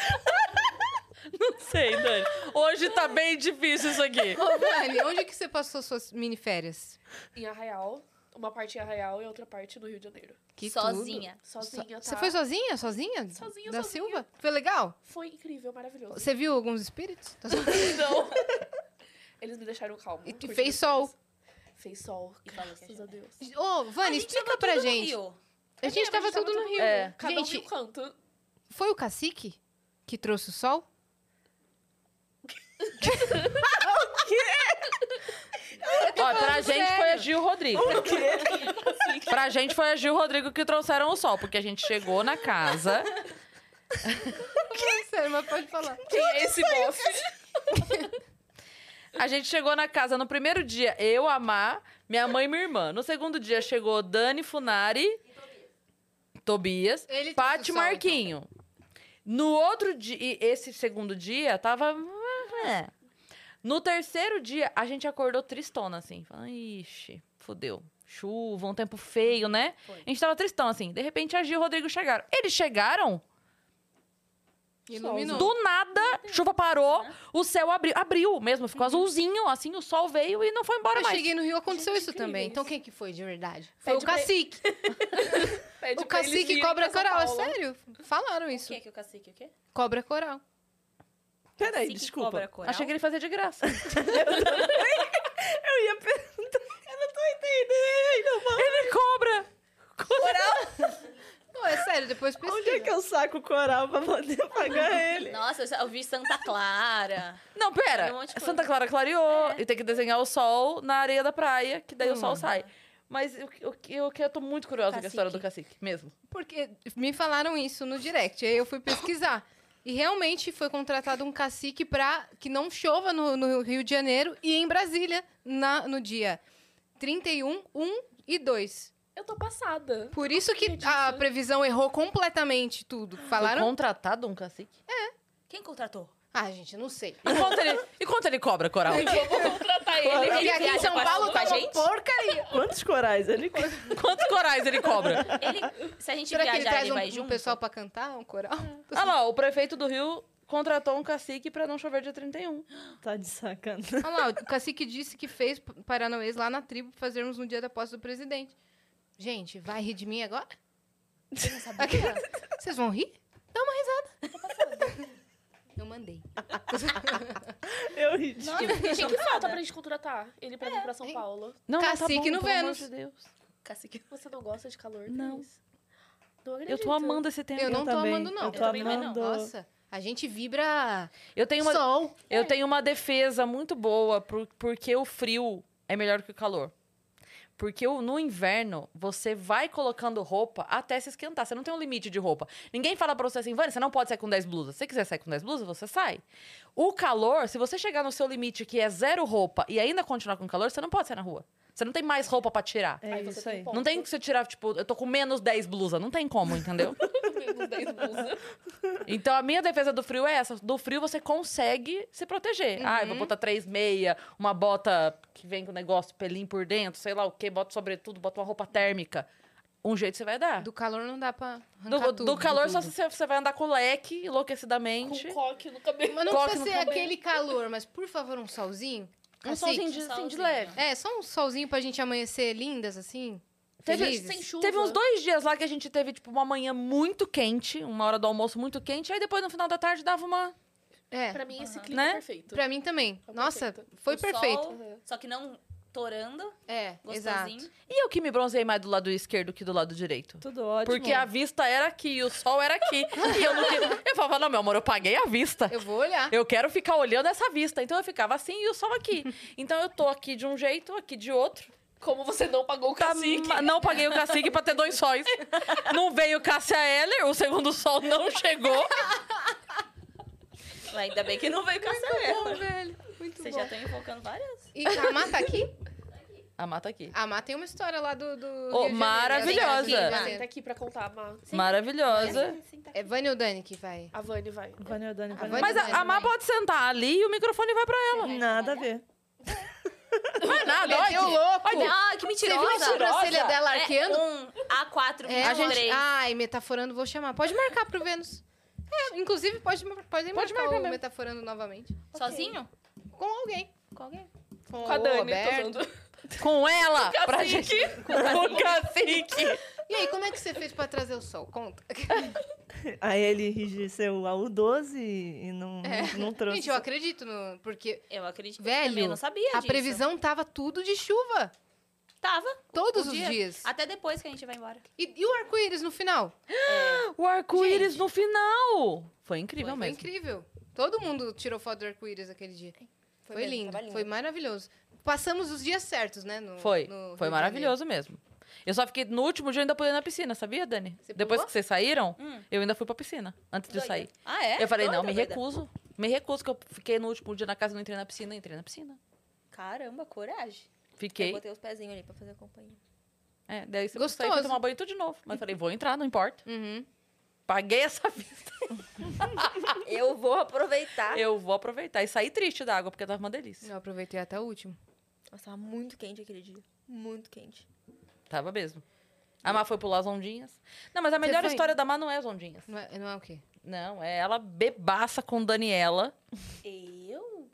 [SPEAKER 1] Não sei, Dani. Hoje tá bem difícil isso aqui.
[SPEAKER 2] Ô, Dani, onde que você passou suas mini férias?
[SPEAKER 5] Em Arraial, uma parte em Arraial e outra parte no Rio de Janeiro.
[SPEAKER 2] Que
[SPEAKER 3] Sozinha.
[SPEAKER 2] tudo.
[SPEAKER 5] Sozinha, tá?
[SPEAKER 2] Você foi sozinha? Sozinha?
[SPEAKER 5] Sozinha,
[SPEAKER 2] Da
[SPEAKER 5] sozinha.
[SPEAKER 2] Silva? Foi legal?
[SPEAKER 5] Foi incrível, maravilhoso.
[SPEAKER 2] Você viu alguns espíritos? Tá sozinha?
[SPEAKER 5] Então, eles me deixaram calmo.
[SPEAKER 2] E te
[SPEAKER 5] curti
[SPEAKER 2] fez
[SPEAKER 5] muito
[SPEAKER 2] sol.
[SPEAKER 5] isso. Fez sol,
[SPEAKER 3] E falou que
[SPEAKER 5] graças a Deus.
[SPEAKER 2] Ô, Vani, explica pra gente. A gente
[SPEAKER 5] É,
[SPEAKER 2] tava
[SPEAKER 5] mas
[SPEAKER 2] tudo no Rio.
[SPEAKER 1] É.
[SPEAKER 5] Cada um
[SPEAKER 2] Gente-
[SPEAKER 5] viu um canto.
[SPEAKER 2] Foi o cacique que trouxe o sol?
[SPEAKER 1] Ó, pra gente foi a Gil Rodrigo.
[SPEAKER 4] O quê?
[SPEAKER 1] Pra gente foi a Gil Rodrigo que trouxeram o sol, porque a gente chegou na casa.
[SPEAKER 2] Sério, mas pode falar.
[SPEAKER 5] Quem é esse bofe?
[SPEAKER 1] A gente chegou na casa no primeiro dia, eu, a Má, minha mãe e minha irmã. No segundo dia chegou Dani Funari, Tobias,
[SPEAKER 2] Ele trouxe o
[SPEAKER 1] Paty
[SPEAKER 2] sol,
[SPEAKER 1] Marquinho. No outro dia, e esse segundo dia, tava. No terceiro dia, a gente acordou tristona, assim. Falando, ixi, fudeu. Chuva, um tempo feio, né? A gente tava tristão, assim. De repente, a Gil e o Rodrigo chegaram. Eles chegaram,
[SPEAKER 2] Iluminou.
[SPEAKER 1] do nada, chuva parou, o céu abriu. Abriu mesmo, ficou azulzinho, assim, o sol veio e não foi embora
[SPEAKER 2] Eu
[SPEAKER 1] mais.
[SPEAKER 2] cheguei no Rio, aconteceu
[SPEAKER 5] Gente,
[SPEAKER 2] isso
[SPEAKER 5] incríveis.
[SPEAKER 2] também. Então quem que foi de verdade? Foi
[SPEAKER 5] Pede
[SPEAKER 2] o
[SPEAKER 5] pra-
[SPEAKER 2] cacique.
[SPEAKER 5] Pede
[SPEAKER 2] O
[SPEAKER 5] pra eles
[SPEAKER 2] cacique
[SPEAKER 5] virem
[SPEAKER 2] cobra
[SPEAKER 5] pra São
[SPEAKER 2] coral, é
[SPEAKER 5] Paulo.
[SPEAKER 2] sério. Falaram
[SPEAKER 3] O
[SPEAKER 2] isso.
[SPEAKER 3] é que que o cacique, o quê?
[SPEAKER 2] Cobra coral.
[SPEAKER 4] Peraí,
[SPEAKER 3] Cacique
[SPEAKER 4] desculpa.
[SPEAKER 3] Assim cobra coral?
[SPEAKER 1] Achei que ele fazia de graça.
[SPEAKER 4] Eu ia perguntar. Eu não tô entendendo. mano.
[SPEAKER 1] ele cobra!
[SPEAKER 2] Não, é sério, depois pesquisa.
[SPEAKER 4] Onde é que eu saco o coral pra poder pagar ele?
[SPEAKER 3] Nossa, eu já ouvi Santa Clara.
[SPEAKER 1] Não,
[SPEAKER 3] Tem
[SPEAKER 1] pera.
[SPEAKER 3] um monte de
[SPEAKER 1] Santa Clara clareou e tem que desenhar o sol na areia da praia, que daí o sol
[SPEAKER 2] Hum.
[SPEAKER 1] sai. Mas eu, eu, eu, eu tô muito curiosa com a história do cacique, mesmo.
[SPEAKER 2] Porque me falaram isso no direct, aí eu fui pesquisar. E realmente foi contratado um cacique pra que não chova no, no Rio de Janeiro e em Brasília na- no dia 31, 1 e 2.
[SPEAKER 5] Eu tô passada.
[SPEAKER 2] Por isso que a previsão errou completamente tudo.
[SPEAKER 1] Foi
[SPEAKER 2] Falaram?
[SPEAKER 1] contratado um cacique?
[SPEAKER 3] Quem contratou?
[SPEAKER 2] Ah, gente, eu não sei.
[SPEAKER 1] E quanto ele, e quanto ele cobra, Coral?
[SPEAKER 5] Vou contratar ele.
[SPEAKER 2] Porque aqui em
[SPEAKER 3] viaja
[SPEAKER 2] São
[SPEAKER 3] pra-
[SPEAKER 2] Paulo
[SPEAKER 3] com
[SPEAKER 2] tá
[SPEAKER 3] a
[SPEAKER 2] uma
[SPEAKER 3] gente?
[SPEAKER 2] porcaria.
[SPEAKER 4] Quantos corais ele quer?
[SPEAKER 1] Quantos corais ele cobra?
[SPEAKER 3] Ele, se a gente
[SPEAKER 2] Será que
[SPEAKER 3] viajar,
[SPEAKER 2] ele traz
[SPEAKER 3] vai
[SPEAKER 2] um, um
[SPEAKER 3] junto? Hum.
[SPEAKER 2] pessoal pra cantar, um coral?
[SPEAKER 1] Olha Ah lá, o prefeito do Rio contratou um cacique pra não chover dia 31.
[SPEAKER 4] Tá de sacanagem.
[SPEAKER 2] Olha lá, o cacique disse que fez Paranauês lá na tribo fazermos no dia da posse do presidente. Gente, vai rir de mim agora? Aquela- Vocês vão rir? Dá uma risada. Eu mandei.
[SPEAKER 4] Eu ri. de-
[SPEAKER 3] Nossa,
[SPEAKER 5] O
[SPEAKER 3] fiquei
[SPEAKER 5] que falta pra
[SPEAKER 3] chocada.
[SPEAKER 5] gente contratar ele pra vir pra São
[SPEAKER 2] hein?
[SPEAKER 5] Paulo?
[SPEAKER 1] Não, não, tá
[SPEAKER 2] Cacique
[SPEAKER 1] bom,
[SPEAKER 2] no
[SPEAKER 1] pelo amor
[SPEAKER 2] Vênus.
[SPEAKER 1] de Deus.
[SPEAKER 3] Cacique.
[SPEAKER 5] Você não gosta de calor,
[SPEAKER 1] Não.
[SPEAKER 5] Cris? Não
[SPEAKER 1] Eu
[SPEAKER 5] acredito.
[SPEAKER 1] tô amando esse tempo.
[SPEAKER 2] Eu, não tô
[SPEAKER 4] também,
[SPEAKER 2] amando, não.
[SPEAKER 4] Eu tô
[SPEAKER 3] também não.
[SPEAKER 4] amando.
[SPEAKER 2] Nossa, a gente vibra
[SPEAKER 1] Eu tenho uma,
[SPEAKER 2] sol.
[SPEAKER 1] Eu tenho uma defesa muito boa pro, porque o frio é melhor que o calor. Porque o- no inverno, você vai colocando roupa até se esquentar. Você não tem um limite de roupa. Ninguém fala pra você assim, Vânia, você não pode sair com 10 blusas. Se você quiser sair com 10 blusas, você sai. O calor, se você chegar no seu limite que é zero roupa e ainda continuar com calor, você não pode sair na rua. Você não tem mais roupa pra tirar.
[SPEAKER 5] É
[SPEAKER 4] É
[SPEAKER 5] Aí você
[SPEAKER 4] isso
[SPEAKER 5] tem
[SPEAKER 4] aí.
[SPEAKER 5] ponto.
[SPEAKER 1] Não tem que você tirar, tipo, eu tô com menos 10 blusas. Não tem como, entendeu?
[SPEAKER 5] Menos 10 blusas.
[SPEAKER 1] Então, a minha defesa do frio é essa. Do frio, você consegue se proteger. Ah, eu vou botar três meia, uma bota que vem com negócio pelinho por dentro, sei lá o quê, bota sobretudo, bota uma roupa térmica. Um jeito você vai dar. Do,
[SPEAKER 2] Do calor não dá pra arrancar
[SPEAKER 1] do
[SPEAKER 2] tudo.
[SPEAKER 1] calor, só
[SPEAKER 2] tudo.
[SPEAKER 1] se você, você vai andar com leque,
[SPEAKER 5] Com
[SPEAKER 1] enlouquecidamente.
[SPEAKER 5] um coque no cabelo.
[SPEAKER 2] Mas não
[SPEAKER 1] Coloca
[SPEAKER 2] precisa
[SPEAKER 1] no
[SPEAKER 2] ser
[SPEAKER 1] cabelo.
[SPEAKER 2] aquele calor, mas por favor, um solzinho.
[SPEAKER 1] um
[SPEAKER 2] Cacique.
[SPEAKER 1] solzinho de,
[SPEAKER 3] um
[SPEAKER 1] assim, de
[SPEAKER 3] solzinho.
[SPEAKER 1] leve.
[SPEAKER 2] É, só um solzinho pra gente amanhecer lindas, assim.
[SPEAKER 1] Teve-
[SPEAKER 2] felizes.
[SPEAKER 5] sem chuva.
[SPEAKER 1] Teve uns dois dias lá que a gente teve, tipo, uma manhã muito quente, uma hora do almoço muito quente, aí depois no final da tarde dava uma.
[SPEAKER 2] É,
[SPEAKER 5] Pra mim, esse
[SPEAKER 3] Aham.
[SPEAKER 5] clima
[SPEAKER 1] Né?
[SPEAKER 5] é perfeito.
[SPEAKER 2] pra mim também.
[SPEAKER 5] Tá
[SPEAKER 2] Nossa,
[SPEAKER 5] perfeito.
[SPEAKER 2] foi
[SPEAKER 3] O
[SPEAKER 2] perfeito.
[SPEAKER 3] sol,
[SPEAKER 5] Uhum.
[SPEAKER 3] só que não torando,
[SPEAKER 2] É, exato.
[SPEAKER 3] gostosinho.
[SPEAKER 1] E eu que me bronzeei mais do lado esquerdo que do lado direito.
[SPEAKER 4] Tudo ótimo.
[SPEAKER 1] Porque a vista era aqui, e o sol era aqui. e eu não queria... Eu falava, não, meu amor, eu paguei a vista.
[SPEAKER 2] Eu vou olhar.
[SPEAKER 1] Eu quero ficar olhando essa vista. Então eu ficava assim e o sol aqui. Então eu tô aqui de um jeito, aqui de outro.
[SPEAKER 5] Como você não pagou o
[SPEAKER 1] Tá-
[SPEAKER 5] cacique.
[SPEAKER 1] ma- não paguei o cacique pra ter dois sóis. Não veio Cássia Heller, o segundo sol não chegou.
[SPEAKER 3] Mas ainda bem que não veio
[SPEAKER 2] Bom,
[SPEAKER 3] cancelar.
[SPEAKER 2] velho. Muito
[SPEAKER 3] Vocês
[SPEAKER 2] bom.
[SPEAKER 3] já estão invocando várias.
[SPEAKER 2] E a Má tá aqui?
[SPEAKER 1] A mata aqui.
[SPEAKER 2] A Má tem uma história lá do. do
[SPEAKER 1] Ô,
[SPEAKER 2] Rio de Janeiro.
[SPEAKER 1] maravilhosa.
[SPEAKER 2] Ela tem
[SPEAKER 5] Ah,
[SPEAKER 2] aqui,
[SPEAKER 5] Senta
[SPEAKER 2] né?
[SPEAKER 5] aqui pra contar, Má.
[SPEAKER 1] Maravilhosa.
[SPEAKER 2] É Vânia ou Dani que vai?
[SPEAKER 5] A Vani vai.
[SPEAKER 4] Vânia, Dani,
[SPEAKER 2] Ah,
[SPEAKER 4] Vânia.
[SPEAKER 2] Vânia,
[SPEAKER 1] Mas a, a Má
[SPEAKER 2] Mãe.
[SPEAKER 1] pode sentar ali e o microfone vai pra ela.
[SPEAKER 4] Nada a ver.
[SPEAKER 1] Não
[SPEAKER 2] Ah,
[SPEAKER 1] é nada,
[SPEAKER 2] Meteu
[SPEAKER 1] olha.
[SPEAKER 2] louco!
[SPEAKER 3] Ah, que
[SPEAKER 2] Você viu a
[SPEAKER 3] mentirosa!
[SPEAKER 2] sobrancelha dela
[SPEAKER 3] É
[SPEAKER 2] arqueando?
[SPEAKER 3] um A4,
[SPEAKER 2] É, a gente...
[SPEAKER 3] 23.
[SPEAKER 2] Ai, metaforando, vou chamar. Pode marcar pro Vênus. É, inclusive, pode, pode, pode marcar,
[SPEAKER 1] marcar
[SPEAKER 2] o
[SPEAKER 1] mesmo.
[SPEAKER 2] metaforando novamente.
[SPEAKER 3] Sozinho?
[SPEAKER 2] Com alguém.
[SPEAKER 3] Com alguém.
[SPEAKER 2] Com,
[SPEAKER 5] Com a
[SPEAKER 2] o
[SPEAKER 5] Dani,
[SPEAKER 2] Roberto.
[SPEAKER 5] tô usando.
[SPEAKER 1] Com ela,
[SPEAKER 5] Cacique.
[SPEAKER 1] pra gente. Com o cacique.
[SPEAKER 2] E aí, como é que você fez pra trazer o sol? Conta.
[SPEAKER 4] Aí ele enrijeceu a U12 e não,
[SPEAKER 2] É.
[SPEAKER 4] não trouxe.
[SPEAKER 2] Gente, eu acredito no... Porque
[SPEAKER 3] Eu acredito.
[SPEAKER 2] Velho,
[SPEAKER 3] também, eu não sabia
[SPEAKER 2] a
[SPEAKER 3] disso.
[SPEAKER 2] previsão tava tudo de chuva.
[SPEAKER 3] Tava.
[SPEAKER 2] Todos
[SPEAKER 3] o
[SPEAKER 2] os
[SPEAKER 3] dia.
[SPEAKER 2] dias.
[SPEAKER 3] Até depois que a gente vai embora.
[SPEAKER 2] E, e o arco-íris no final?
[SPEAKER 1] O arco-íris no final. Foi
[SPEAKER 2] Foi,
[SPEAKER 1] incrível
[SPEAKER 2] foi
[SPEAKER 1] mesmo.
[SPEAKER 2] incrível. Todo mundo tirou foto do arco-íris aquele dia. Foi,
[SPEAKER 3] mesmo,
[SPEAKER 2] lindo.
[SPEAKER 3] tava
[SPEAKER 2] Foi maravilhoso. Passamos os dias certos, né? No,
[SPEAKER 1] Foi.
[SPEAKER 2] no Rio de
[SPEAKER 1] foi
[SPEAKER 2] Janeiro.
[SPEAKER 1] maravilhoso mesmo. Eu só fiquei. No último dia eu ainda pulei na piscina, sabia, Dani?
[SPEAKER 2] Você
[SPEAKER 1] Depois
[SPEAKER 2] pulou?
[SPEAKER 1] que vocês saíram,
[SPEAKER 3] Hum.
[SPEAKER 1] eu ainda fui pra piscina antes de
[SPEAKER 3] Doida.
[SPEAKER 1] sair.
[SPEAKER 3] Ah, é?
[SPEAKER 1] eu falei, não,
[SPEAKER 3] Doida,
[SPEAKER 1] me
[SPEAKER 3] doida.
[SPEAKER 1] recuso. Me recuso, que eu fiquei no último dia na casa e não entrei na piscina. Entrei na piscina.
[SPEAKER 3] Caramba, coragem. Eu
[SPEAKER 1] Fiquei.
[SPEAKER 3] botei os pezinhos ali pra fazer companhia.
[SPEAKER 1] É, daí você
[SPEAKER 2] Gostoso.
[SPEAKER 1] saí pra tomar banho tudo de novo. Mas eu falei, vou entrar, não importa.
[SPEAKER 2] Uhum.
[SPEAKER 1] Paguei essa vista.
[SPEAKER 3] Eu vou
[SPEAKER 6] Ah.
[SPEAKER 3] aproveitar.
[SPEAKER 1] Eu vou aproveitar. E saí triste da água, porque tava uma delícia.
[SPEAKER 2] Eu aproveitei até o último.
[SPEAKER 3] Nossa, tava muito quente aquele dia. Muito quente.
[SPEAKER 1] Tava mesmo. A Má foi pular as ondinhas. Não, mas a melhor
[SPEAKER 2] foi-
[SPEAKER 1] história da Má não é as ondinhas.
[SPEAKER 2] Não é, não é o quê?
[SPEAKER 1] Não, é ela bebaça com Daniela.
[SPEAKER 3] Eu?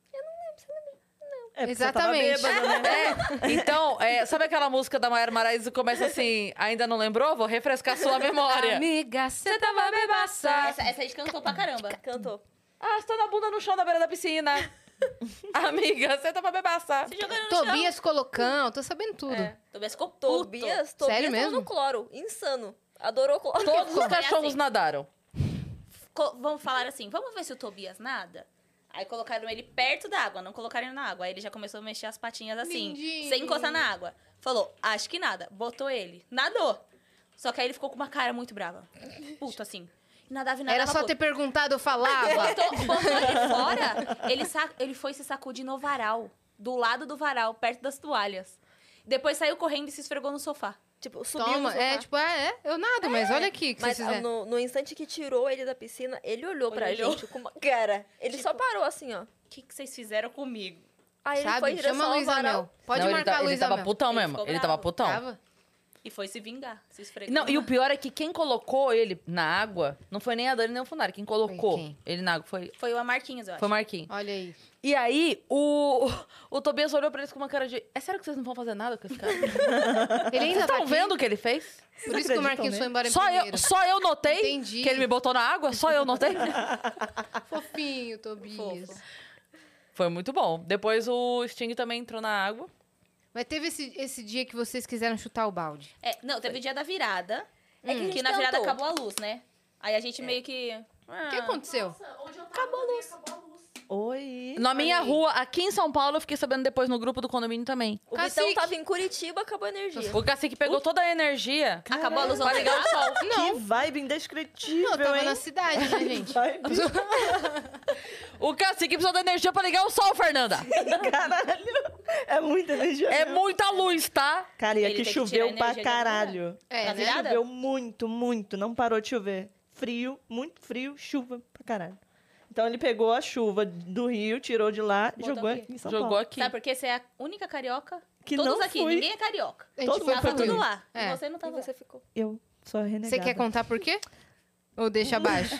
[SPEAKER 4] É porque você tava
[SPEAKER 2] Exatamente.
[SPEAKER 4] bêbada, né?
[SPEAKER 1] É, então, é, sabe aquela música da Maiara Marais que começa assim, ainda não lembrou? Vou refrescar sua memória.
[SPEAKER 2] Amiga,
[SPEAKER 1] Você tava bebaça.
[SPEAKER 3] Tá. Essa, essa a gente cantou pra caramba. Cantou.
[SPEAKER 1] Arrastando a Ah, bunda no chão da beira da piscina. Amiga, você tava bebaça.
[SPEAKER 3] Se jogando no chão.
[SPEAKER 2] Tobias Colocão, tô sabendo tudo.
[SPEAKER 3] É. Tobias ficou puto.
[SPEAKER 6] Tobias, Tobias
[SPEAKER 2] Sério
[SPEAKER 6] Sério
[SPEAKER 2] mesmo?
[SPEAKER 6] no cloro. Insano. Adorou cloro.
[SPEAKER 1] Todos os
[SPEAKER 3] Como é
[SPEAKER 1] cachorros
[SPEAKER 3] assim?
[SPEAKER 1] nadaram.
[SPEAKER 3] Co- Vamos falar assim, vamos ver se o Tobias nada? Aí colocaram ele perto da água, não colocaram ele na água. Aí ele já começou a mexer as patinhas assim,
[SPEAKER 2] Lindinho.
[SPEAKER 3] sem encostar na água. Falou, acho que nada. Botou ele. Nadou. Só que aí ele ficou com uma cara muito brava. Puto, assim. E Nadava e nadava.
[SPEAKER 2] Era só
[SPEAKER 3] puto.
[SPEAKER 2] ter perguntado, eu falava.
[SPEAKER 3] Botou, botou ele fora, ele, sa- ele foi se sacudir no varal. Do lado do varal, perto das toalhas. Depois saiu correndo e se esfregou no sofá.
[SPEAKER 6] Tipo, subiu no
[SPEAKER 2] Toma,
[SPEAKER 6] sofá.
[SPEAKER 2] é tipo, ah, é, eu nado, mas olha aqui o que
[SPEAKER 6] Mas ah,
[SPEAKER 2] vocês fizeram.
[SPEAKER 6] no, no instante que tirou ele da piscina, ele olhou pra
[SPEAKER 3] Olhou.
[SPEAKER 6] gente com uma cara. Ele
[SPEAKER 2] Tipo,
[SPEAKER 6] só parou assim, ó.
[SPEAKER 3] O que, que vocês fizeram comigo?
[SPEAKER 6] Aí ele foi em
[SPEAKER 2] Sabe?
[SPEAKER 6] direção
[SPEAKER 2] Chama a
[SPEAKER 6] ao
[SPEAKER 2] Luísa
[SPEAKER 6] varal.
[SPEAKER 2] Mel. Pode
[SPEAKER 1] Não, ele
[SPEAKER 2] marcar
[SPEAKER 1] tá-
[SPEAKER 2] a
[SPEAKER 1] Ele
[SPEAKER 2] Luísa
[SPEAKER 1] tava
[SPEAKER 2] Mel.
[SPEAKER 1] putão
[SPEAKER 3] Ele
[SPEAKER 1] mesmo.
[SPEAKER 3] ficou
[SPEAKER 1] Ele tava
[SPEAKER 3] bravo.
[SPEAKER 1] putão.
[SPEAKER 2] Tava?
[SPEAKER 3] E foi se vingar, se esfregou.
[SPEAKER 1] Não, e o pior é que quem colocou ele na água não foi nem a Dani nem o Funari. Quem colocou
[SPEAKER 2] quem?
[SPEAKER 1] ele na água foi,
[SPEAKER 3] Foi o Marquinhos, eu acho.
[SPEAKER 1] foi o Marquinhos.
[SPEAKER 2] Olha aí.
[SPEAKER 1] E aí, o, o Tobias olhou pra eles com uma cara de... É sério que vocês não vão fazer nada com esse cara? Vocês
[SPEAKER 2] Ele ainda tá
[SPEAKER 1] estão
[SPEAKER 2] aqui.
[SPEAKER 1] vendo o que ele fez?
[SPEAKER 2] Por isso que o
[SPEAKER 4] acreditam
[SPEAKER 2] Marquinhos
[SPEAKER 4] nele?
[SPEAKER 2] foi embora
[SPEAKER 1] Só
[SPEAKER 2] primeiro.
[SPEAKER 1] eu, só eu notei
[SPEAKER 2] Entendi.
[SPEAKER 1] que ele me botou na água? Só eu notei?
[SPEAKER 2] Fofinho, Tobias.
[SPEAKER 3] Fofo.
[SPEAKER 1] Foi muito bom. Depois o Sting também entrou na água.
[SPEAKER 2] Mas teve esse, esse dia que vocês quiseram chutar o balde.
[SPEAKER 3] É, não, teve o dia da virada.
[SPEAKER 2] Hum.
[SPEAKER 6] É que a gente
[SPEAKER 3] Que na virada
[SPEAKER 6] tentou. É.
[SPEAKER 3] acabou a luz, né? Aí a gente meio que.
[SPEAKER 2] O que aconteceu?
[SPEAKER 5] Acabou a luz.
[SPEAKER 4] Oi.
[SPEAKER 1] Na minha
[SPEAKER 6] Olha aí.
[SPEAKER 1] rua, aqui em São Paulo, eu fiquei sabendo depois no grupo do condomínio também.
[SPEAKER 6] O
[SPEAKER 2] Cacique.
[SPEAKER 6] Vitão tava em Curitiba, acabou a energia.
[SPEAKER 1] O cacique pegou toda a energia.
[SPEAKER 3] Acabou a luz
[SPEAKER 1] Pra
[SPEAKER 3] solar.
[SPEAKER 1] ligar o sol.
[SPEAKER 4] Que vibe
[SPEAKER 2] Não,
[SPEAKER 4] indescritível,
[SPEAKER 2] eu tava
[SPEAKER 4] hein?
[SPEAKER 2] na cidade, né, gente?
[SPEAKER 4] Vibe,
[SPEAKER 1] O cacique precisou da energia pra ligar o sol, Fernanda.
[SPEAKER 4] caralho. É muita energia.
[SPEAKER 1] É
[SPEAKER 4] mesmo.
[SPEAKER 1] muita luz, tá?
[SPEAKER 4] Cara, e
[SPEAKER 3] Ele
[SPEAKER 4] aqui
[SPEAKER 3] tem que
[SPEAKER 4] choveu
[SPEAKER 3] tirar a energia
[SPEAKER 4] pra
[SPEAKER 3] de
[SPEAKER 4] caralho.
[SPEAKER 2] É,
[SPEAKER 3] Tá
[SPEAKER 2] né?
[SPEAKER 3] virada?
[SPEAKER 4] Choveu muito, muito. Não parou de chover. Frio, muito frio, chuva pra caralho. Então ele pegou a chuva do Rio, tirou de lá e
[SPEAKER 3] Botou
[SPEAKER 4] jogou
[SPEAKER 3] aqui.
[SPEAKER 4] aqui em São
[SPEAKER 1] Jogou
[SPEAKER 4] Paulo.
[SPEAKER 1] aqui.
[SPEAKER 3] Sabe por quê? Você é a única carioca.
[SPEAKER 4] Que
[SPEAKER 3] Todos
[SPEAKER 4] não
[SPEAKER 3] aqui,
[SPEAKER 4] fui.
[SPEAKER 3] ninguém é carioca.
[SPEAKER 2] A gente
[SPEAKER 4] Todo
[SPEAKER 2] foi
[SPEAKER 4] mundo
[SPEAKER 3] Tava
[SPEAKER 2] pra
[SPEAKER 4] foi.
[SPEAKER 3] tudo
[SPEAKER 2] tudo.
[SPEAKER 3] lá.
[SPEAKER 2] É.
[SPEAKER 3] E você não
[SPEAKER 6] E
[SPEAKER 3] tava.
[SPEAKER 6] você ficou.
[SPEAKER 4] Eu sou renegada.
[SPEAKER 2] Você quer contar por quê? Ou deixa abaixo?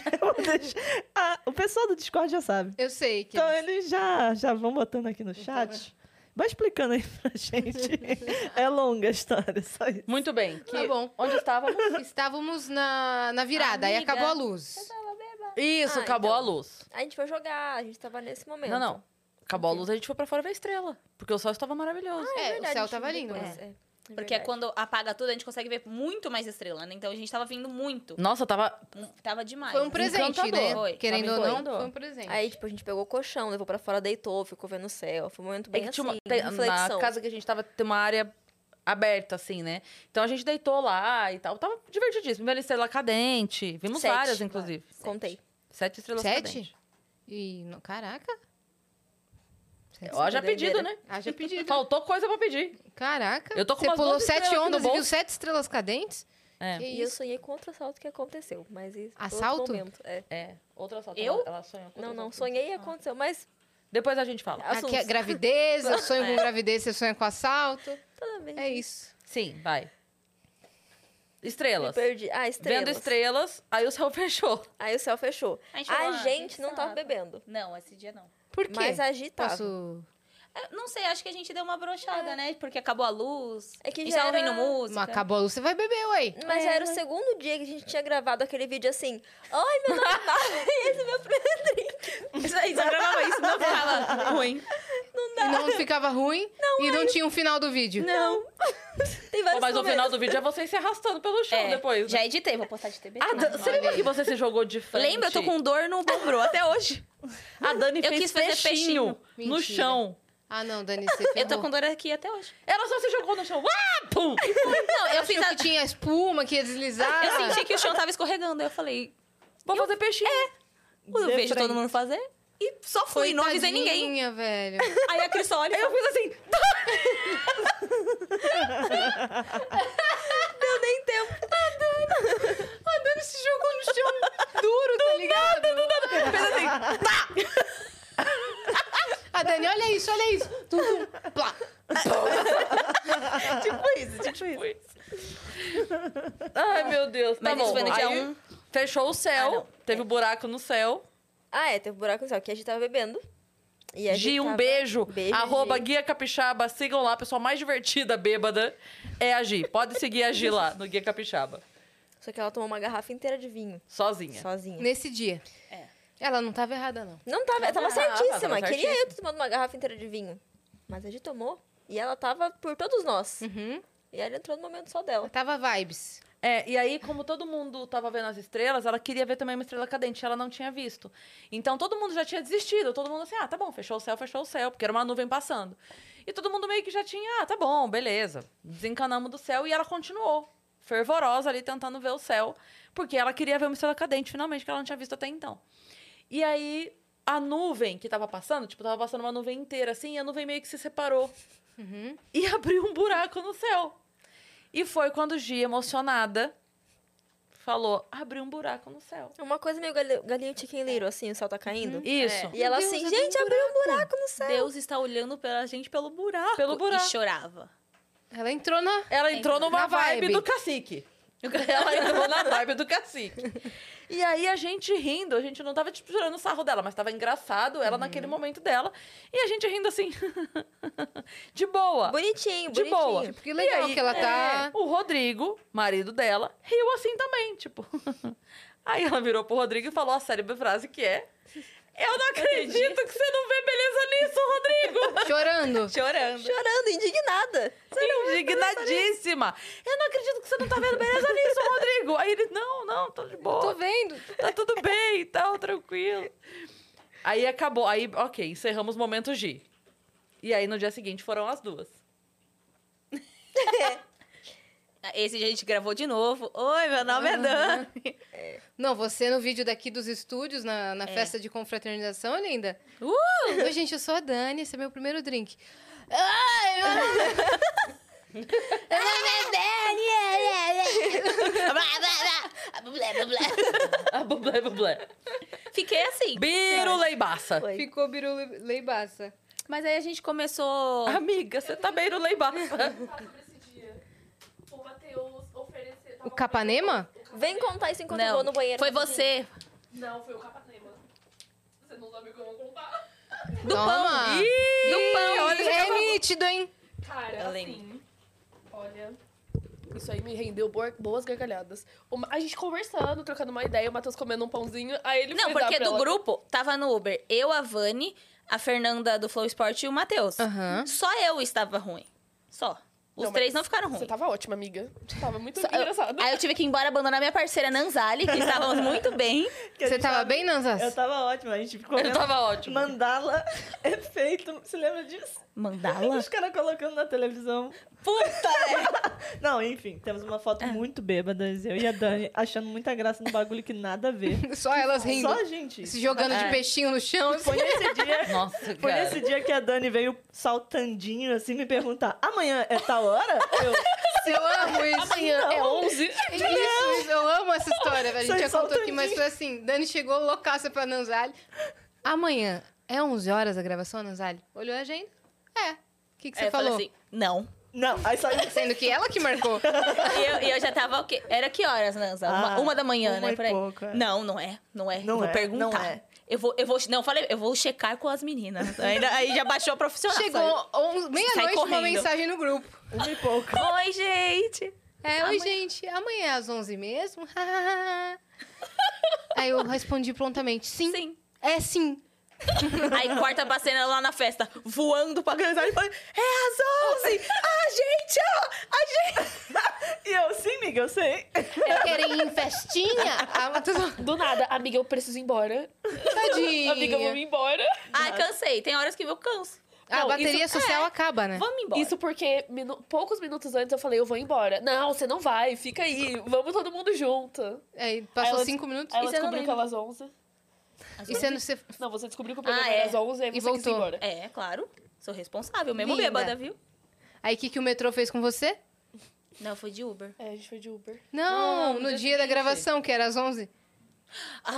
[SPEAKER 4] Ah, o pessoal do Discord já sabe.
[SPEAKER 2] Eu sei que...
[SPEAKER 4] Então eles já, já vão botando aqui no
[SPEAKER 3] Então,
[SPEAKER 4] chat. Vai explicando aí pra gente. é longa a história, só isso.
[SPEAKER 1] Muito bem.
[SPEAKER 2] Tá bom.
[SPEAKER 1] Onde estávamos?
[SPEAKER 2] Estávamos na, na virada, aí
[SPEAKER 3] Amiga.
[SPEAKER 2] acabou a luz.
[SPEAKER 1] Isso,
[SPEAKER 6] Ah,
[SPEAKER 1] acabou
[SPEAKER 6] então.
[SPEAKER 1] a luz.
[SPEAKER 6] A gente foi jogar, a gente tava nesse momento.
[SPEAKER 1] Não, não. Acabou a luz, a gente foi pra fora ver a estrela. Porque o sol estava maravilhoso.
[SPEAKER 2] É,
[SPEAKER 6] verdade,
[SPEAKER 2] o céu
[SPEAKER 6] a gente
[SPEAKER 2] tava
[SPEAKER 6] viu
[SPEAKER 2] lindo.
[SPEAKER 6] depois,
[SPEAKER 2] né?
[SPEAKER 6] é.
[SPEAKER 3] Porque é
[SPEAKER 6] verdade.
[SPEAKER 3] quando apaga tudo, a gente consegue ver muito mais estrela, né? Então a gente tava vindo muito.
[SPEAKER 1] Nossa, tava. é
[SPEAKER 3] Tava demais.
[SPEAKER 2] Foi um presente, né?
[SPEAKER 3] É. Encantador. Foi.
[SPEAKER 2] Querendo ou
[SPEAKER 3] Foi.
[SPEAKER 2] não, foi um presente.
[SPEAKER 6] Aí, tipo, a gente pegou o colchão, levou pra fora, deitou, ficou vendo o céu. Foi um momento
[SPEAKER 1] É
[SPEAKER 6] bem
[SPEAKER 1] que
[SPEAKER 6] assim,
[SPEAKER 1] tinha uma,
[SPEAKER 6] de
[SPEAKER 1] tem- na
[SPEAKER 6] reflexão.
[SPEAKER 1] casa que a gente tava, tem uma área aberta, assim, né? Então a gente deitou lá e tal. Tava divertidíssimo. Vimos a estrela cadente. Vimos
[SPEAKER 6] Sete,
[SPEAKER 1] várias, inclusive.
[SPEAKER 6] Contei.
[SPEAKER 1] Sete estrelas
[SPEAKER 2] Sete?
[SPEAKER 1] cadentes.
[SPEAKER 2] E, no- caraca. Sete.
[SPEAKER 1] Ó, já
[SPEAKER 6] doideira.
[SPEAKER 1] pedido, né?
[SPEAKER 2] Haja pedido.
[SPEAKER 1] Faltou coisa pra pedir.
[SPEAKER 2] Caraca.
[SPEAKER 1] Eu tô com
[SPEAKER 2] Você
[SPEAKER 1] umas
[SPEAKER 2] pulou
[SPEAKER 1] duas
[SPEAKER 2] sete
[SPEAKER 1] estrelas aqui no
[SPEAKER 2] ondas e viu
[SPEAKER 1] bolso.
[SPEAKER 2] sete estrelas cadentes?
[SPEAKER 1] É.
[SPEAKER 2] Que
[SPEAKER 6] E eu
[SPEAKER 2] isso?
[SPEAKER 6] sonhei com outro assalto que aconteceu, mas isso outro
[SPEAKER 2] Assalto?
[SPEAKER 6] momento, é.
[SPEAKER 1] É. Outra só.
[SPEAKER 3] Eu?
[SPEAKER 1] Ela, ela sonhou com
[SPEAKER 6] Não,
[SPEAKER 1] outra
[SPEAKER 6] não,
[SPEAKER 1] só.
[SPEAKER 6] sonhei e
[SPEAKER 2] Ah.
[SPEAKER 6] aconteceu, mas
[SPEAKER 1] Depois a gente fala.
[SPEAKER 6] assuntos.
[SPEAKER 2] Aqui é gravidez, eu sonho com gravidez, você sonha com assalto.
[SPEAKER 6] Toda vez
[SPEAKER 2] É isso.
[SPEAKER 1] Sim, vai.
[SPEAKER 6] me
[SPEAKER 1] Estrelas.
[SPEAKER 6] perdi. Ah, estrelas.
[SPEAKER 1] Vendo Então, estrelas, aí o céu fechou.
[SPEAKER 6] Aí o céu fechou.
[SPEAKER 3] A
[SPEAKER 6] A
[SPEAKER 3] gente
[SPEAKER 6] gente,
[SPEAKER 3] falou, ah,
[SPEAKER 6] não
[SPEAKER 3] pensava.
[SPEAKER 6] tava bebendo,
[SPEAKER 3] Não, esse dia não.
[SPEAKER 2] Por quê?
[SPEAKER 6] mas tá. agitava.
[SPEAKER 2] Posso...
[SPEAKER 3] É, Não sei, acho que a gente deu uma brochada, né? Porque acabou a luz.
[SPEAKER 6] É que
[SPEAKER 3] a gente
[SPEAKER 6] já
[SPEAKER 3] tava
[SPEAKER 6] era-
[SPEAKER 3] ouvindo música.
[SPEAKER 2] Mas acabou a luz, você vai beber, ué.
[SPEAKER 6] Mas já era o segundo dia que a gente tinha gravado aquele vídeo assim. Ai, meu nome é esse é meu primeiro drink.
[SPEAKER 3] Isso aí, só gravava isso, não ficava ruim.
[SPEAKER 2] E não ficava ruim e não tinha um final do vídeo.
[SPEAKER 6] Não. Tem
[SPEAKER 1] Pô, mas
[SPEAKER 6] vários
[SPEAKER 1] no
[SPEAKER 6] momentos.
[SPEAKER 1] final do vídeo é vocês se arrastando pelo chão
[SPEAKER 3] É,
[SPEAKER 1] depois. né?
[SPEAKER 3] Já editei, vou postar de TBT.
[SPEAKER 1] A Dan- Você lembra
[SPEAKER 2] aí.
[SPEAKER 1] que você se jogou de frente?
[SPEAKER 3] Ah, Lembra? Eu tô com dor no ombro até hoje.
[SPEAKER 1] A Dani
[SPEAKER 3] Eu
[SPEAKER 1] fez
[SPEAKER 3] quis fazer
[SPEAKER 1] peixinho,
[SPEAKER 2] peixinho.
[SPEAKER 1] no
[SPEAKER 2] Mentira.
[SPEAKER 1] chão.
[SPEAKER 2] Ah, não, Dani, você
[SPEAKER 3] Eu tô
[SPEAKER 2] ferrou.
[SPEAKER 3] com dor aqui até hoje.
[SPEAKER 1] Ela só se jogou no chão. Ah, pum!
[SPEAKER 3] Não, eu fiz
[SPEAKER 2] Achou
[SPEAKER 3] a...
[SPEAKER 2] que tinha espuma, que ia deslizar.
[SPEAKER 3] Eu senti que o chão tava escorregando. Aí eu falei,
[SPEAKER 1] Vou fazer peixinho.
[SPEAKER 3] eu
[SPEAKER 4] De
[SPEAKER 3] vejo
[SPEAKER 4] frente.
[SPEAKER 3] todo mundo fazer. E só fui, não avisei ninguém.
[SPEAKER 2] Coitadinha, velho.
[SPEAKER 3] Aí a Cris só olha e
[SPEAKER 1] Eu
[SPEAKER 3] fala,
[SPEAKER 1] fiz assim.
[SPEAKER 3] "Tá."
[SPEAKER 6] Não deu nem tempo.
[SPEAKER 2] A Dani se jogou no chão duro, tá ligado? Fez assim, tá! A Dani, olha isso, olha isso. Tum, tum, plá.
[SPEAKER 4] Tipo isso, tipo isso.
[SPEAKER 1] Ai, meu Deus. Tá
[SPEAKER 3] Mas isso
[SPEAKER 1] bom.
[SPEAKER 3] foi no dia
[SPEAKER 1] Aí,
[SPEAKER 3] um.
[SPEAKER 1] Fechou o
[SPEAKER 3] Ah,
[SPEAKER 1] céu.
[SPEAKER 3] não.
[SPEAKER 1] teve um buraco no céu.
[SPEAKER 6] Ah, é, teve um buraco no céu, que a gente tava bebendo. E a gente
[SPEAKER 1] Gi, um
[SPEAKER 6] tava-
[SPEAKER 1] beijo.
[SPEAKER 6] Beijo,
[SPEAKER 1] Arroba
[SPEAKER 6] Gi.
[SPEAKER 1] Guia Capixaba. Sigam lá, a pessoa mais divertida, bêbada, é a Gi. Pode seguir a Gi lá, no Guia Capixaba.
[SPEAKER 6] Só que ela tomou uma garrafa inteira de vinho,
[SPEAKER 1] Sozinha.
[SPEAKER 6] sozinha.
[SPEAKER 2] Nesse dia.
[SPEAKER 3] É.
[SPEAKER 2] Ela não tava errada, não.
[SPEAKER 6] Não tava, ela tava
[SPEAKER 1] tava, tava
[SPEAKER 6] certíssima. Queria
[SPEAKER 1] certíssima.
[SPEAKER 6] eu ter tomado uma garrafa inteira de vinho. Mas a gente tomou. E ela tava por todos nós.
[SPEAKER 2] Uhum.
[SPEAKER 6] E ela entrou no momento só
[SPEAKER 2] Ela
[SPEAKER 6] dela.
[SPEAKER 2] tava vibes.
[SPEAKER 1] É, e aí, como todo mundo tava vendo as estrelas, ela queria ver também uma estrela cadente, ela não tinha visto. Então todo mundo já tinha desistido, todo mundo assim, ah, tá bom, fechou o céu, fechou o céu, porque era uma nuvem passando. E todo mundo meio que já tinha, ah, tá bom, beleza. Desencanamos do céu e ela continuou, fervorosa ali, tentando ver o céu, porque ela queria ver uma estrela cadente, finalmente, que ela não tinha visto até então. E aí, a nuvem que tava passando, tipo, tava passando uma nuvem inteira assim, e a nuvem meio que se separou
[SPEAKER 2] Uhum.
[SPEAKER 1] e abriu um buraco no céu. E foi quando Gi, emocionada, falou: abriu um buraco no céu.
[SPEAKER 6] Uma coisa meio gali- galinho chicken little, assim, o céu tá caindo.
[SPEAKER 1] Isso.
[SPEAKER 6] E ela
[SPEAKER 2] Meu
[SPEAKER 6] assim,
[SPEAKER 2] Deus,
[SPEAKER 6] gente, abriu um buraco no céu.
[SPEAKER 3] Deus está olhando pra gente pelo um buraco.
[SPEAKER 1] Pelo buraco.
[SPEAKER 3] E chorava.
[SPEAKER 2] Ela entrou na...
[SPEAKER 1] Ela entrou numa
[SPEAKER 2] Na
[SPEAKER 1] vibe.
[SPEAKER 2] vibe.
[SPEAKER 1] do cacique. Ela entrou na vibe do cacique. E aí a gente rindo, a gente não tava tipo, tirando o sarro dela, mas tava engraçado ela naquele momento dela. E a gente rindo assim, de boa.
[SPEAKER 6] Bonitinho,
[SPEAKER 1] De
[SPEAKER 6] bonitinho.
[SPEAKER 1] boa.
[SPEAKER 2] Que legal que ela tá...
[SPEAKER 1] É, o Rodrigo, marido dela, riu assim também, tipo. Aí ela virou pro Rodrigo e falou a célebre frase que é: Eu não acredito que você não vê beleza nisso, Rodrigo!
[SPEAKER 3] É.
[SPEAKER 2] Chorando.
[SPEAKER 3] Chorando.
[SPEAKER 6] Chorando, indignada.
[SPEAKER 1] Indignadíssima! Eu não acredito que você não tá vendo beleza nisso, Rodrigo! Aí ele: Não, não, tô de boa,
[SPEAKER 2] Tô vendo.
[SPEAKER 1] tá tudo bem e tal, tá tranquilo. Aí acabou. Aí, ok, encerramos o momento G. E aí, no dia seguinte, foram as duas.
[SPEAKER 3] Esse dia a gente gravou de novo. Oi, meu nome é Dan.
[SPEAKER 2] Não, você no vídeo daqui dos estúdios, na,
[SPEAKER 3] É.
[SPEAKER 2] na festa de confraternização, linda. Uh! Oi, gente, eu sou a Dani, esse é meu primeiro drink. Ai, meu nome
[SPEAKER 1] Ah, bublé, bublé.
[SPEAKER 3] Fiquei assim.
[SPEAKER 1] Biro Leibaça.
[SPEAKER 6] Foi.
[SPEAKER 2] Ficou birule- leibaça.
[SPEAKER 3] Mas aí a gente começou.
[SPEAKER 1] Amiga, você tá Biro Leibaça.
[SPEAKER 5] sobre esse dia. O Matheus ofereceu...
[SPEAKER 2] O Capanema?
[SPEAKER 6] Vem contar isso enquanto eu
[SPEAKER 3] Não,
[SPEAKER 6] vou no banheiro.
[SPEAKER 3] foi você.
[SPEAKER 5] Não, foi o Capanema. Você não sabe como contar.
[SPEAKER 3] Do pão.
[SPEAKER 1] Ih,
[SPEAKER 3] Do pão.
[SPEAKER 1] olha esse
[SPEAKER 2] É nítido, hein?
[SPEAKER 5] Cara,
[SPEAKER 3] Eu
[SPEAKER 5] assim... Olha... Isso aí me rendeu bo- boas gargalhadas. Uma- a gente conversando, trocando uma ideia, o Matheus comendo um pãozinho, aí ele
[SPEAKER 3] Não,
[SPEAKER 5] foi dar
[SPEAKER 3] porque
[SPEAKER 5] pra
[SPEAKER 3] do
[SPEAKER 5] ela.
[SPEAKER 3] grupo tava no Uber eu, a Vani, a Fernanda do Flow Sport e o Matheus.
[SPEAKER 2] Aham.
[SPEAKER 3] Só eu estava ruim. Só. Os
[SPEAKER 5] Não, mas
[SPEAKER 3] três não ficaram
[SPEAKER 5] Você
[SPEAKER 3] ruins.
[SPEAKER 5] tava ótima, amiga. Tava muito
[SPEAKER 3] Só- eu-
[SPEAKER 5] engraçado.
[SPEAKER 3] Aí eu tive que ir embora abandonar minha parceira Nanzali, que estávamos muito bem.
[SPEAKER 4] Que a
[SPEAKER 2] Você
[SPEAKER 4] gente
[SPEAKER 2] tava bem, Nanzas?
[SPEAKER 4] Eu tava ótima, a gente ficou
[SPEAKER 1] Eu
[SPEAKER 4] vendo
[SPEAKER 1] tava ótimo.
[SPEAKER 4] mandala efeito. Você lembra disso?
[SPEAKER 3] Mandala?
[SPEAKER 4] Os caras colocando na televisão.
[SPEAKER 3] Puta!
[SPEAKER 4] Não, enfim, temos uma foto muito bêbadas, eu e a Dani, achando muita graça no bagulho que nada a ver.
[SPEAKER 2] Só elas rindo.
[SPEAKER 4] Só a gente.
[SPEAKER 2] Se jogando
[SPEAKER 3] É.
[SPEAKER 2] de peixinho no chão. assim.
[SPEAKER 4] Foi nesse dia.
[SPEAKER 1] Nossa,
[SPEAKER 4] Foi
[SPEAKER 1] cara.
[SPEAKER 4] nesse dia que a Dani veio saltandinho assim me perguntar: amanhã é tal hora? Eu,
[SPEAKER 2] Eu amo isso.
[SPEAKER 5] Amanhã é 11.
[SPEAKER 2] Isso, isso, eu amo essa história. velho. A gente
[SPEAKER 4] Sai
[SPEAKER 2] já contou aqui,
[SPEAKER 4] saltandinho.
[SPEAKER 2] mas foi assim: Dani chegou loucaça pra Nanzali. Amanhã é 11 horas a gravação, Nanzali? Olhou a agenda? É. O que, que você
[SPEAKER 3] Aí eu falei
[SPEAKER 2] falou?
[SPEAKER 3] assim, não.
[SPEAKER 4] não, aí saiu.
[SPEAKER 2] Sendo que ela que marcou.
[SPEAKER 3] E eu, e eu já tava o quê? Era que horas, Nanza?
[SPEAKER 4] Ah,
[SPEAKER 3] uma, uma da manhã,
[SPEAKER 4] uma
[SPEAKER 3] né?
[SPEAKER 4] e
[SPEAKER 3] Por aí.
[SPEAKER 4] pouco, é.
[SPEAKER 3] Não, não é. Não é.
[SPEAKER 4] Não
[SPEAKER 3] eu vou
[SPEAKER 4] é,
[SPEAKER 3] perguntar.
[SPEAKER 4] não é.
[SPEAKER 3] Eu vou, eu vou. Não, eu falei, eu vou checar com as meninas. Ainda, aí já baixou a profissional. sabe?
[SPEAKER 2] Chegou on- meia-noite uma
[SPEAKER 3] correndo.
[SPEAKER 2] mensagem no grupo.
[SPEAKER 4] Uma e pouco.
[SPEAKER 3] Oi, gente!
[SPEAKER 2] É, oi, gente, amanhã é às 11 mesmo? Aí eu respondi prontamente: sim.
[SPEAKER 3] Sim.
[SPEAKER 2] É sim.
[SPEAKER 3] Aí corta pra cena lá na festa, voando pra grande. É às 11! A gente, ó! A gente!
[SPEAKER 4] E eu, sim, amiga, eu sei.
[SPEAKER 2] Eu quero ir em festinha? Ah, mas tudo...
[SPEAKER 5] Do nada, amiga, eu preciso ir embora.
[SPEAKER 2] Tadinha.
[SPEAKER 5] Amiga, vamos embora.
[SPEAKER 3] Ai, cansei. Tem horas que eu canso.
[SPEAKER 2] a
[SPEAKER 5] Não,
[SPEAKER 2] Ah, bateria
[SPEAKER 5] isso-
[SPEAKER 2] social
[SPEAKER 5] é.
[SPEAKER 2] acaba, né?
[SPEAKER 3] Vamos embora.
[SPEAKER 5] Isso porque minu- poucos minutos antes eu falei, eu vou embora. Não, você não vai, fica aí. Vamos todo mundo junto.
[SPEAKER 2] Aí
[SPEAKER 5] Aí
[SPEAKER 2] passou
[SPEAKER 5] ela-
[SPEAKER 2] cinco minutos.
[SPEAKER 5] Aí ela
[SPEAKER 3] E você não
[SPEAKER 5] descobriu que
[SPEAKER 3] lembra?
[SPEAKER 5] era às 11.
[SPEAKER 2] E você não se...
[SPEAKER 5] Não, você descobriu que o programa
[SPEAKER 3] Ah,
[SPEAKER 5] era
[SPEAKER 3] é.
[SPEAKER 5] às 11, aí
[SPEAKER 2] E
[SPEAKER 5] você quis ir
[SPEAKER 2] voltou.
[SPEAKER 5] embora.
[SPEAKER 3] É, claro. Sou responsável, mesmo
[SPEAKER 2] Linda.
[SPEAKER 3] bêbada, viu?
[SPEAKER 2] Aí o que, que o metrô fez com você?
[SPEAKER 3] Não, foi de Uber.
[SPEAKER 5] É, a gente foi de Uber.
[SPEAKER 1] Não,
[SPEAKER 2] Não,
[SPEAKER 1] no
[SPEAKER 2] no dia
[SPEAKER 1] dia
[SPEAKER 2] da
[SPEAKER 1] seguinte.
[SPEAKER 2] gravação, que era às 11.
[SPEAKER 3] Ah,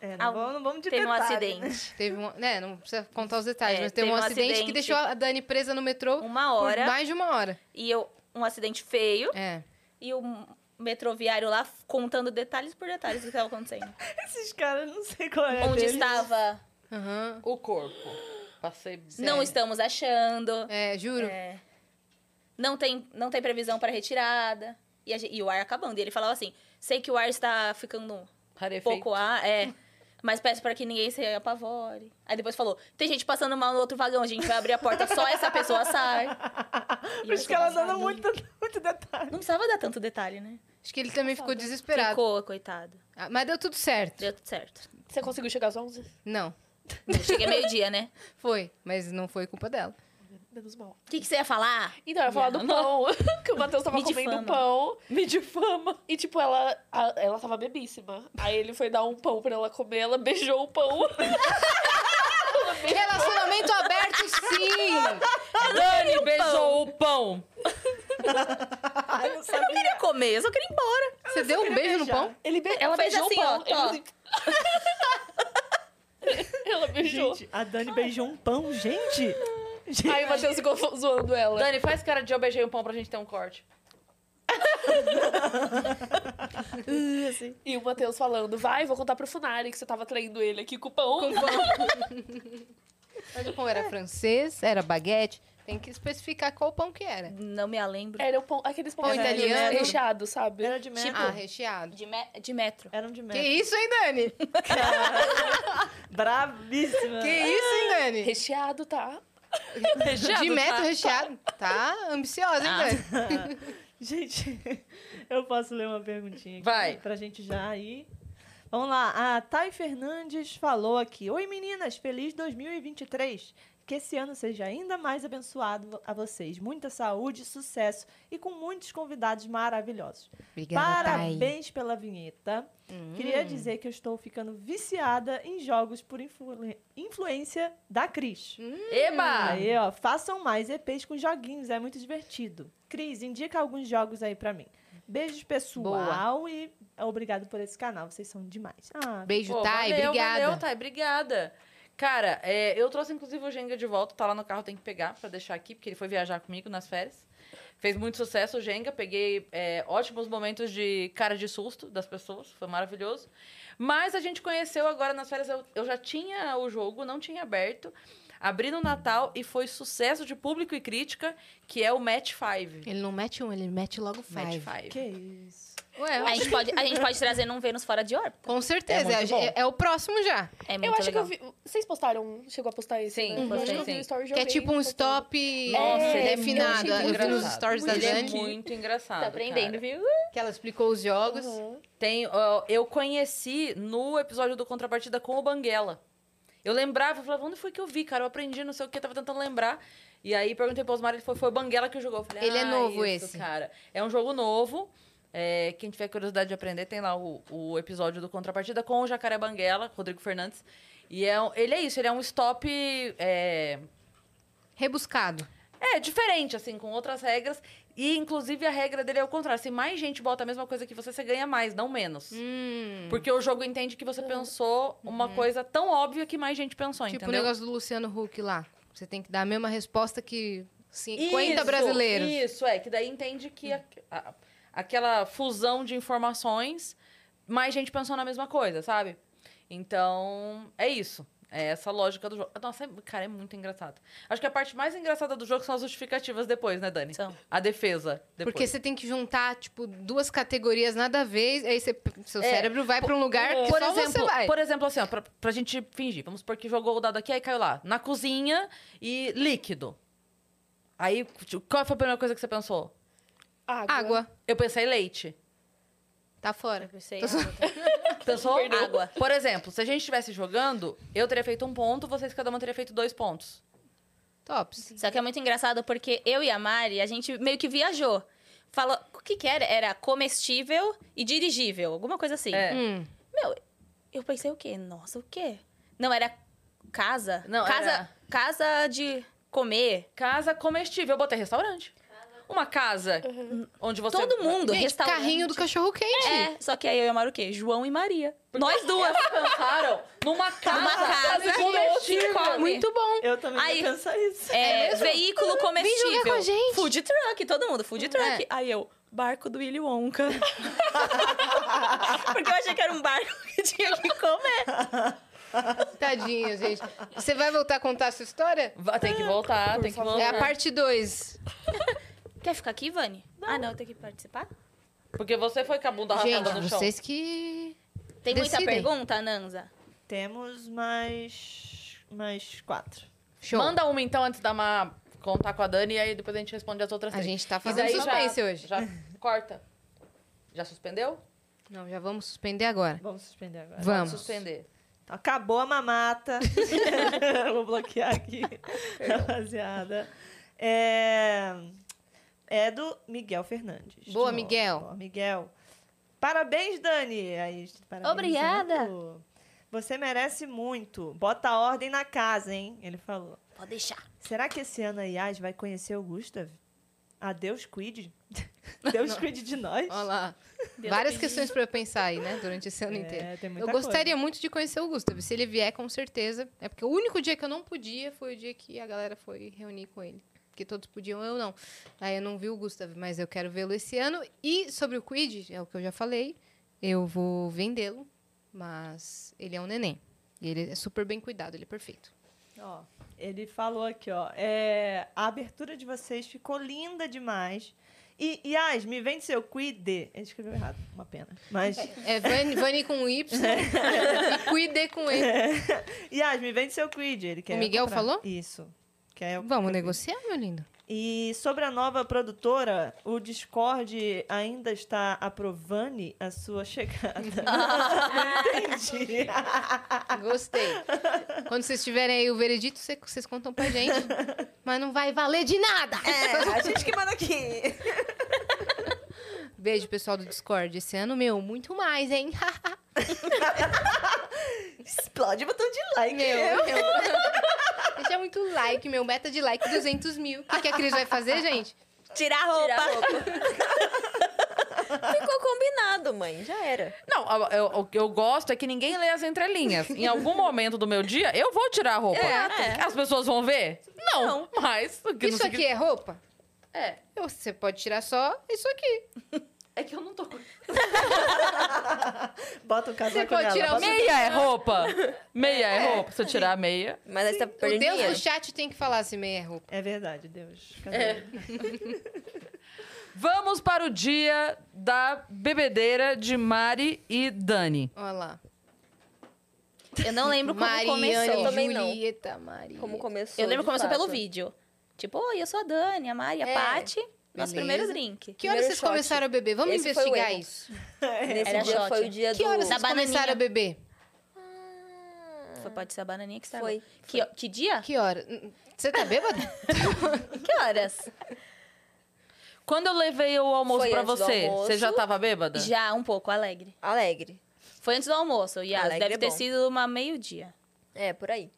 [SPEAKER 4] É,
[SPEAKER 3] Ah,
[SPEAKER 4] não, vamos, não vamos de
[SPEAKER 3] teve um
[SPEAKER 4] detalhe, né?
[SPEAKER 3] acidente.
[SPEAKER 2] Teve um... Né, não precisa contar os detalhes,
[SPEAKER 3] É,
[SPEAKER 2] mas teve, um, acidente, que deixou a Dani presa no
[SPEAKER 4] né?
[SPEAKER 2] metrô
[SPEAKER 3] Uma hora.
[SPEAKER 2] por mais de uma hora.
[SPEAKER 3] E eu, um acidente feio.
[SPEAKER 2] É.
[SPEAKER 3] E o metroviário lá contando detalhes por detalhes do que estava acontecendo.
[SPEAKER 4] Esses caras, não sei qual é.
[SPEAKER 3] Onde
[SPEAKER 4] deles.
[SPEAKER 3] estava,
[SPEAKER 2] Aham.
[SPEAKER 1] O corpo. Passei.
[SPEAKER 3] não estamos achando.
[SPEAKER 2] É, juro.
[SPEAKER 3] É. Não, tem, não tem previsão para retirada. E, a gen- e o ar acabando. E ele falava assim: sei que o ar está ficando um
[SPEAKER 1] Rarefeito.
[SPEAKER 3] pouco ar, é. Mas peço para que ninguém se apavore. Aí depois falou: tem gente passando mal no outro vagão, a gente vai abrir a porta, só essa pessoa sai. E eu
[SPEAKER 4] Os
[SPEAKER 3] tô
[SPEAKER 4] caras
[SPEAKER 3] passada.
[SPEAKER 4] dando muito, muito detalhe.
[SPEAKER 3] Não precisava dar tanto detalhe, né?
[SPEAKER 2] Acho que ele também ficou desesperado.
[SPEAKER 3] Ficou, coitado.
[SPEAKER 2] Ah, mas deu tudo certo.
[SPEAKER 3] Deu tudo certo.
[SPEAKER 5] Você conseguiu chegar às 11?
[SPEAKER 2] Não,
[SPEAKER 3] Eu cheguei meio-dia, né?
[SPEAKER 2] foi. Mas não foi culpa dela.
[SPEAKER 5] Menos mal.
[SPEAKER 3] O que, que você ia falar?
[SPEAKER 5] Então, eu ia falar do pão. que o Matheus tava
[SPEAKER 3] Me
[SPEAKER 5] comendo
[SPEAKER 3] difama.
[SPEAKER 5] pão.
[SPEAKER 1] Me difama.
[SPEAKER 5] E, tipo, ela, a- ela tava bebíssima. Aí ele foi dar um pão pra ela comer, ela beijou o pão.
[SPEAKER 2] Relacionamento aberto, sim!
[SPEAKER 1] Dani beijou o pão.
[SPEAKER 4] Ai,
[SPEAKER 3] Eu
[SPEAKER 4] não
[SPEAKER 3] não
[SPEAKER 4] sabia.
[SPEAKER 3] queria comer, eu só queria ir embora.
[SPEAKER 2] Você deu um beijo no
[SPEAKER 4] beijar.
[SPEAKER 2] pão?
[SPEAKER 5] Ele be- Ela
[SPEAKER 3] Fez
[SPEAKER 5] beijou
[SPEAKER 3] assim,
[SPEAKER 5] o pão.
[SPEAKER 3] ó,
[SPEAKER 5] Ele
[SPEAKER 3] ó.
[SPEAKER 5] assim- ela beijou.
[SPEAKER 4] Gente, a Dani beijou um pão, gente. Gente,
[SPEAKER 5] Aí o Matheus ficou fo- zoando ela.
[SPEAKER 1] Dani, faz cara de eu beijei o pão pra gente ter um corte.
[SPEAKER 5] E o Matheus falando, vai, vou contar pro Funari que você tava traindo ele aqui com o pão.
[SPEAKER 2] Mas o pão era francês, era baguete. Tem que especificar qual pão que era.
[SPEAKER 3] Não me lembro.
[SPEAKER 5] Era o pão, aqueles pão
[SPEAKER 2] Pão italiano.
[SPEAKER 5] recheado, sabe?
[SPEAKER 4] era de metro.
[SPEAKER 2] Ah, recheado.
[SPEAKER 3] De, me- de metro.
[SPEAKER 4] Eram tipo, de
[SPEAKER 2] Que
[SPEAKER 4] metro.
[SPEAKER 2] isso, hein, Dani?
[SPEAKER 4] Bravíssima.
[SPEAKER 2] Que isso, hein, Dani?
[SPEAKER 5] Recheado, tá?
[SPEAKER 2] De metro Ah. recheado. Tá ambiciosa, hein,
[SPEAKER 3] Ah.
[SPEAKER 2] Dani?
[SPEAKER 4] Gente, eu posso ler uma perguntinha aqui
[SPEAKER 1] Vai.
[SPEAKER 4] pra gente já ir. Vamos lá. A Thay Fernandes falou aqui. Oi, meninas. Feliz 2023. Que esse ano seja ainda mais abençoado a vocês. Muita saúde, sucesso e com muitos convidados maravilhosos.
[SPEAKER 2] Obrigada, Thay.
[SPEAKER 4] Parabéns pela vinheta. Queria dizer que eu estou ficando viciada em jogos por influ- influência da Cris.
[SPEAKER 1] Eba!
[SPEAKER 4] Aí, ó, façam mais EPs com joguinhos, é muito divertido. Cris, indica alguns jogos aí pra mim. Beijos, pessoal, e obrigado por esse canal, vocês são demais. Ah,
[SPEAKER 2] Beijo,
[SPEAKER 1] Pô, valeu,
[SPEAKER 2] Thay. Tá, Obrigada.
[SPEAKER 1] Valeu, Thay, obrigada. Cara, é, eu trouxe inclusive o Jenga de volta, tá lá no carro, tem que pegar pra deixar aqui, porque ele foi viajar comigo nas férias. Fez muito sucesso o Jenga, peguei é, ótimos momentos de cara de susto das pessoas, foi maravilhoso. Mas a gente conheceu agora nas férias, eu, eu já tinha o jogo, não tinha aberto. Abri no Natal e foi sucesso de público e crítica, que é o Match 5.
[SPEAKER 2] Ele não mete um, ele mete logo
[SPEAKER 1] Match
[SPEAKER 2] five.
[SPEAKER 1] 5.
[SPEAKER 4] que isso.
[SPEAKER 2] Ué,
[SPEAKER 3] A gente, pode, a gente pode trazer num Vênus fora de órbita.
[SPEAKER 2] com certeza.
[SPEAKER 1] É muito
[SPEAKER 2] É, é- é o próximo já.
[SPEAKER 3] É muito
[SPEAKER 5] Eu acho
[SPEAKER 3] legal.
[SPEAKER 5] que eu vi. Vocês postaram. Chegou a postar isso?
[SPEAKER 1] Sim,
[SPEAKER 5] né? Eu acho
[SPEAKER 1] postei,
[SPEAKER 5] que eu vi
[SPEAKER 1] sim.
[SPEAKER 5] o story,
[SPEAKER 2] que é
[SPEAKER 5] joguei,
[SPEAKER 2] tipo um
[SPEAKER 5] postei.
[SPEAKER 2] stop
[SPEAKER 1] Nossa, ele é
[SPEAKER 2] refinado.
[SPEAKER 5] muito
[SPEAKER 2] Eu vi nos
[SPEAKER 1] engraçado.
[SPEAKER 2] stories da
[SPEAKER 1] Ele é
[SPEAKER 2] Dani
[SPEAKER 1] muito engraçado.
[SPEAKER 3] Tá aprendendo,
[SPEAKER 1] cara.
[SPEAKER 3] viu?
[SPEAKER 2] que ela explicou os jogos.
[SPEAKER 5] Uhum.
[SPEAKER 1] Tem, ó, eu conheci no episódio do Contrapartida com o Banguela. Eu lembrava, eu falava, onde foi que eu vi, cara? Eu aprendi, não sei o que, tava tentando lembrar. E aí perguntei pro Osmar, ele falou, foi o Banguela que jogou. Eu falei,
[SPEAKER 2] Ele é
[SPEAKER 1] "Ah,
[SPEAKER 2] novo
[SPEAKER 1] isso,
[SPEAKER 2] esse."
[SPEAKER 1] cara. É um jogo novo. É, quem tiver curiosidade de aprender, tem lá o, o episódio do Contrapartida com o Jacaré Banguela, Rodrigo Fernandes. E é, um- ele é isso, ele é um stop. é,
[SPEAKER 2] Rebuscado.
[SPEAKER 1] é, diferente, assim, com outras regras. E, inclusive, a regra dele é o contrário. Se mais gente bota a mesma coisa que você, você ganha mais, não menos.
[SPEAKER 2] Hum. Uhum.
[SPEAKER 1] Porque o jogo entende que você pensou uma coisa tão óbvia que mais gente pensou,
[SPEAKER 2] Tipo o
[SPEAKER 1] entendeu?
[SPEAKER 2] negócio do Luciano Huck lá. Você tem que dar a mesma resposta que 50
[SPEAKER 1] Isso,
[SPEAKER 2] brasileiros. Hum.
[SPEAKER 1] Isso, é. Que daí entende que a- a- aquela fusão de informações, mais gente pensou na mesma coisa, sabe? Então, é isso. É essa lógica do jogo. Nossa, é- cara, é muito engraçado. Acho que a parte mais engraçada do jogo são as justificativas depois, né, Dani?
[SPEAKER 3] São.
[SPEAKER 1] A defesa. Depois.
[SPEAKER 2] Porque você tem que juntar, tipo, duas categorias nada a vez, aí você- seu
[SPEAKER 1] É.
[SPEAKER 2] cérebro vai pra um lugar que
[SPEAKER 1] por
[SPEAKER 2] só
[SPEAKER 1] exemplo,
[SPEAKER 2] você vai.
[SPEAKER 1] Por exemplo, assim, ó, pra, pra gente fingir. Vamos supor que jogou o dado aqui, aí caiu lá. Na cozinha e líquido. Aí, tipo, qual foi a primeira coisa que você pensou?
[SPEAKER 5] Água.
[SPEAKER 2] Água.
[SPEAKER 1] Eu pensei leite.
[SPEAKER 2] Tá fora.
[SPEAKER 3] Pensei,
[SPEAKER 2] Tô só-
[SPEAKER 1] Pensou?
[SPEAKER 3] Perdeu.
[SPEAKER 1] Água. Por exemplo, se a gente estivesse jogando, eu teria feito um ponto, vocês cada uma teria feito dois pontos.
[SPEAKER 2] Tops.
[SPEAKER 3] Só que é muito engraçado porque eu e a Mari, a gente meio que viajou. Falou, o que que era? Era comestível e dirigível, alguma coisa assim.
[SPEAKER 1] É.
[SPEAKER 2] Hum.
[SPEAKER 3] Meu, eu pensei o quê? Nossa, o quê? Não, era casa.
[SPEAKER 1] Não,
[SPEAKER 3] casa,
[SPEAKER 1] era-
[SPEAKER 3] Casa de comer.
[SPEAKER 1] Casa comestível, eu botei restaurante. Uma casa onde você.
[SPEAKER 3] Todo mundo,
[SPEAKER 2] Gente,
[SPEAKER 3] restaurante.
[SPEAKER 2] carrinho do cachorro quente.
[SPEAKER 3] É, só que aí eu e a Mari o quê? João e Maria. Nós duas.
[SPEAKER 1] Pensaram numa casa,
[SPEAKER 3] Uma casa
[SPEAKER 1] comestível.
[SPEAKER 2] Muito bom.
[SPEAKER 4] Eu também
[SPEAKER 3] Aí-
[SPEAKER 4] ia pensar isso.
[SPEAKER 3] É, veículo comestível.
[SPEAKER 2] jogar com a gente.
[SPEAKER 3] Food truck, todo mundo, food truck.
[SPEAKER 2] É.
[SPEAKER 3] Aí eu, barco do Willy Wonka. Porque eu achei que era um barco que tinha que comer.
[SPEAKER 2] Tadinho, gente. Você vai voltar a contar a sua história?
[SPEAKER 1] Vai- Tem que voltar, tem que voltar.
[SPEAKER 2] É a parte 2.
[SPEAKER 3] Quer ficar aqui, Vani? Ah, não, tem que participar?
[SPEAKER 1] Porque você foi com a bunda rasgada no
[SPEAKER 2] Gente,
[SPEAKER 1] chão.
[SPEAKER 2] vocês que.
[SPEAKER 3] Tem muita
[SPEAKER 2] Decidem.
[SPEAKER 3] pergunta, Nanza?
[SPEAKER 4] Temos mais, mais quatro.
[SPEAKER 2] Show.
[SPEAKER 1] Manda uma então antes da Má contar com a Dani e aí depois a gente responde as outras
[SPEAKER 2] A
[SPEAKER 1] três.
[SPEAKER 2] gente tá
[SPEAKER 1] E
[SPEAKER 2] fazendo
[SPEAKER 1] daí
[SPEAKER 2] suspense
[SPEAKER 1] já,
[SPEAKER 2] hoje.
[SPEAKER 1] Já corta. Já suspendeu?
[SPEAKER 2] Não, já vamos suspender agora.
[SPEAKER 4] Vamos suspender agora.
[SPEAKER 2] Vamos.
[SPEAKER 1] Suspender.
[SPEAKER 4] Acabou a mamata. Vou bloquear aqui, rapaziada. É... é do Miguel Fernandes. de
[SPEAKER 2] Boa,
[SPEAKER 4] novo.
[SPEAKER 2] Miguel.
[SPEAKER 4] Boa, Miguel. Parabéns, Dani. Aí, parabéns,
[SPEAKER 3] Obrigada.
[SPEAKER 4] Lu. Você merece muito. Bota a ordem na casa, hein? Ele falou.
[SPEAKER 3] Pode deixar.
[SPEAKER 4] Será que esse ano a Yas vai conhecer o Gustav? Adeus, Quid. Deus cuide de nós.
[SPEAKER 2] Olha lá. Várias questões pra eu pensar aí, né? Durante esse ano inteiro.
[SPEAKER 4] É, tem muita
[SPEAKER 2] Eu gostaria muito de conhecer o Gustavo. Se ele vier, com certeza. É porque o único dia que eu não podia foi o dia que a galera foi reunir com ele. Porque todos podiam, eu não. Aí eu não vi o Gustavo, mas eu quero vê-lo esse ano. E sobre o Quid, é o que eu já falei, eu vou vendê-lo, mas ele é um neném. E ele é super bem cuidado, ele é perfeito.
[SPEAKER 4] Ó, ele falou aqui, ó. é, a abertura de vocês ficou linda demais. E, Yas, me vende seu quid. Ele escreveu errado, uma pena. Mas,
[SPEAKER 2] É Vani, Vani com Y e Cuide com ele.
[SPEAKER 4] Yas, me vende seu quid. Ele quer
[SPEAKER 2] O Miguel
[SPEAKER 4] comprar.
[SPEAKER 2] falou?
[SPEAKER 4] Isso. Quer eu-
[SPEAKER 2] Vamos negociar, meu lindo?
[SPEAKER 4] E sobre a nova produtora, o Discord ainda está aprovando a sua chegada. Não entendi.
[SPEAKER 2] Gostei. Quando vocês tiverem aí o veredito, cê- vocês contam pra gente. Mas não vai valer de nada!
[SPEAKER 6] É, a gente que manda aqui.
[SPEAKER 2] Beijo, pessoal do Discord. Esse ano, meu, muito mais, hein?
[SPEAKER 6] Explode o botão de like.
[SPEAKER 2] meu, meu. Deixa muito like, meu. Meta de like 200 mil. O que, que a Cris vai fazer, gente?
[SPEAKER 6] Tirar a roupa. Ficou combinado, mãe. Já era.
[SPEAKER 1] Não, eu- eu- o que eu gosto é que ninguém lê as entrelinhas. em algum momento do meu dia, eu vou tirar a roupa.
[SPEAKER 6] É.
[SPEAKER 1] As pessoas vão ver? Não, mas... o que não
[SPEAKER 2] Isso aqui é roupa?
[SPEAKER 1] É.
[SPEAKER 2] Você pode tirar só isso aqui.
[SPEAKER 1] É que eu não tô com...
[SPEAKER 4] Bota o casaco
[SPEAKER 2] pode
[SPEAKER 4] nela.
[SPEAKER 2] tirar o
[SPEAKER 4] bota-
[SPEAKER 1] Meia é roupa. Meia é roupa. Se eu tirar a meia...
[SPEAKER 6] Mas aí você tá
[SPEAKER 2] O
[SPEAKER 6] perdendo
[SPEAKER 2] Deus do
[SPEAKER 6] dinheiro.
[SPEAKER 2] chat tem que falar se meia é roupa.
[SPEAKER 4] É verdade, Deus. Cadê?
[SPEAKER 2] É.
[SPEAKER 1] Vamos para o dia da bebedeira de Mari e Dani.
[SPEAKER 2] Olha lá.
[SPEAKER 3] Eu não lembro como
[SPEAKER 2] Mariane,
[SPEAKER 3] começou.
[SPEAKER 6] também não.
[SPEAKER 2] Julieta, Maria.
[SPEAKER 6] Como começou.
[SPEAKER 3] Eu lembro que
[SPEAKER 6] de
[SPEAKER 3] começou
[SPEAKER 6] é fato.
[SPEAKER 3] pelo vídeo. Tipo, oi, eu sou a Dani, a Mari, a
[SPEAKER 6] É.
[SPEAKER 3] Paty.
[SPEAKER 2] Beleza.
[SPEAKER 3] Nosso primeiro drink.
[SPEAKER 2] Que horas
[SPEAKER 6] Primeiro
[SPEAKER 2] vocês
[SPEAKER 6] shot.
[SPEAKER 2] começaram a beber? Vamos
[SPEAKER 6] Esse foi o
[SPEAKER 2] investigar
[SPEAKER 6] erro.
[SPEAKER 2] isso.
[SPEAKER 6] Nesse
[SPEAKER 3] Era
[SPEAKER 6] dia
[SPEAKER 3] shot.
[SPEAKER 6] foi o dia
[SPEAKER 2] Que
[SPEAKER 6] do...
[SPEAKER 2] horas
[SPEAKER 3] Da
[SPEAKER 2] vocês começaram
[SPEAKER 3] bananinha.
[SPEAKER 2] a beber?
[SPEAKER 3] Foi, pode ser a bananinha que estragou.
[SPEAKER 6] É. Foi,
[SPEAKER 3] Que, que dia?
[SPEAKER 2] Que hora? Você tá bêbado?
[SPEAKER 3] Que horas?
[SPEAKER 1] Quando eu levei o almoço
[SPEAKER 6] Foi
[SPEAKER 1] pra
[SPEAKER 6] antes do
[SPEAKER 1] você,
[SPEAKER 6] almoço.
[SPEAKER 1] você já tava bêbada?
[SPEAKER 3] Já, um pouco, alegre.
[SPEAKER 6] Alegre.
[SPEAKER 3] Foi antes do almoço, Yas.
[SPEAKER 6] Alegre
[SPEAKER 3] Deve
[SPEAKER 6] é
[SPEAKER 3] ter
[SPEAKER 6] bom.
[SPEAKER 3] sido uma meio-dia.
[SPEAKER 6] É, por aí.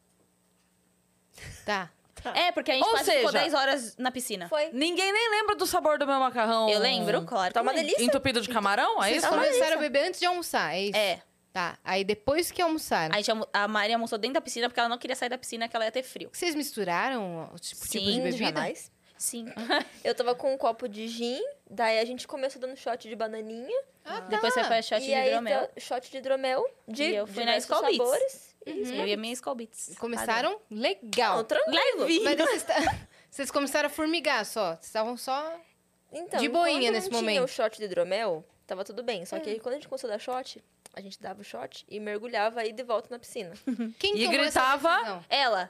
[SPEAKER 2] tá.
[SPEAKER 6] Ah.
[SPEAKER 3] É, porque a gente
[SPEAKER 1] Ou
[SPEAKER 3] quase ficou
[SPEAKER 1] seja-
[SPEAKER 3] 10 horas na piscina.
[SPEAKER 6] Foi.
[SPEAKER 1] Ninguém nem lembra do sabor do meu macarrão.
[SPEAKER 3] Eu lembro, claro. que
[SPEAKER 6] Tá uma
[SPEAKER 3] lembro.
[SPEAKER 6] delícia.
[SPEAKER 1] Entupido de camarão, é
[SPEAKER 2] Vocês
[SPEAKER 1] isso?
[SPEAKER 2] começaram a beber antes de almoçar, é isso?
[SPEAKER 3] É.
[SPEAKER 2] Tá. Aí depois que almoçaram.
[SPEAKER 3] A, gente, almo- a Mari almoçou dentro da piscina porque ela não queria sair da piscina que ela ia ter frio.
[SPEAKER 2] Vocês misturaram os tipo, tipos de
[SPEAKER 3] Sim,
[SPEAKER 2] bebida?
[SPEAKER 6] Jamais.
[SPEAKER 3] Sim.
[SPEAKER 6] Eu tava com um copo de gin, daí a gente começou dando shot de bananinha.
[SPEAKER 2] Ah, tá.
[SPEAKER 3] Depois você faz shot
[SPEAKER 6] e
[SPEAKER 3] de
[SPEAKER 6] aí
[SPEAKER 3] hidromel.
[SPEAKER 6] tá- shot de hidromel de
[SPEAKER 3] E eu fui na
[SPEAKER 6] diversos
[SPEAKER 3] Skol Beats.
[SPEAKER 6] sabores.
[SPEAKER 3] Uhum. Eu e a minha Skull Beats.
[SPEAKER 2] Começaram legal.
[SPEAKER 6] Não, tranquilo.
[SPEAKER 2] Mas daí vocês, tá- vocês começaram a formigar só. Vocês estavam só.
[SPEAKER 6] Então,
[SPEAKER 2] De boinha
[SPEAKER 6] enquanto
[SPEAKER 2] nesse
[SPEAKER 6] não
[SPEAKER 2] momento.
[SPEAKER 6] tinha o shot de hidromel, tava tudo bem. Só que
[SPEAKER 1] É.
[SPEAKER 6] aí, quando a gente começou a dar shot, a gente dava o shot e mergulhava aí de volta na piscina.
[SPEAKER 2] Quem
[SPEAKER 1] E
[SPEAKER 2] tomou essa
[SPEAKER 1] gritava-
[SPEAKER 2] decisão?
[SPEAKER 3] Ela.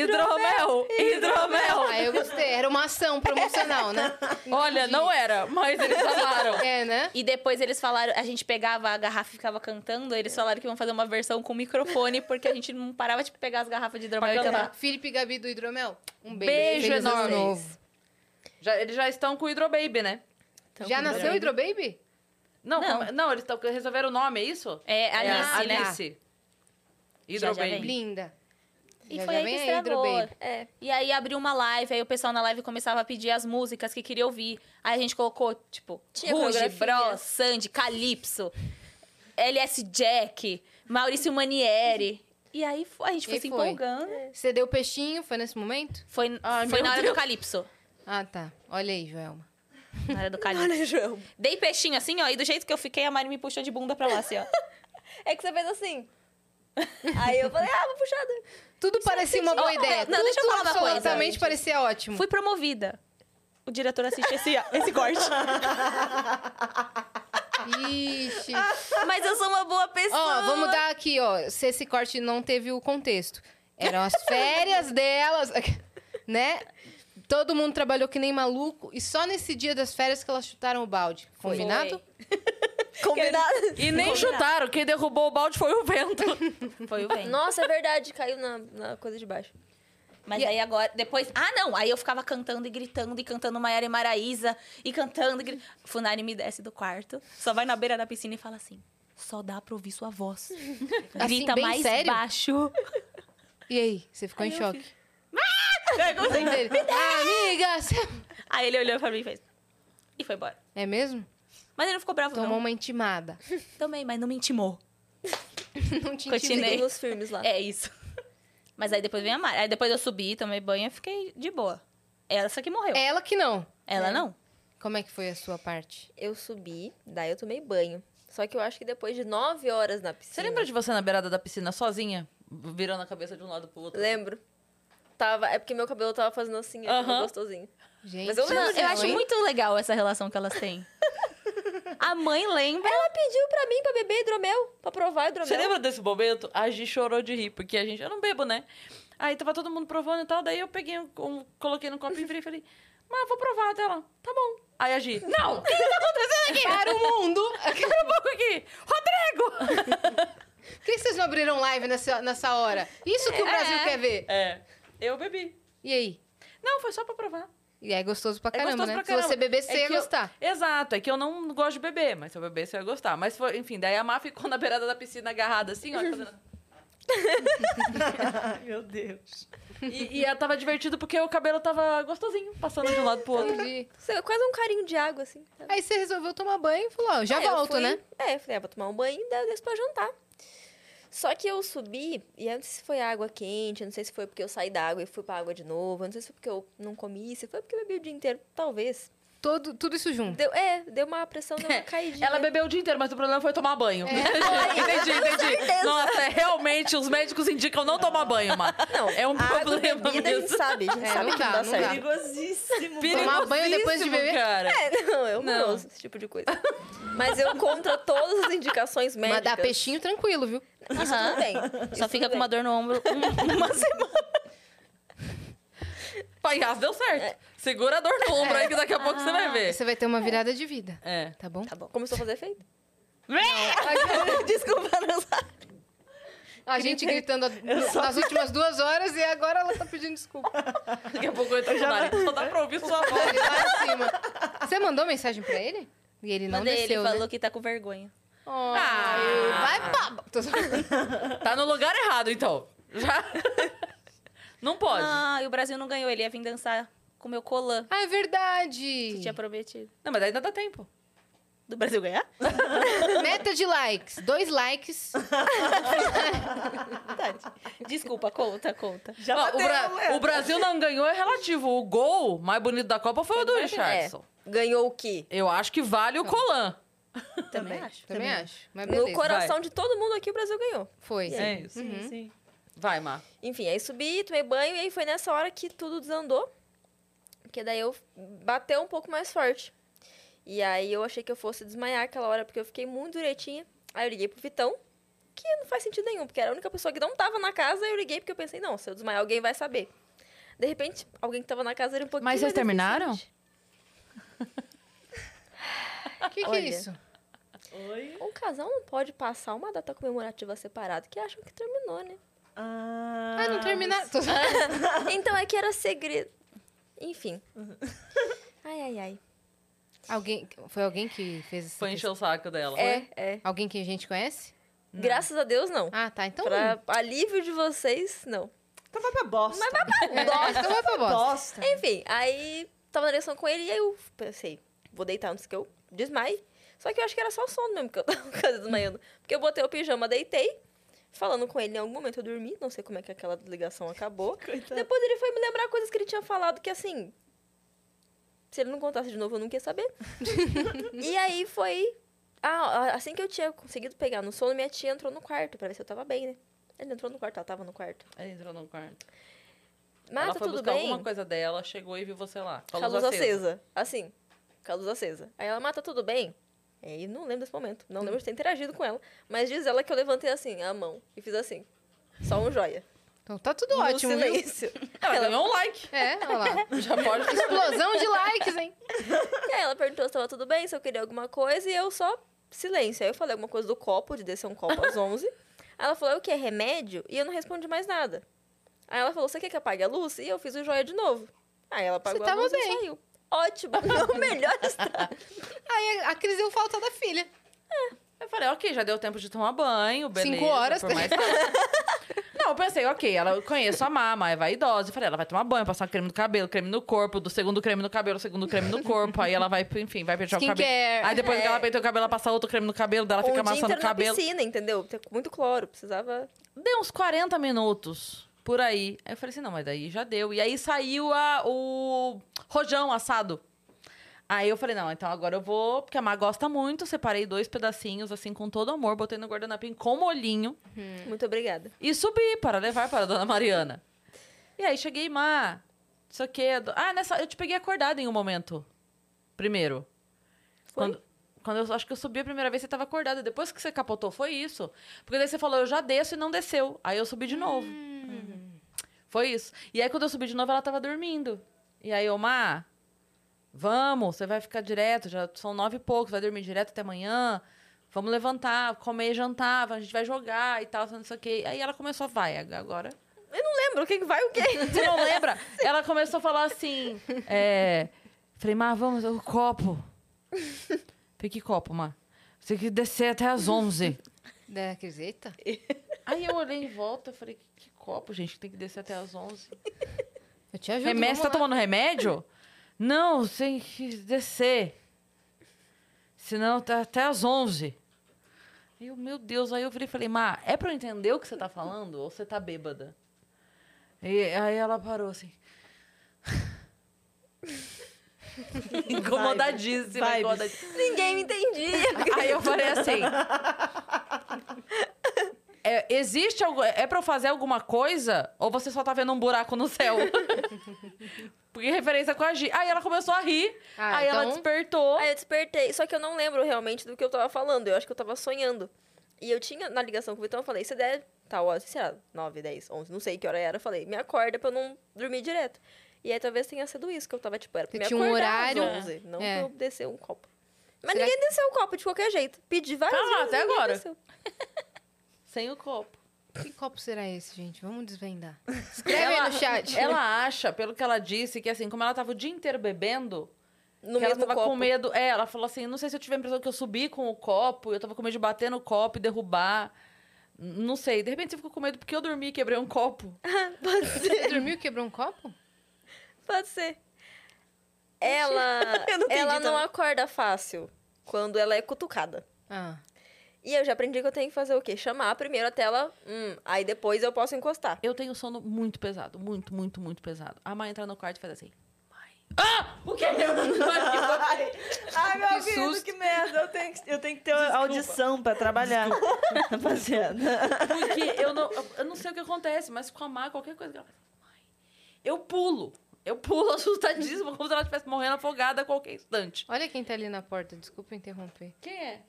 [SPEAKER 1] Hidromel! Hidromel!
[SPEAKER 2] Aí Ah, eu gostei. Era uma ação promocional, né?
[SPEAKER 1] Olha, não era, mas eles amaram.
[SPEAKER 2] É, né?
[SPEAKER 3] E depois eles falaram, a gente pegava a garrafa e ficava cantando, eles falaram que iam fazer uma versão com microfone, porque a gente não parava de pegar as garrafas de hidromel e cantar.
[SPEAKER 2] Felipe e Gabi do Hidromel, um beijo.
[SPEAKER 1] Beijo
[SPEAKER 2] Feliz ano
[SPEAKER 1] enorme.
[SPEAKER 2] novo.
[SPEAKER 1] Já- eles já estão com o Hidrobaby, né?
[SPEAKER 2] Já nasceu o Hidrobaby?
[SPEAKER 1] Não,
[SPEAKER 3] Não.
[SPEAKER 1] como- não, eles tão- resolveram o nome, é isso?
[SPEAKER 3] É,
[SPEAKER 1] É,
[SPEAKER 3] Alice, né?
[SPEAKER 1] Alice.
[SPEAKER 3] Já, já
[SPEAKER 1] Hidrobaby.
[SPEAKER 3] vem.
[SPEAKER 2] Linda.
[SPEAKER 3] E
[SPEAKER 2] Já,
[SPEAKER 3] foi
[SPEAKER 2] já
[SPEAKER 3] aí
[SPEAKER 2] vem
[SPEAKER 3] que
[SPEAKER 2] aí,
[SPEAKER 3] estragou.
[SPEAKER 2] Hidrobaby.
[SPEAKER 6] É.
[SPEAKER 3] E aí abriu uma live, aí o pessoal na live começava a pedir as músicas que queria ouvir. Aí a gente colocou, tipo,
[SPEAKER 6] Tinha
[SPEAKER 3] Ruge,
[SPEAKER 6] coreografia.
[SPEAKER 3] Bros, Sandy, Calypso, LS Jack, Maurício Manieri. E aí fo- a gente foi
[SPEAKER 2] E
[SPEAKER 3] se
[SPEAKER 2] foi.
[SPEAKER 3] empolgando.
[SPEAKER 2] Você deu peixinho, foi nesse momento?
[SPEAKER 3] Foi,
[SPEAKER 1] Ai,
[SPEAKER 3] foi
[SPEAKER 1] meu
[SPEAKER 3] na hora
[SPEAKER 1] Deus.
[SPEAKER 3] do Calypso.
[SPEAKER 2] Ah, tá. Olha aí, Joelma.
[SPEAKER 3] Na hora do Calypso.
[SPEAKER 6] Olha, João.
[SPEAKER 3] Dei peixinho assim, ó, e do jeito que eu fiquei, a Mari me puxou de bunda pra lá, assim, ó.
[SPEAKER 6] É que você fez assim. aí eu falei, ah, vou puxar.
[SPEAKER 2] Tudo parecia uma boa ideia.
[SPEAKER 3] Oh, não, deixa eu
[SPEAKER 2] Tudo
[SPEAKER 3] falar uma coisa,
[SPEAKER 2] absolutamente
[SPEAKER 3] gente.
[SPEAKER 2] parecia ótimo.
[SPEAKER 3] Fui promovida. O diretor assiste assim, esse, esse corte.
[SPEAKER 2] Ixi.
[SPEAKER 3] Ah, Mas eu sou uma boa pessoa.
[SPEAKER 2] Ó, vamos dar aqui, ó. Se esse corte não teve o contexto. Eram as férias delas, né? Todo mundo trabalhou que nem maluco. E só nesse dia das férias que elas chutaram o balde. Combinado?
[SPEAKER 6] Combinado.
[SPEAKER 1] E nem chutaram, quem derrubou o balde foi o vento.
[SPEAKER 3] Foi o bem.
[SPEAKER 6] Nossa, é verdade. Caiu na, na coisa de baixo.
[SPEAKER 3] Mas aí agora, depois... Ah, não! Aí eu ficava cantando e gritando e cantando Maiara e Maraísa. E cantando e gritando. Funari me desce do quarto. Só vai na beira da piscina e fala assim... Só dá pra ouvir sua voz. Grita
[SPEAKER 2] bem
[SPEAKER 3] mais
[SPEAKER 2] sério?
[SPEAKER 3] baixo.
[SPEAKER 2] E aí? Você ficou em choque? Mãe dele, Amiga! você-"
[SPEAKER 3] Aí ele olhou pra mim e fez... E foi embora.
[SPEAKER 2] É mesmo?
[SPEAKER 3] Mas ele não ficou bravo,
[SPEAKER 2] Tomou
[SPEAKER 3] não.
[SPEAKER 2] uma intimada.
[SPEAKER 3] Também, mas não me intimou.
[SPEAKER 2] Não te
[SPEAKER 3] Continua.
[SPEAKER 2] intimidou.
[SPEAKER 3] Chinês.
[SPEAKER 6] Seguimos firmes lá.
[SPEAKER 3] É isso. Mas aí depois vem a Mari. Aí depois eu subi, tomei banho e fiquei de boa. Essa que morreu.
[SPEAKER 2] Ela que não.
[SPEAKER 3] Ela não.
[SPEAKER 2] Como é que foi a sua parte?
[SPEAKER 6] Eu subi, daí eu tomei banho. Só que eu acho que depois de nove horas na piscina...
[SPEAKER 1] Você lembra de você na beirada da piscina sozinha? Virando a cabeça de um lado pro outro.
[SPEAKER 6] Lembro. Tava, é porque meu cabelo tava fazendo assim, eu tava
[SPEAKER 1] Aham.
[SPEAKER 6] gostosinho.
[SPEAKER 2] Gente,
[SPEAKER 6] Mas eu lembro
[SPEAKER 3] Não,
[SPEAKER 6] dela,
[SPEAKER 3] eu acho
[SPEAKER 6] hein?
[SPEAKER 3] muito legal essa relação que elas têm. A mãe lembra.
[SPEAKER 6] Ela pediu pra mim pra beber hidromel, pra provar hidromel.
[SPEAKER 1] Você lembra desse momento? A Gi chorou de rir, porque a gente... Eu não bebo, né? Aí tava todo mundo provando e tal, daí eu peguei um... um- coloquei no copo e virei e falei... Mas vou provar até lá. Tá bom. Aí a Gi, não! O que tá acontecendo aqui?
[SPEAKER 2] Para o mundo!
[SPEAKER 1] Espera um pouco aqui. Rodrigo!
[SPEAKER 2] Por que vocês não abriram live nessa, nessa hora? Isso que o Brasil quer ver.
[SPEAKER 1] É, eu bebi.
[SPEAKER 2] E aí?
[SPEAKER 1] Não, foi só pra provar.
[SPEAKER 2] E é gostoso pra
[SPEAKER 1] É
[SPEAKER 2] caramba,
[SPEAKER 1] gostoso
[SPEAKER 2] né?
[SPEAKER 1] pra caramba.
[SPEAKER 2] Se você beber, você
[SPEAKER 1] É
[SPEAKER 2] ia
[SPEAKER 1] que eu-
[SPEAKER 2] gostar.
[SPEAKER 1] Exato, é que eu não gosto de beber, mas se eu beber, você vai gostar. Mas foi, enfim, daí a Má ficou na beirada da piscina agarrada assim, ó. fazendo-
[SPEAKER 4] Meu Deus.
[SPEAKER 1] E, e ela tava divertido porque o cabelo tava gostosinho, passando de um lado pro outro.
[SPEAKER 2] Entendi.
[SPEAKER 6] Isso é quase um carinho de água, assim. sabe?
[SPEAKER 2] Aí você resolveu tomar banho e falou, ó, já
[SPEAKER 6] É, eu
[SPEAKER 2] volto,
[SPEAKER 6] fui-
[SPEAKER 2] né?
[SPEAKER 6] É, eu falei, ah, vou tomar um banho e daí eu desço pra jantar. Só que eu subi, e eu não sei se foi água quente, eu não sei se foi porque eu saí da água e fui pra água de novo, eu não sei se foi porque eu não comi, se foi porque eu bebi o dia inteiro, talvez.
[SPEAKER 2] Todo, tudo isso junto.
[SPEAKER 6] Deu, é, deu uma pressão, deu uma caidinha.
[SPEAKER 1] Ela bebeu o dia inteiro, mas o problema foi tomar banho. entendi, entendi. Nossa, é, realmente, os médicos indicam não tomar banho, Má.
[SPEAKER 6] Não,
[SPEAKER 1] É um
[SPEAKER 6] água,
[SPEAKER 1] problema
[SPEAKER 6] bebida, a gente
[SPEAKER 1] mesmo.
[SPEAKER 6] sabe, a gente
[SPEAKER 2] É,
[SPEAKER 6] sabe
[SPEAKER 2] não
[SPEAKER 6] que não
[SPEAKER 2] dá,
[SPEAKER 6] dá
[SPEAKER 2] não
[SPEAKER 6] Tá certo.
[SPEAKER 2] dá.
[SPEAKER 4] Ah, Perigosíssimo.
[SPEAKER 2] Tomar banho depois
[SPEAKER 1] Perigosíssimo,
[SPEAKER 2] de beber?
[SPEAKER 1] Cara.
[SPEAKER 6] É, não, é
[SPEAKER 1] Não.
[SPEAKER 6] horroroso esse tipo de coisa. Mas eu contra todas as indicações
[SPEAKER 2] Mas
[SPEAKER 6] médicas.
[SPEAKER 2] dá peixinho tranquilo, viu?
[SPEAKER 6] Isso tudo bem.
[SPEAKER 3] Ah, Só fica com uma dor no ombro um- uma semana.
[SPEAKER 1] Palhaço deu certo. Segura a dor no ombro aí que daqui a pouco você vai ver.
[SPEAKER 2] Você vai ter uma virada de vida,
[SPEAKER 1] É.
[SPEAKER 2] tá bom?
[SPEAKER 6] Tá bom. Começou a fazer efeito?
[SPEAKER 3] Desculpa, não
[SPEAKER 2] A gente gritando
[SPEAKER 4] Eu só-
[SPEAKER 2] nas últimas duas horas e agora ela tá pedindo desculpa.
[SPEAKER 1] Daqui a pouco eu entro no nariz. Só
[SPEAKER 2] É.
[SPEAKER 1] dá pra ouvir sua voz.
[SPEAKER 2] Ele lá em cima. Você mandou mensagem pra ele? E ele não
[SPEAKER 3] Mandei,
[SPEAKER 2] desceu,
[SPEAKER 3] ele falou
[SPEAKER 2] né?
[SPEAKER 3] que tá com vergonha.
[SPEAKER 2] Oh,
[SPEAKER 1] Ah.
[SPEAKER 2] Vai, baba! Tô só-
[SPEAKER 1] Tá no lugar errado, então. Já. Não pode.
[SPEAKER 3] Ah, e o Brasil não ganhou, ele ia vir dançar com meu colã.
[SPEAKER 2] Ah, é
[SPEAKER 3] Que
[SPEAKER 2] verdade!
[SPEAKER 3] tinha prometido.
[SPEAKER 1] Não, mas ainda dá tempo.
[SPEAKER 3] Do Brasil ganhar?
[SPEAKER 2] Meta de likes. Dois likes.
[SPEAKER 3] Desculpa, conta, conta.
[SPEAKER 4] Já
[SPEAKER 1] Ó, o,
[SPEAKER 4] bateu,
[SPEAKER 1] Bra-
[SPEAKER 4] Léo.
[SPEAKER 1] o Brasil não ganhou é relativo. O gol mais bonito da Copa foi o do Richardson.
[SPEAKER 6] Ganhou o quê?
[SPEAKER 1] Eu acho que vale o Colan.
[SPEAKER 3] Também acho.
[SPEAKER 2] Também acho.
[SPEAKER 1] Ah,
[SPEAKER 2] Mas
[SPEAKER 6] No
[SPEAKER 2] beleza.
[SPEAKER 6] coração de todo mundo aqui, o Brasil ganhou.
[SPEAKER 2] Foi.
[SPEAKER 1] É isso.
[SPEAKER 6] Uhum.
[SPEAKER 4] Sim, sim.
[SPEAKER 1] Vai, Má.
[SPEAKER 6] Enfim, aí subi, tomei banho, e aí foi nessa hora que tudo desandou. Porque daí eu bateu um pouco mais forte. E aí eu achei que eu fosse desmaiar aquela hora, porque eu fiquei muito direitinha. Aí eu liguei pro Vitão, que não faz sentido nenhum, porque era a única pessoa que não tava na casa, eu liguei porque eu pensei, não, se eu desmaiar, alguém vai saber. De repente, alguém que tava na casa era um pouquinho
[SPEAKER 1] Mas vocês
[SPEAKER 6] mais
[SPEAKER 1] terminaram?
[SPEAKER 6] eficiente.
[SPEAKER 2] O que, que é
[SPEAKER 6] Olha.
[SPEAKER 2] isso?
[SPEAKER 4] Oi.
[SPEAKER 6] Um casal não pode passar uma data comemorativa separada, que acham que terminou, né?
[SPEAKER 4] Ah,
[SPEAKER 2] Ah, não terminaram. Tô só-
[SPEAKER 6] então é que era segredo. Enfim. Ai, ai, ai.
[SPEAKER 2] Alguém... Foi alguém que fez essa
[SPEAKER 1] Foi encher
[SPEAKER 2] questão?
[SPEAKER 1] o saco dela.
[SPEAKER 6] É, é.
[SPEAKER 2] Alguém que a gente conhece?
[SPEAKER 6] Graças a Deus, não.
[SPEAKER 2] Ah, tá. Então...
[SPEAKER 6] Pra alívio de vocês, não.
[SPEAKER 4] Então vai pra bosta. Mas
[SPEAKER 2] É, então vai pra bosta.
[SPEAKER 4] bosta.
[SPEAKER 6] Enfim, aí tava na direção com ele e aí eu pensei, vou deitar antes que eu desmaie. Só que eu acho que era só sono mesmo que eu tava quase desmaiando. Porque eu botei o pijama, deitei, falando com ele em algum momento eu dormi, não sei como é que aquela ligação acabou.
[SPEAKER 4] Coitado.
[SPEAKER 6] Depois ele foi me lembrar coisas que ele tinha falado que assim. Se ele não contasse de novo, eu nunca ia saber. e aí foi. Ah, assim que eu tinha conseguido pegar no sono, minha tia entrou no quarto pra ver se eu tava bem, né? Ele entrou no quarto, ela tava no quarto.
[SPEAKER 1] Ela entrou no quarto.
[SPEAKER 6] Mas
[SPEAKER 1] ela
[SPEAKER 6] tá
[SPEAKER 1] foi
[SPEAKER 6] tudo
[SPEAKER 1] buscar
[SPEAKER 6] bem.
[SPEAKER 1] alguma coisa dela, chegou e viu você lá. Com a
[SPEAKER 6] Com a luz acesa. Assim, com a luz acesa. Aí ela mata tudo bem. E aí não lembro desse momento. Não
[SPEAKER 1] Hum.
[SPEAKER 6] lembro de ter interagido com ela. Mas diz ela que eu levantei assim, a mão, e fiz assim. Só um joia.
[SPEAKER 2] Então tá tudo
[SPEAKER 6] No
[SPEAKER 2] ótimo, viu?
[SPEAKER 6] silêncio.
[SPEAKER 1] Ela ganhou um like.
[SPEAKER 2] É, olha lá.
[SPEAKER 1] Já pode.
[SPEAKER 2] Explosão de likes, hein?
[SPEAKER 6] E aí ela perguntou se tava tudo bem, se eu queria alguma coisa, e eu só silêncio. Aí eu falei alguma coisa do copo, de descer um copo às 11. Aí Ela falou, "É o que? Remédio? E eu não respondi mais nada. Aí ela falou, você quer que apague a luz? E eu fiz o joia de novo. Aí ela apagou a
[SPEAKER 2] tava
[SPEAKER 6] luz
[SPEAKER 2] bem.
[SPEAKER 6] e saiu. Ótimo, não, melhor está.
[SPEAKER 2] Aí a Cris deu falta da filha.
[SPEAKER 1] Eu falei, ok, já deu tempo de tomar banho, beleza.
[SPEAKER 2] Cinco horas.
[SPEAKER 1] por mais- Não, eu pensei, ok, ela eu conheço a mama, é vaidosa. Eu falei, ela vai tomar banho, passar creme no cabelo, creme no corpo, do segundo creme no cabelo, segundo creme no corpo. Aí ela vai, enfim, vai pentear o cabelo.
[SPEAKER 2] Skincare.
[SPEAKER 1] Aí depois que ela penteou o cabelo, ela passa outro creme no cabelo, dela fica
[SPEAKER 6] um dia
[SPEAKER 1] amassando o
[SPEAKER 6] inteiro na
[SPEAKER 1] cabelo.
[SPEAKER 6] piscina, entendeu? Tem muito cloro, precisava...
[SPEAKER 1] Deu uns 40 minutos por aí. Aí eu falei assim, não, mas daí já deu. E aí saiu a- o rojão assado. Aí eu falei, não, então agora eu vou, porque a Má gosta muito, separei dois pedacinhos, assim, com todo amor, botei no guardanapinho com molhinho
[SPEAKER 6] Muito obrigada.
[SPEAKER 1] e subi para levar para a dona Mariana. E aí cheguei, Má, não sei o quê. do- Ah, nessa, eu te peguei acordada em um momento. Primeiro.
[SPEAKER 6] Foi?
[SPEAKER 1] Quando, quando eu acho que eu subi a primeira vez, você estava acordada. Depois que você capotou, foi isso. Porque daí você falou, eu já desço e não desceu. Aí eu subi de novo. Foi isso. E aí quando eu subi de novo, ela estava dormindo. E aí, eu, Má, Vamos, você vai ficar direto, já são nove e poucos, vai dormir direto até amanhã. Vamos levantar, comer, jantar, a gente vai jogar e tal, não sei o quê. Aí ela começou, vai, agora
[SPEAKER 6] Lembra o que que vai o quê?
[SPEAKER 1] Tu não lembra? Ela começou a falar assim. É, falei, Mar, vamos, o copo. Falei, que copo, Mar? Você tem que descer até às 11.
[SPEAKER 2] Da Criseta?
[SPEAKER 1] Aí eu olhei em volta e falei, que, que copo, gente, que tem que descer até às 11.
[SPEAKER 2] Eu te ajudo.
[SPEAKER 1] Remédio, você tá
[SPEAKER 2] vamos lá.
[SPEAKER 1] tomando remédio? Não, você tem que descer. Senão tá até às 11. Aí Eu, meu Deus, aí eu virei e falei, Má, é pra eu entender o que você tá falando ou você tá bêbada? E aí ela parou assim. incomodadíssima,
[SPEAKER 4] Vibes.
[SPEAKER 1] incomodadíssima.
[SPEAKER 6] Ninguém me entendia.
[SPEAKER 1] Aí eu falei assim. "É, existe algo. É pra eu fazer alguma coisa? Ou você só tá vendo um buraco no céu? Porque referência com a Gi. Aí ela começou a rir.
[SPEAKER 2] Ah,
[SPEAKER 1] aí ela
[SPEAKER 2] então-
[SPEAKER 1] despertou.
[SPEAKER 6] Aí eu despertei, só que eu não lembro realmente do que eu tava falando, eu acho que eu tava sonhando. E eu tinha, na ligação com o Vitão, eu falei, se der tal hora, sei lá, 9, 10, 11, não sei que hora era, eu falei, me acorda pra eu não dormir direto. E aí talvez tenha sido isso, que eu tava, tipo, era
[SPEAKER 2] Você
[SPEAKER 6] pra me
[SPEAKER 2] tinha um
[SPEAKER 6] acordar
[SPEAKER 2] horário,
[SPEAKER 6] às 11, não
[SPEAKER 2] é.
[SPEAKER 6] pra eu descer um copo. Mas
[SPEAKER 2] Será
[SPEAKER 6] ninguém desceu o copo de qualquer jeito. Pedi várias
[SPEAKER 1] Tá lá,
[SPEAKER 6] vezes,
[SPEAKER 1] até
[SPEAKER 6] ninguém
[SPEAKER 1] agora.
[SPEAKER 6] desceu.
[SPEAKER 1] Sem o copo.
[SPEAKER 2] Que copo será esse, gente? Vamos desvendar. Escreve aí no chat.
[SPEAKER 1] Ela acha, pelo que ela disse, que assim, como ela tava o dia inteiro bebendo,
[SPEAKER 6] No
[SPEAKER 1] que ela
[SPEAKER 6] mesmo
[SPEAKER 1] tava
[SPEAKER 6] copo.
[SPEAKER 1] com medo. É, ela falou assim: não sei se eu tive a impressão que eu subi com o copo, eu tava com medo de bater no copo e derrubar. N- Não sei. De repente você ficou com medo porque eu dormi e quebrei um copo.
[SPEAKER 6] Pode ser,
[SPEAKER 2] Você dormiu e quebrou um copo?
[SPEAKER 6] pode ser. Ela,
[SPEAKER 3] Eu não entendi
[SPEAKER 6] ela não
[SPEAKER 3] também.
[SPEAKER 6] acorda fácil quando ela é cutucada.
[SPEAKER 2] Ah.
[SPEAKER 6] E eu já aprendi que eu tenho que fazer o quê? Chamar primeiro a tela, hum, aí depois eu posso encostar.
[SPEAKER 1] Eu tenho sono muito pesado, muito, muito, muito pesado. A mãe entra no quarto e faz assim. Ah!
[SPEAKER 4] Ai, ai, meu
[SPEAKER 2] Que
[SPEAKER 4] ouvido,
[SPEAKER 2] susto.
[SPEAKER 4] que merda. Eu tenho que, eu tenho que ter audição pra trabalhar. Rapaziada.
[SPEAKER 1] Porque eu não, eu- eu não sei o que acontece, mas com a Má, qualquer coisa que ela faz, mãe, eu pulo. Eu pulo assustadíssima, como se ela estivesse morrendo afogada a qualquer instante.
[SPEAKER 2] Olha quem tá ali na porta, desculpa interromper.
[SPEAKER 1] Quem é?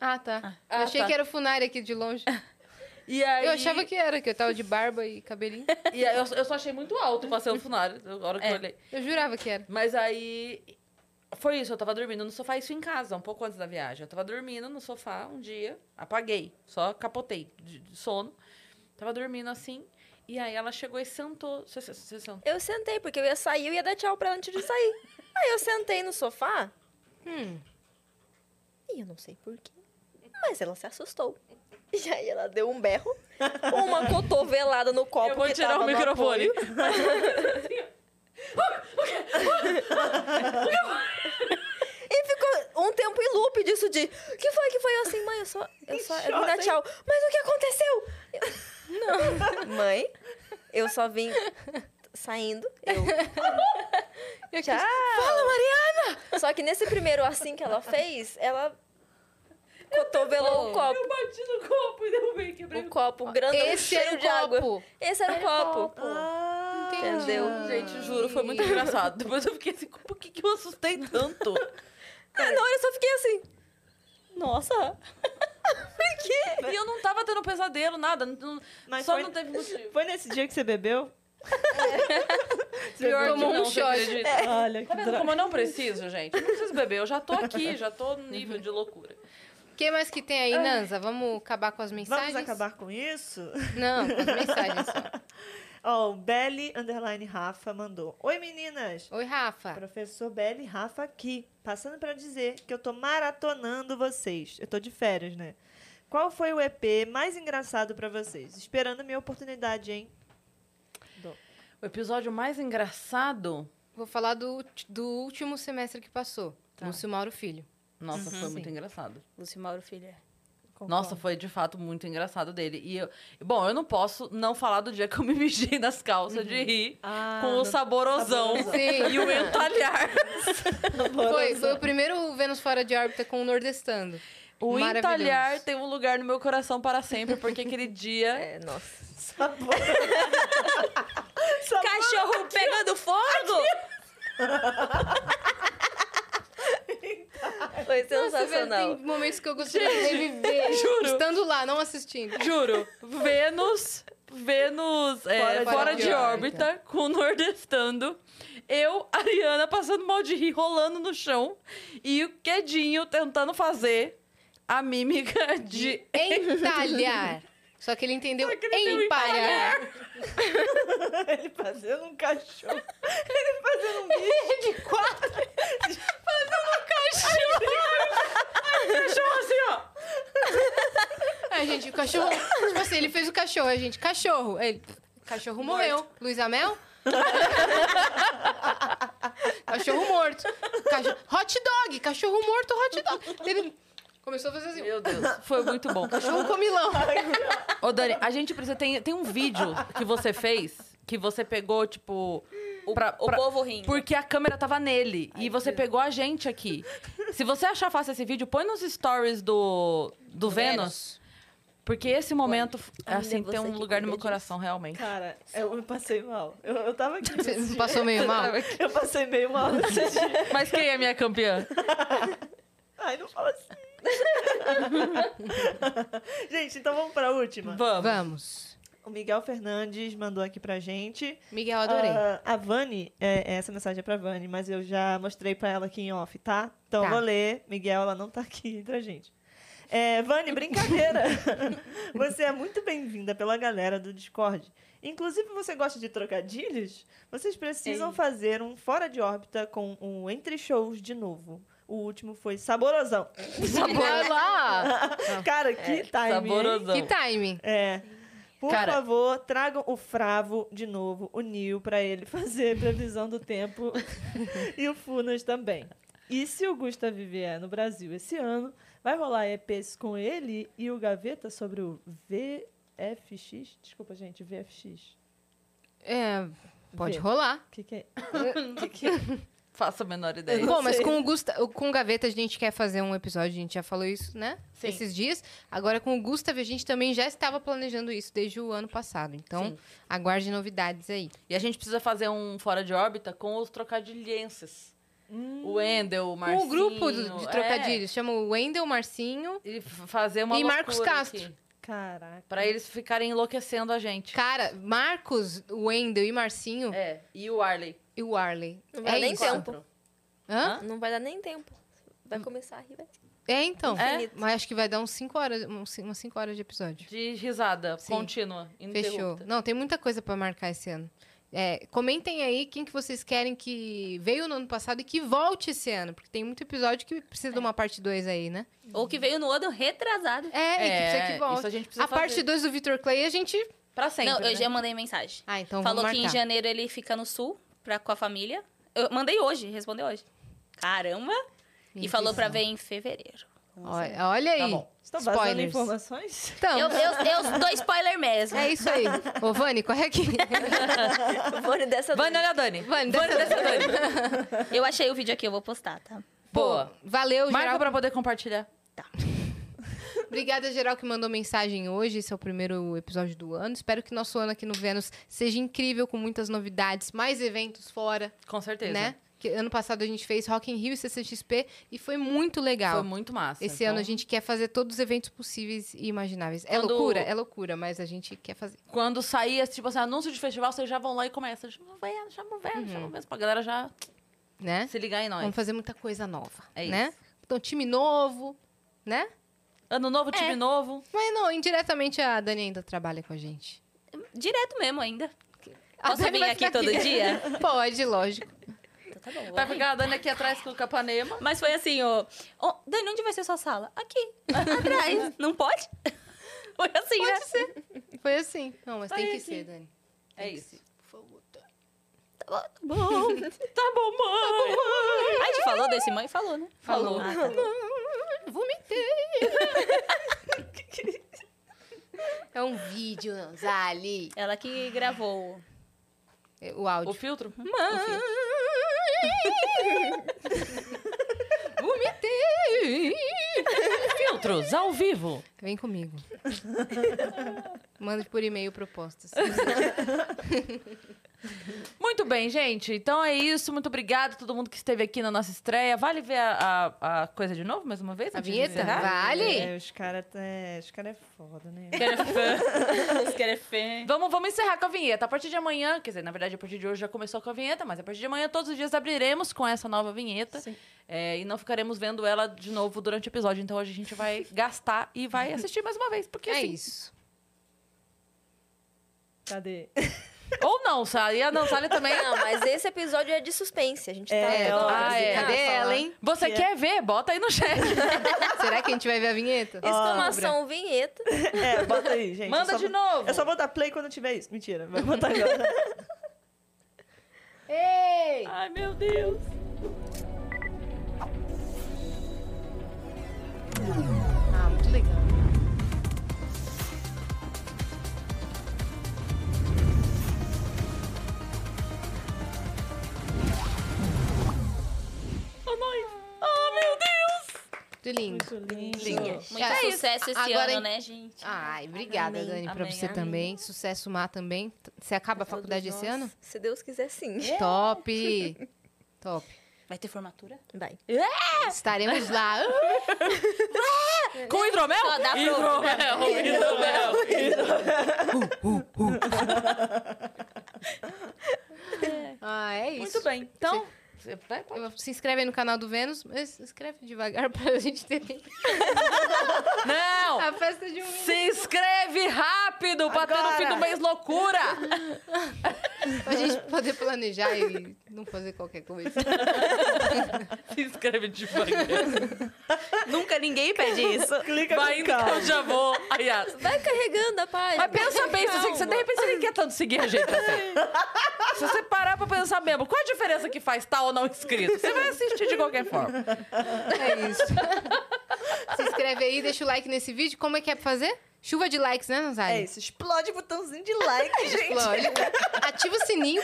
[SPEAKER 2] Ah, tá.
[SPEAKER 1] Ah,
[SPEAKER 2] eu achei
[SPEAKER 1] tá.
[SPEAKER 2] que era o Funari aqui de longe.
[SPEAKER 1] E aí,
[SPEAKER 2] Eu achava que era, que eu tava de barba e cabelinho.
[SPEAKER 1] e aí eu, eu só achei muito alto pra ser o funcionário, na hora que eu
[SPEAKER 3] É.
[SPEAKER 1] olhei.
[SPEAKER 2] Eu jurava que era.
[SPEAKER 1] Mas aí. Foi isso, eu tava dormindo no sofá, isso em casa, um pouco antes da viagem. Eu tava dormindo no sofá um dia, apaguei, só capotei de, de sono. Tava dormindo assim, e aí ela chegou e sentou. Você você- você sentou?
[SPEAKER 6] Eu sentei, porque eu ia sair, eu ia dar tchau pra ela antes de sair. aí eu sentei no sofá,
[SPEAKER 2] Hum.
[SPEAKER 6] e eu não sei porquê, mas ela se assustou. E aí ela deu um berro, uma cotovelada no copo
[SPEAKER 1] Eu vou
[SPEAKER 6] que
[SPEAKER 1] tirar
[SPEAKER 6] tava
[SPEAKER 1] o
[SPEAKER 6] no
[SPEAKER 1] microfone.
[SPEAKER 6] apoio. E ficou um tempo em loop disso de... que foi, que foi? Eu assim, mãe, eu só... Eu só... Eu vim dar tchau. Mas o que aconteceu? Eu, não. Mãe, eu só vim saindo, eu...
[SPEAKER 2] Eu
[SPEAKER 6] Tchau!
[SPEAKER 2] quis-
[SPEAKER 6] Fala, Mariana! Só que nesse primeiro assim que ela fez, ela cotovelou o copo.
[SPEAKER 1] bati no copo e derrubei, quebrei
[SPEAKER 6] O copo grande
[SPEAKER 2] Esse
[SPEAKER 6] cheio
[SPEAKER 2] era o
[SPEAKER 6] de água.
[SPEAKER 2] copo.
[SPEAKER 6] Esse era o copo.
[SPEAKER 4] Ah,
[SPEAKER 6] Entendeu?
[SPEAKER 1] Gente, juro, foi muito engraçado. Depois eu fiquei assim, por que, que eu assustei tanto?
[SPEAKER 6] Ah, não, eu só fiquei assim.
[SPEAKER 3] Nossa,
[SPEAKER 1] e eu não tava tendo pesadelo, nada. não- não-
[SPEAKER 4] Mas
[SPEAKER 1] só
[SPEAKER 4] foi-
[SPEAKER 1] não teve motivo.
[SPEAKER 4] Foi nesse dia que você bebeu? Você
[SPEAKER 1] Pior
[SPEAKER 4] bebeu?
[SPEAKER 1] que
[SPEAKER 2] Tomou um
[SPEAKER 1] não, você
[SPEAKER 2] shot.
[SPEAKER 1] acredita?
[SPEAKER 4] Olha,
[SPEAKER 1] Tá
[SPEAKER 4] que
[SPEAKER 1] vendo como
[SPEAKER 4] droga.
[SPEAKER 1] eu não preciso, gente? Eu Não preciso beber, eu já tô aqui, já tô no nível de loucura.
[SPEAKER 2] O que mais que tem aí, Nanza? Vamos acabar com as mensagens?
[SPEAKER 4] Vamos acabar com isso?
[SPEAKER 2] Não, com as mensagens só.
[SPEAKER 4] Ó, o Belly Underline Rafa mandou. Oi, meninas!
[SPEAKER 2] Oi, Rafa.
[SPEAKER 4] Professor Belly Rafa aqui, passando pra dizer que eu tô maratonando vocês. Eu tô de férias, né? Qual foi o EP mais engraçado pra vocês? Esperando a minha oportunidade, hein?
[SPEAKER 1] O episódio mais engraçado.
[SPEAKER 2] Vou falar do, ulti- do último semestre que passou.
[SPEAKER 1] Tá.
[SPEAKER 2] Lúcio Mauro Filho.
[SPEAKER 1] Nossa, foi muito
[SPEAKER 4] Sim.
[SPEAKER 1] engraçado.
[SPEAKER 3] Lúcio Mauro Filho.
[SPEAKER 1] Nossa, foi de fato muito engraçado dele. E eu, bom, eu não posso não falar do dia que eu me mijei nas calças de rir
[SPEAKER 4] Ah,
[SPEAKER 1] com o
[SPEAKER 4] no-
[SPEAKER 1] Uhum. saborosão
[SPEAKER 4] saborosão.
[SPEAKER 1] e o entalhar.
[SPEAKER 2] Foi, foi o primeiro Vênus Fora de Órbita com um o Nordestando.
[SPEAKER 1] O
[SPEAKER 2] Maravilhoso.
[SPEAKER 1] entalhar tem um lugar no meu coração para sempre, porque aquele dia
[SPEAKER 6] É, nossa.
[SPEAKER 4] Sabor...
[SPEAKER 3] Cachorro pegando fogo!
[SPEAKER 6] Foi
[SPEAKER 2] Nossa, velho,
[SPEAKER 6] sensacional.
[SPEAKER 2] tem momentos que eu gostaria de viver.
[SPEAKER 1] juro.
[SPEAKER 2] Estando lá, não assistindo.
[SPEAKER 1] Juro. Vênus. Vênus é,
[SPEAKER 2] Fora
[SPEAKER 1] fora,
[SPEAKER 2] de
[SPEAKER 1] de
[SPEAKER 2] órbita.
[SPEAKER 1] órbita, com o Nordestando. Eu, Ariana, passando mal de rir, rolando no chão. E o quedinho tentando fazer a mímica de...
[SPEAKER 2] Entalhar. Só que ele entendeu
[SPEAKER 1] Só que ele entendeu
[SPEAKER 2] empalhar.
[SPEAKER 4] Ele fazendo um cachorro. Ele fazendo um bicho. De quatro.
[SPEAKER 1] Cachorro assim, ó.
[SPEAKER 2] Ai, gente, o cachorro. Tipo assim, ele fez o cachorro, a gente. Cachorro. Ele, cachorro morreu. Luiz Amel? cachorro morto. Cachorro- hot dog. Cachorro morto, hot dog. Ele começou a fazer assim.
[SPEAKER 1] Meu Deus, foi muito bom.
[SPEAKER 2] Cachorro comilão.
[SPEAKER 1] Ô, Dani, a gente precisa... Tem, tem um vídeo que você fez, que você pegou, tipo...
[SPEAKER 3] O,
[SPEAKER 1] pra-
[SPEAKER 3] o
[SPEAKER 1] pra-
[SPEAKER 3] povo rindo.
[SPEAKER 1] Porque a câmera tava nele. e você pegou a gente aqui. Se você achar fácil esse vídeo, põe nos stories do, do Vênus. Porque esse momento,
[SPEAKER 3] Ai,
[SPEAKER 1] assim,
[SPEAKER 3] você
[SPEAKER 1] tem um
[SPEAKER 3] que
[SPEAKER 1] lugar no meu
[SPEAKER 3] cuida disso.
[SPEAKER 1] coração, realmente.
[SPEAKER 4] Cara, eu passei mal. Eu, eu tava aqui.
[SPEAKER 2] Você não passou meio mal?
[SPEAKER 4] Eu passei meio mal. nesse dia.
[SPEAKER 1] Mas quem é minha campeã?
[SPEAKER 4] Ai, não fala assim. gente, então vamos pra última.
[SPEAKER 1] Vamos.
[SPEAKER 2] Vamos.
[SPEAKER 4] O Miguel Fernandes mandou aqui pra gente.
[SPEAKER 2] Miguel, adorei.
[SPEAKER 4] Ah, a Vani, é, essa mensagem é pra Vani, mas eu já mostrei pra ela aqui em off, tá? Então
[SPEAKER 2] Tá.
[SPEAKER 4] eu vou ler. Miguel, ela não tá aqui entre a gente. É, Vani, brincadeira! você é muito bem-vinda pela galera do Discord. Inclusive, você gosta de trocadilhos? Vocês precisam fazer um fora de órbita com um entre shows de novo. O último foi saborosão.
[SPEAKER 2] Olha lá.
[SPEAKER 4] Cara, que
[SPEAKER 2] é,
[SPEAKER 4] time! hein?
[SPEAKER 1] Saborosão.
[SPEAKER 2] Que timing.
[SPEAKER 4] É. Por
[SPEAKER 1] Cara-
[SPEAKER 4] favor, tragam o Fravo de novo, o Nil, pra ele fazer previsão do tempo e o Funas também. E se o Gustav vier no Brasil esse ano, vai rolar EPs com ele e o Gaveta sobre o VFX? Desculpa, gente, VFX.
[SPEAKER 2] É, pode
[SPEAKER 4] Vê.
[SPEAKER 2] rolar.
[SPEAKER 4] O que, que é?
[SPEAKER 1] Faço a menor ideia.
[SPEAKER 2] Bom, mas
[SPEAKER 4] sei.
[SPEAKER 2] com o, Gusta, com o Gaveta a gente quer fazer um episódio, a gente já falou isso, né?
[SPEAKER 1] Sim.
[SPEAKER 2] Esses dias. Agora com o Gustav a gente também já estava planejando isso desde o ano passado. Então,
[SPEAKER 1] Sim.
[SPEAKER 2] aguarde novidades aí.
[SPEAKER 1] E a gente precisa fazer um fora de órbita com os trocadilhenses.
[SPEAKER 4] Hum,
[SPEAKER 1] O Endel, o Marcinho.
[SPEAKER 2] Um grupo do- de
[SPEAKER 1] é.
[SPEAKER 2] trocadilhos chama o Wendel, Marcinho.
[SPEAKER 1] e f- fazer uma
[SPEAKER 2] E
[SPEAKER 1] loucura
[SPEAKER 2] Marcos
[SPEAKER 1] aqui.
[SPEAKER 2] Castro.
[SPEAKER 4] Caraca.
[SPEAKER 1] Pra eles ficarem enlouquecendo a gente.
[SPEAKER 2] Cara, Marcos, Wendel e Marcinho
[SPEAKER 1] É. E o Arley.
[SPEAKER 2] e o Arley.
[SPEAKER 6] Não vai
[SPEAKER 2] É
[SPEAKER 6] dar nem
[SPEAKER 2] isso.
[SPEAKER 1] então.
[SPEAKER 6] tempo.
[SPEAKER 2] Hã?
[SPEAKER 6] Não vai dar nem tempo. Vai começar a rir. vai-
[SPEAKER 2] É, então.
[SPEAKER 1] É?
[SPEAKER 2] Mas acho que vai dar uns 5 horas, uns- umas 5 horas de episódio.
[SPEAKER 1] De risada
[SPEAKER 2] Sim.
[SPEAKER 1] contínua.
[SPEAKER 2] Fechou.
[SPEAKER 1] ininterrupta.
[SPEAKER 2] Não, tem muita coisa pra marcar esse ano. É, comentem aí quem que vocês querem que veio no ano passado e que volte esse ano. Porque tem muito episódio que precisa de uma parte 2 aí, né?
[SPEAKER 3] Ou que veio no ano retrasado.
[SPEAKER 2] É, e que precisa que volte.
[SPEAKER 1] Isso a gente precisa
[SPEAKER 2] A parte
[SPEAKER 1] fazer.
[SPEAKER 2] 2 do Victor Clay a gente...
[SPEAKER 1] Pra sempre,
[SPEAKER 3] não,
[SPEAKER 1] né?
[SPEAKER 3] eu já mandei mensagem.
[SPEAKER 2] Ah, então
[SPEAKER 3] Falou
[SPEAKER 2] vamos
[SPEAKER 3] que
[SPEAKER 2] marcar.
[SPEAKER 3] em janeiro ele fica no sul pra, com a família. Eu mandei hoje, respondeu hoje. Caramba! E falou pra ver em fevereiro.
[SPEAKER 2] Olha, olha aí.
[SPEAKER 1] Tá bom.
[SPEAKER 4] Estão vazando
[SPEAKER 2] Spoilers.
[SPEAKER 4] informações?
[SPEAKER 2] Então,
[SPEAKER 3] Eu, eu, eu dou spoiler mesmo.
[SPEAKER 2] é isso aí. Ô, Vani, corre aqui.
[SPEAKER 6] O Vani dessa
[SPEAKER 1] Vânia, olha a Dani.
[SPEAKER 2] Vani, dessa
[SPEAKER 1] Dessa Dani.
[SPEAKER 3] Eu achei o vídeo aqui, eu vou postar, tá?
[SPEAKER 1] Boa.
[SPEAKER 2] Valeu,
[SPEAKER 1] Marca
[SPEAKER 2] geral.
[SPEAKER 1] pra poder compartilhar.
[SPEAKER 2] Obrigada, geral, que mandou mensagem hoje. Esse é o primeiro episódio do ano. Espero que nosso ano aqui no Vênus seja incrível, com muitas novidades, mais eventos fora,
[SPEAKER 1] Com certeza.
[SPEAKER 2] né? Que ano passado a gente fez Rock in Rio e CCXP e foi muito
[SPEAKER 1] Foi
[SPEAKER 2] legal.
[SPEAKER 1] muito massa.
[SPEAKER 2] Esse
[SPEAKER 1] Então,
[SPEAKER 2] ano a gente quer fazer todos os eventos possíveis e imagináveis. É
[SPEAKER 1] Quando-
[SPEAKER 2] loucura, é loucura, mas a gente quer fazer.
[SPEAKER 1] Quando sair, esse, tipo assim, anúncio de festival, vocês já vão lá e começam. Chama o Vênus, chama o Vênus, chama o Vênus. Pra galera já
[SPEAKER 2] Né?
[SPEAKER 1] se ligar em nós.
[SPEAKER 2] Vamos fazer muita coisa nova,
[SPEAKER 1] É
[SPEAKER 2] né?
[SPEAKER 1] isso.
[SPEAKER 2] Então, time novo, né?
[SPEAKER 1] Ano novo, time novo.
[SPEAKER 2] Mas não, indiretamente a Dani ainda trabalha com a gente.
[SPEAKER 3] Direto mesmo ainda.
[SPEAKER 2] A
[SPEAKER 3] Posso
[SPEAKER 2] Dani
[SPEAKER 3] vir
[SPEAKER 2] Ah, vai
[SPEAKER 3] aqui
[SPEAKER 2] ficar
[SPEAKER 3] todo dia?
[SPEAKER 2] Pode, lógico.
[SPEAKER 3] Então tá bom.
[SPEAKER 1] Vai ficar a Dani aqui atrás com o Capanema.
[SPEAKER 3] Mas foi assim, ô. ô, Dani, onde vai ser sua sala? Aqui, atrás. Não pode? Foi assim, né?
[SPEAKER 2] Foi assim. Não, mas tem que ser, Dani.
[SPEAKER 1] É isso.
[SPEAKER 3] Tá bom. Tá bom, mãe. A gente falou desse mãe? Falou, né?
[SPEAKER 1] Falou.
[SPEAKER 3] Ah, tá bom.
[SPEAKER 2] Vomitei. é um vídeo, não. Zali.
[SPEAKER 3] Ela que gravou.
[SPEAKER 2] É, O
[SPEAKER 1] O
[SPEAKER 2] áudio.
[SPEAKER 1] filtro?
[SPEAKER 3] Mãe.
[SPEAKER 2] Vomitei.
[SPEAKER 1] Filtros, ao vivo.
[SPEAKER 2] Vem comigo. Mande por e-mail propostas.
[SPEAKER 1] Muito Muito bem, gente. Então é isso. Muito obrigada a todo mundo que esteve aqui na nossa estreia. Vale ver a, a- a coisa de novo, mais uma vez?
[SPEAKER 2] A
[SPEAKER 1] antes de
[SPEAKER 2] vinheta?
[SPEAKER 1] encerrar?
[SPEAKER 2] Vale?
[SPEAKER 4] É, os caras é, os cara é foda, né?
[SPEAKER 3] Escrever.
[SPEAKER 1] Vamos, vamos encerrar com a vinheta. A partir de amanhã, quer dizer, na verdade, a partir de hoje já começou com a vinheta, mas a partir de amanhã todos os dias abriremos com essa nova vinheta. É, e não ficaremos vendo ela de novo durante o episódio. Então hoje a gente vai gastar e vai assistir mais uma vez. Porque
[SPEAKER 2] é
[SPEAKER 1] assim,
[SPEAKER 2] isso.
[SPEAKER 4] Cadê?
[SPEAKER 1] Ou não, Sally. A não, Sally também.
[SPEAKER 6] Não, mas esse episódio é de suspense. A gente tá.
[SPEAKER 4] É,
[SPEAKER 6] toda hora
[SPEAKER 1] ah,
[SPEAKER 6] assim,
[SPEAKER 1] é.
[SPEAKER 6] ah,
[SPEAKER 2] Cadê
[SPEAKER 6] falar.
[SPEAKER 2] ela, hein?
[SPEAKER 1] Você quer ver? Bota aí no chat.
[SPEAKER 2] Será que a gente vai ver a vinheta?
[SPEAKER 6] Exclamação, vinheta.
[SPEAKER 4] É, bota aí, gente.
[SPEAKER 1] Manda
[SPEAKER 4] Eu só
[SPEAKER 1] de
[SPEAKER 4] vou-
[SPEAKER 1] novo.
[SPEAKER 4] Eu só vou dar play quando tiver isso. Mentira, vai botar agora.
[SPEAKER 2] Ei!
[SPEAKER 1] Ai, meu Deus.
[SPEAKER 2] Ah, muito legal. Muito lindo.
[SPEAKER 4] Muito lindo.
[SPEAKER 3] Muito
[SPEAKER 2] É isso.
[SPEAKER 3] sucesso esse
[SPEAKER 2] Agora, Ah.
[SPEAKER 3] ano,
[SPEAKER 2] hein?
[SPEAKER 3] né, gente?
[SPEAKER 2] Ai, obrigada,
[SPEAKER 3] Amém,
[SPEAKER 2] Dani, pra
[SPEAKER 3] amém,
[SPEAKER 2] você
[SPEAKER 3] amém.
[SPEAKER 2] também. Sucesso, Má, também. T- Você acaba a faculdade esse ano?
[SPEAKER 6] Se Deus quiser, sim.
[SPEAKER 2] É? Top! Top.
[SPEAKER 3] Vai ter formatura?
[SPEAKER 6] Vai.
[SPEAKER 2] Estaremos lá.
[SPEAKER 1] Com hidromel?
[SPEAKER 3] Né? Só dá pra-
[SPEAKER 1] Hidromel, hidromel.
[SPEAKER 2] Ah, é isso.
[SPEAKER 1] Muito bem. Então, você vai- pode-
[SPEAKER 2] Eu- Se inscreve aí no canal do Vênus, mas se inscreve devagar pra gente ter tempo.
[SPEAKER 1] não.
[SPEAKER 2] a festa de um
[SPEAKER 1] Se inscreve rápido pra ter no
[SPEAKER 4] Agora.
[SPEAKER 1] fim do mês loucura!
[SPEAKER 2] pra gente poder planejar e não fazer qualquer coisa.
[SPEAKER 1] Se inscreve devagar.
[SPEAKER 3] Nunca ninguém pede isso.
[SPEAKER 4] Clica
[SPEAKER 1] Vai
[SPEAKER 4] no
[SPEAKER 1] indo que
[SPEAKER 4] carro.
[SPEAKER 1] eu já vou. Aí, ah,
[SPEAKER 6] Vai carregando a página.
[SPEAKER 1] Mas pensa bem, se você, se de repente você nem quer tanto seguir a gente assim. Se você parar pra pensar mesmo, qual a diferença que faz tal ou não inscrito? Você vai assistir de qualquer forma.
[SPEAKER 2] É isso. Se inscreve aí, deixa o like nesse vídeo. Como é que é pra fazer? Chuva de likes, né, Nazário?
[SPEAKER 4] É isso, explode o botãozinho de like, gente.
[SPEAKER 2] Lógico. Ativa o sininho.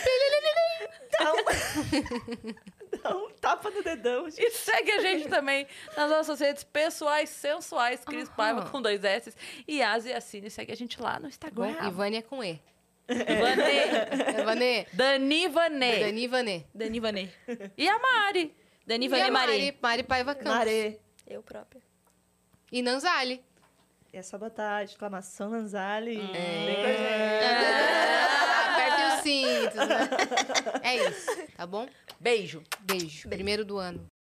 [SPEAKER 4] Dá um... Dá um tapa no dedão, gente.
[SPEAKER 1] E segue a gente também nas nossas redes pessoais, sensuais, Cris
[SPEAKER 2] Aham.
[SPEAKER 1] Paiva com dois S e Asi Assine. Segue a gente lá no Instagram.
[SPEAKER 2] Bom, Ivane é com E.
[SPEAKER 1] Vanê,
[SPEAKER 2] É Vanê?
[SPEAKER 1] Dani Vanê.
[SPEAKER 2] Dani Vanê.
[SPEAKER 3] Dani Vanê.
[SPEAKER 1] E a Mari.
[SPEAKER 3] Dani
[SPEAKER 2] E
[SPEAKER 3] Vanê
[SPEAKER 2] a
[SPEAKER 3] Mari.
[SPEAKER 2] Mari, Mari Paiva Campos.
[SPEAKER 4] Mare.
[SPEAKER 6] Eu própria.
[SPEAKER 2] E Nanzali.
[SPEAKER 4] É só botar exclamação Lanzali.
[SPEAKER 2] Apertem os cintos, né? É isso, tá bom?
[SPEAKER 1] Beijo.
[SPEAKER 2] Beijo. Primeiro do ano.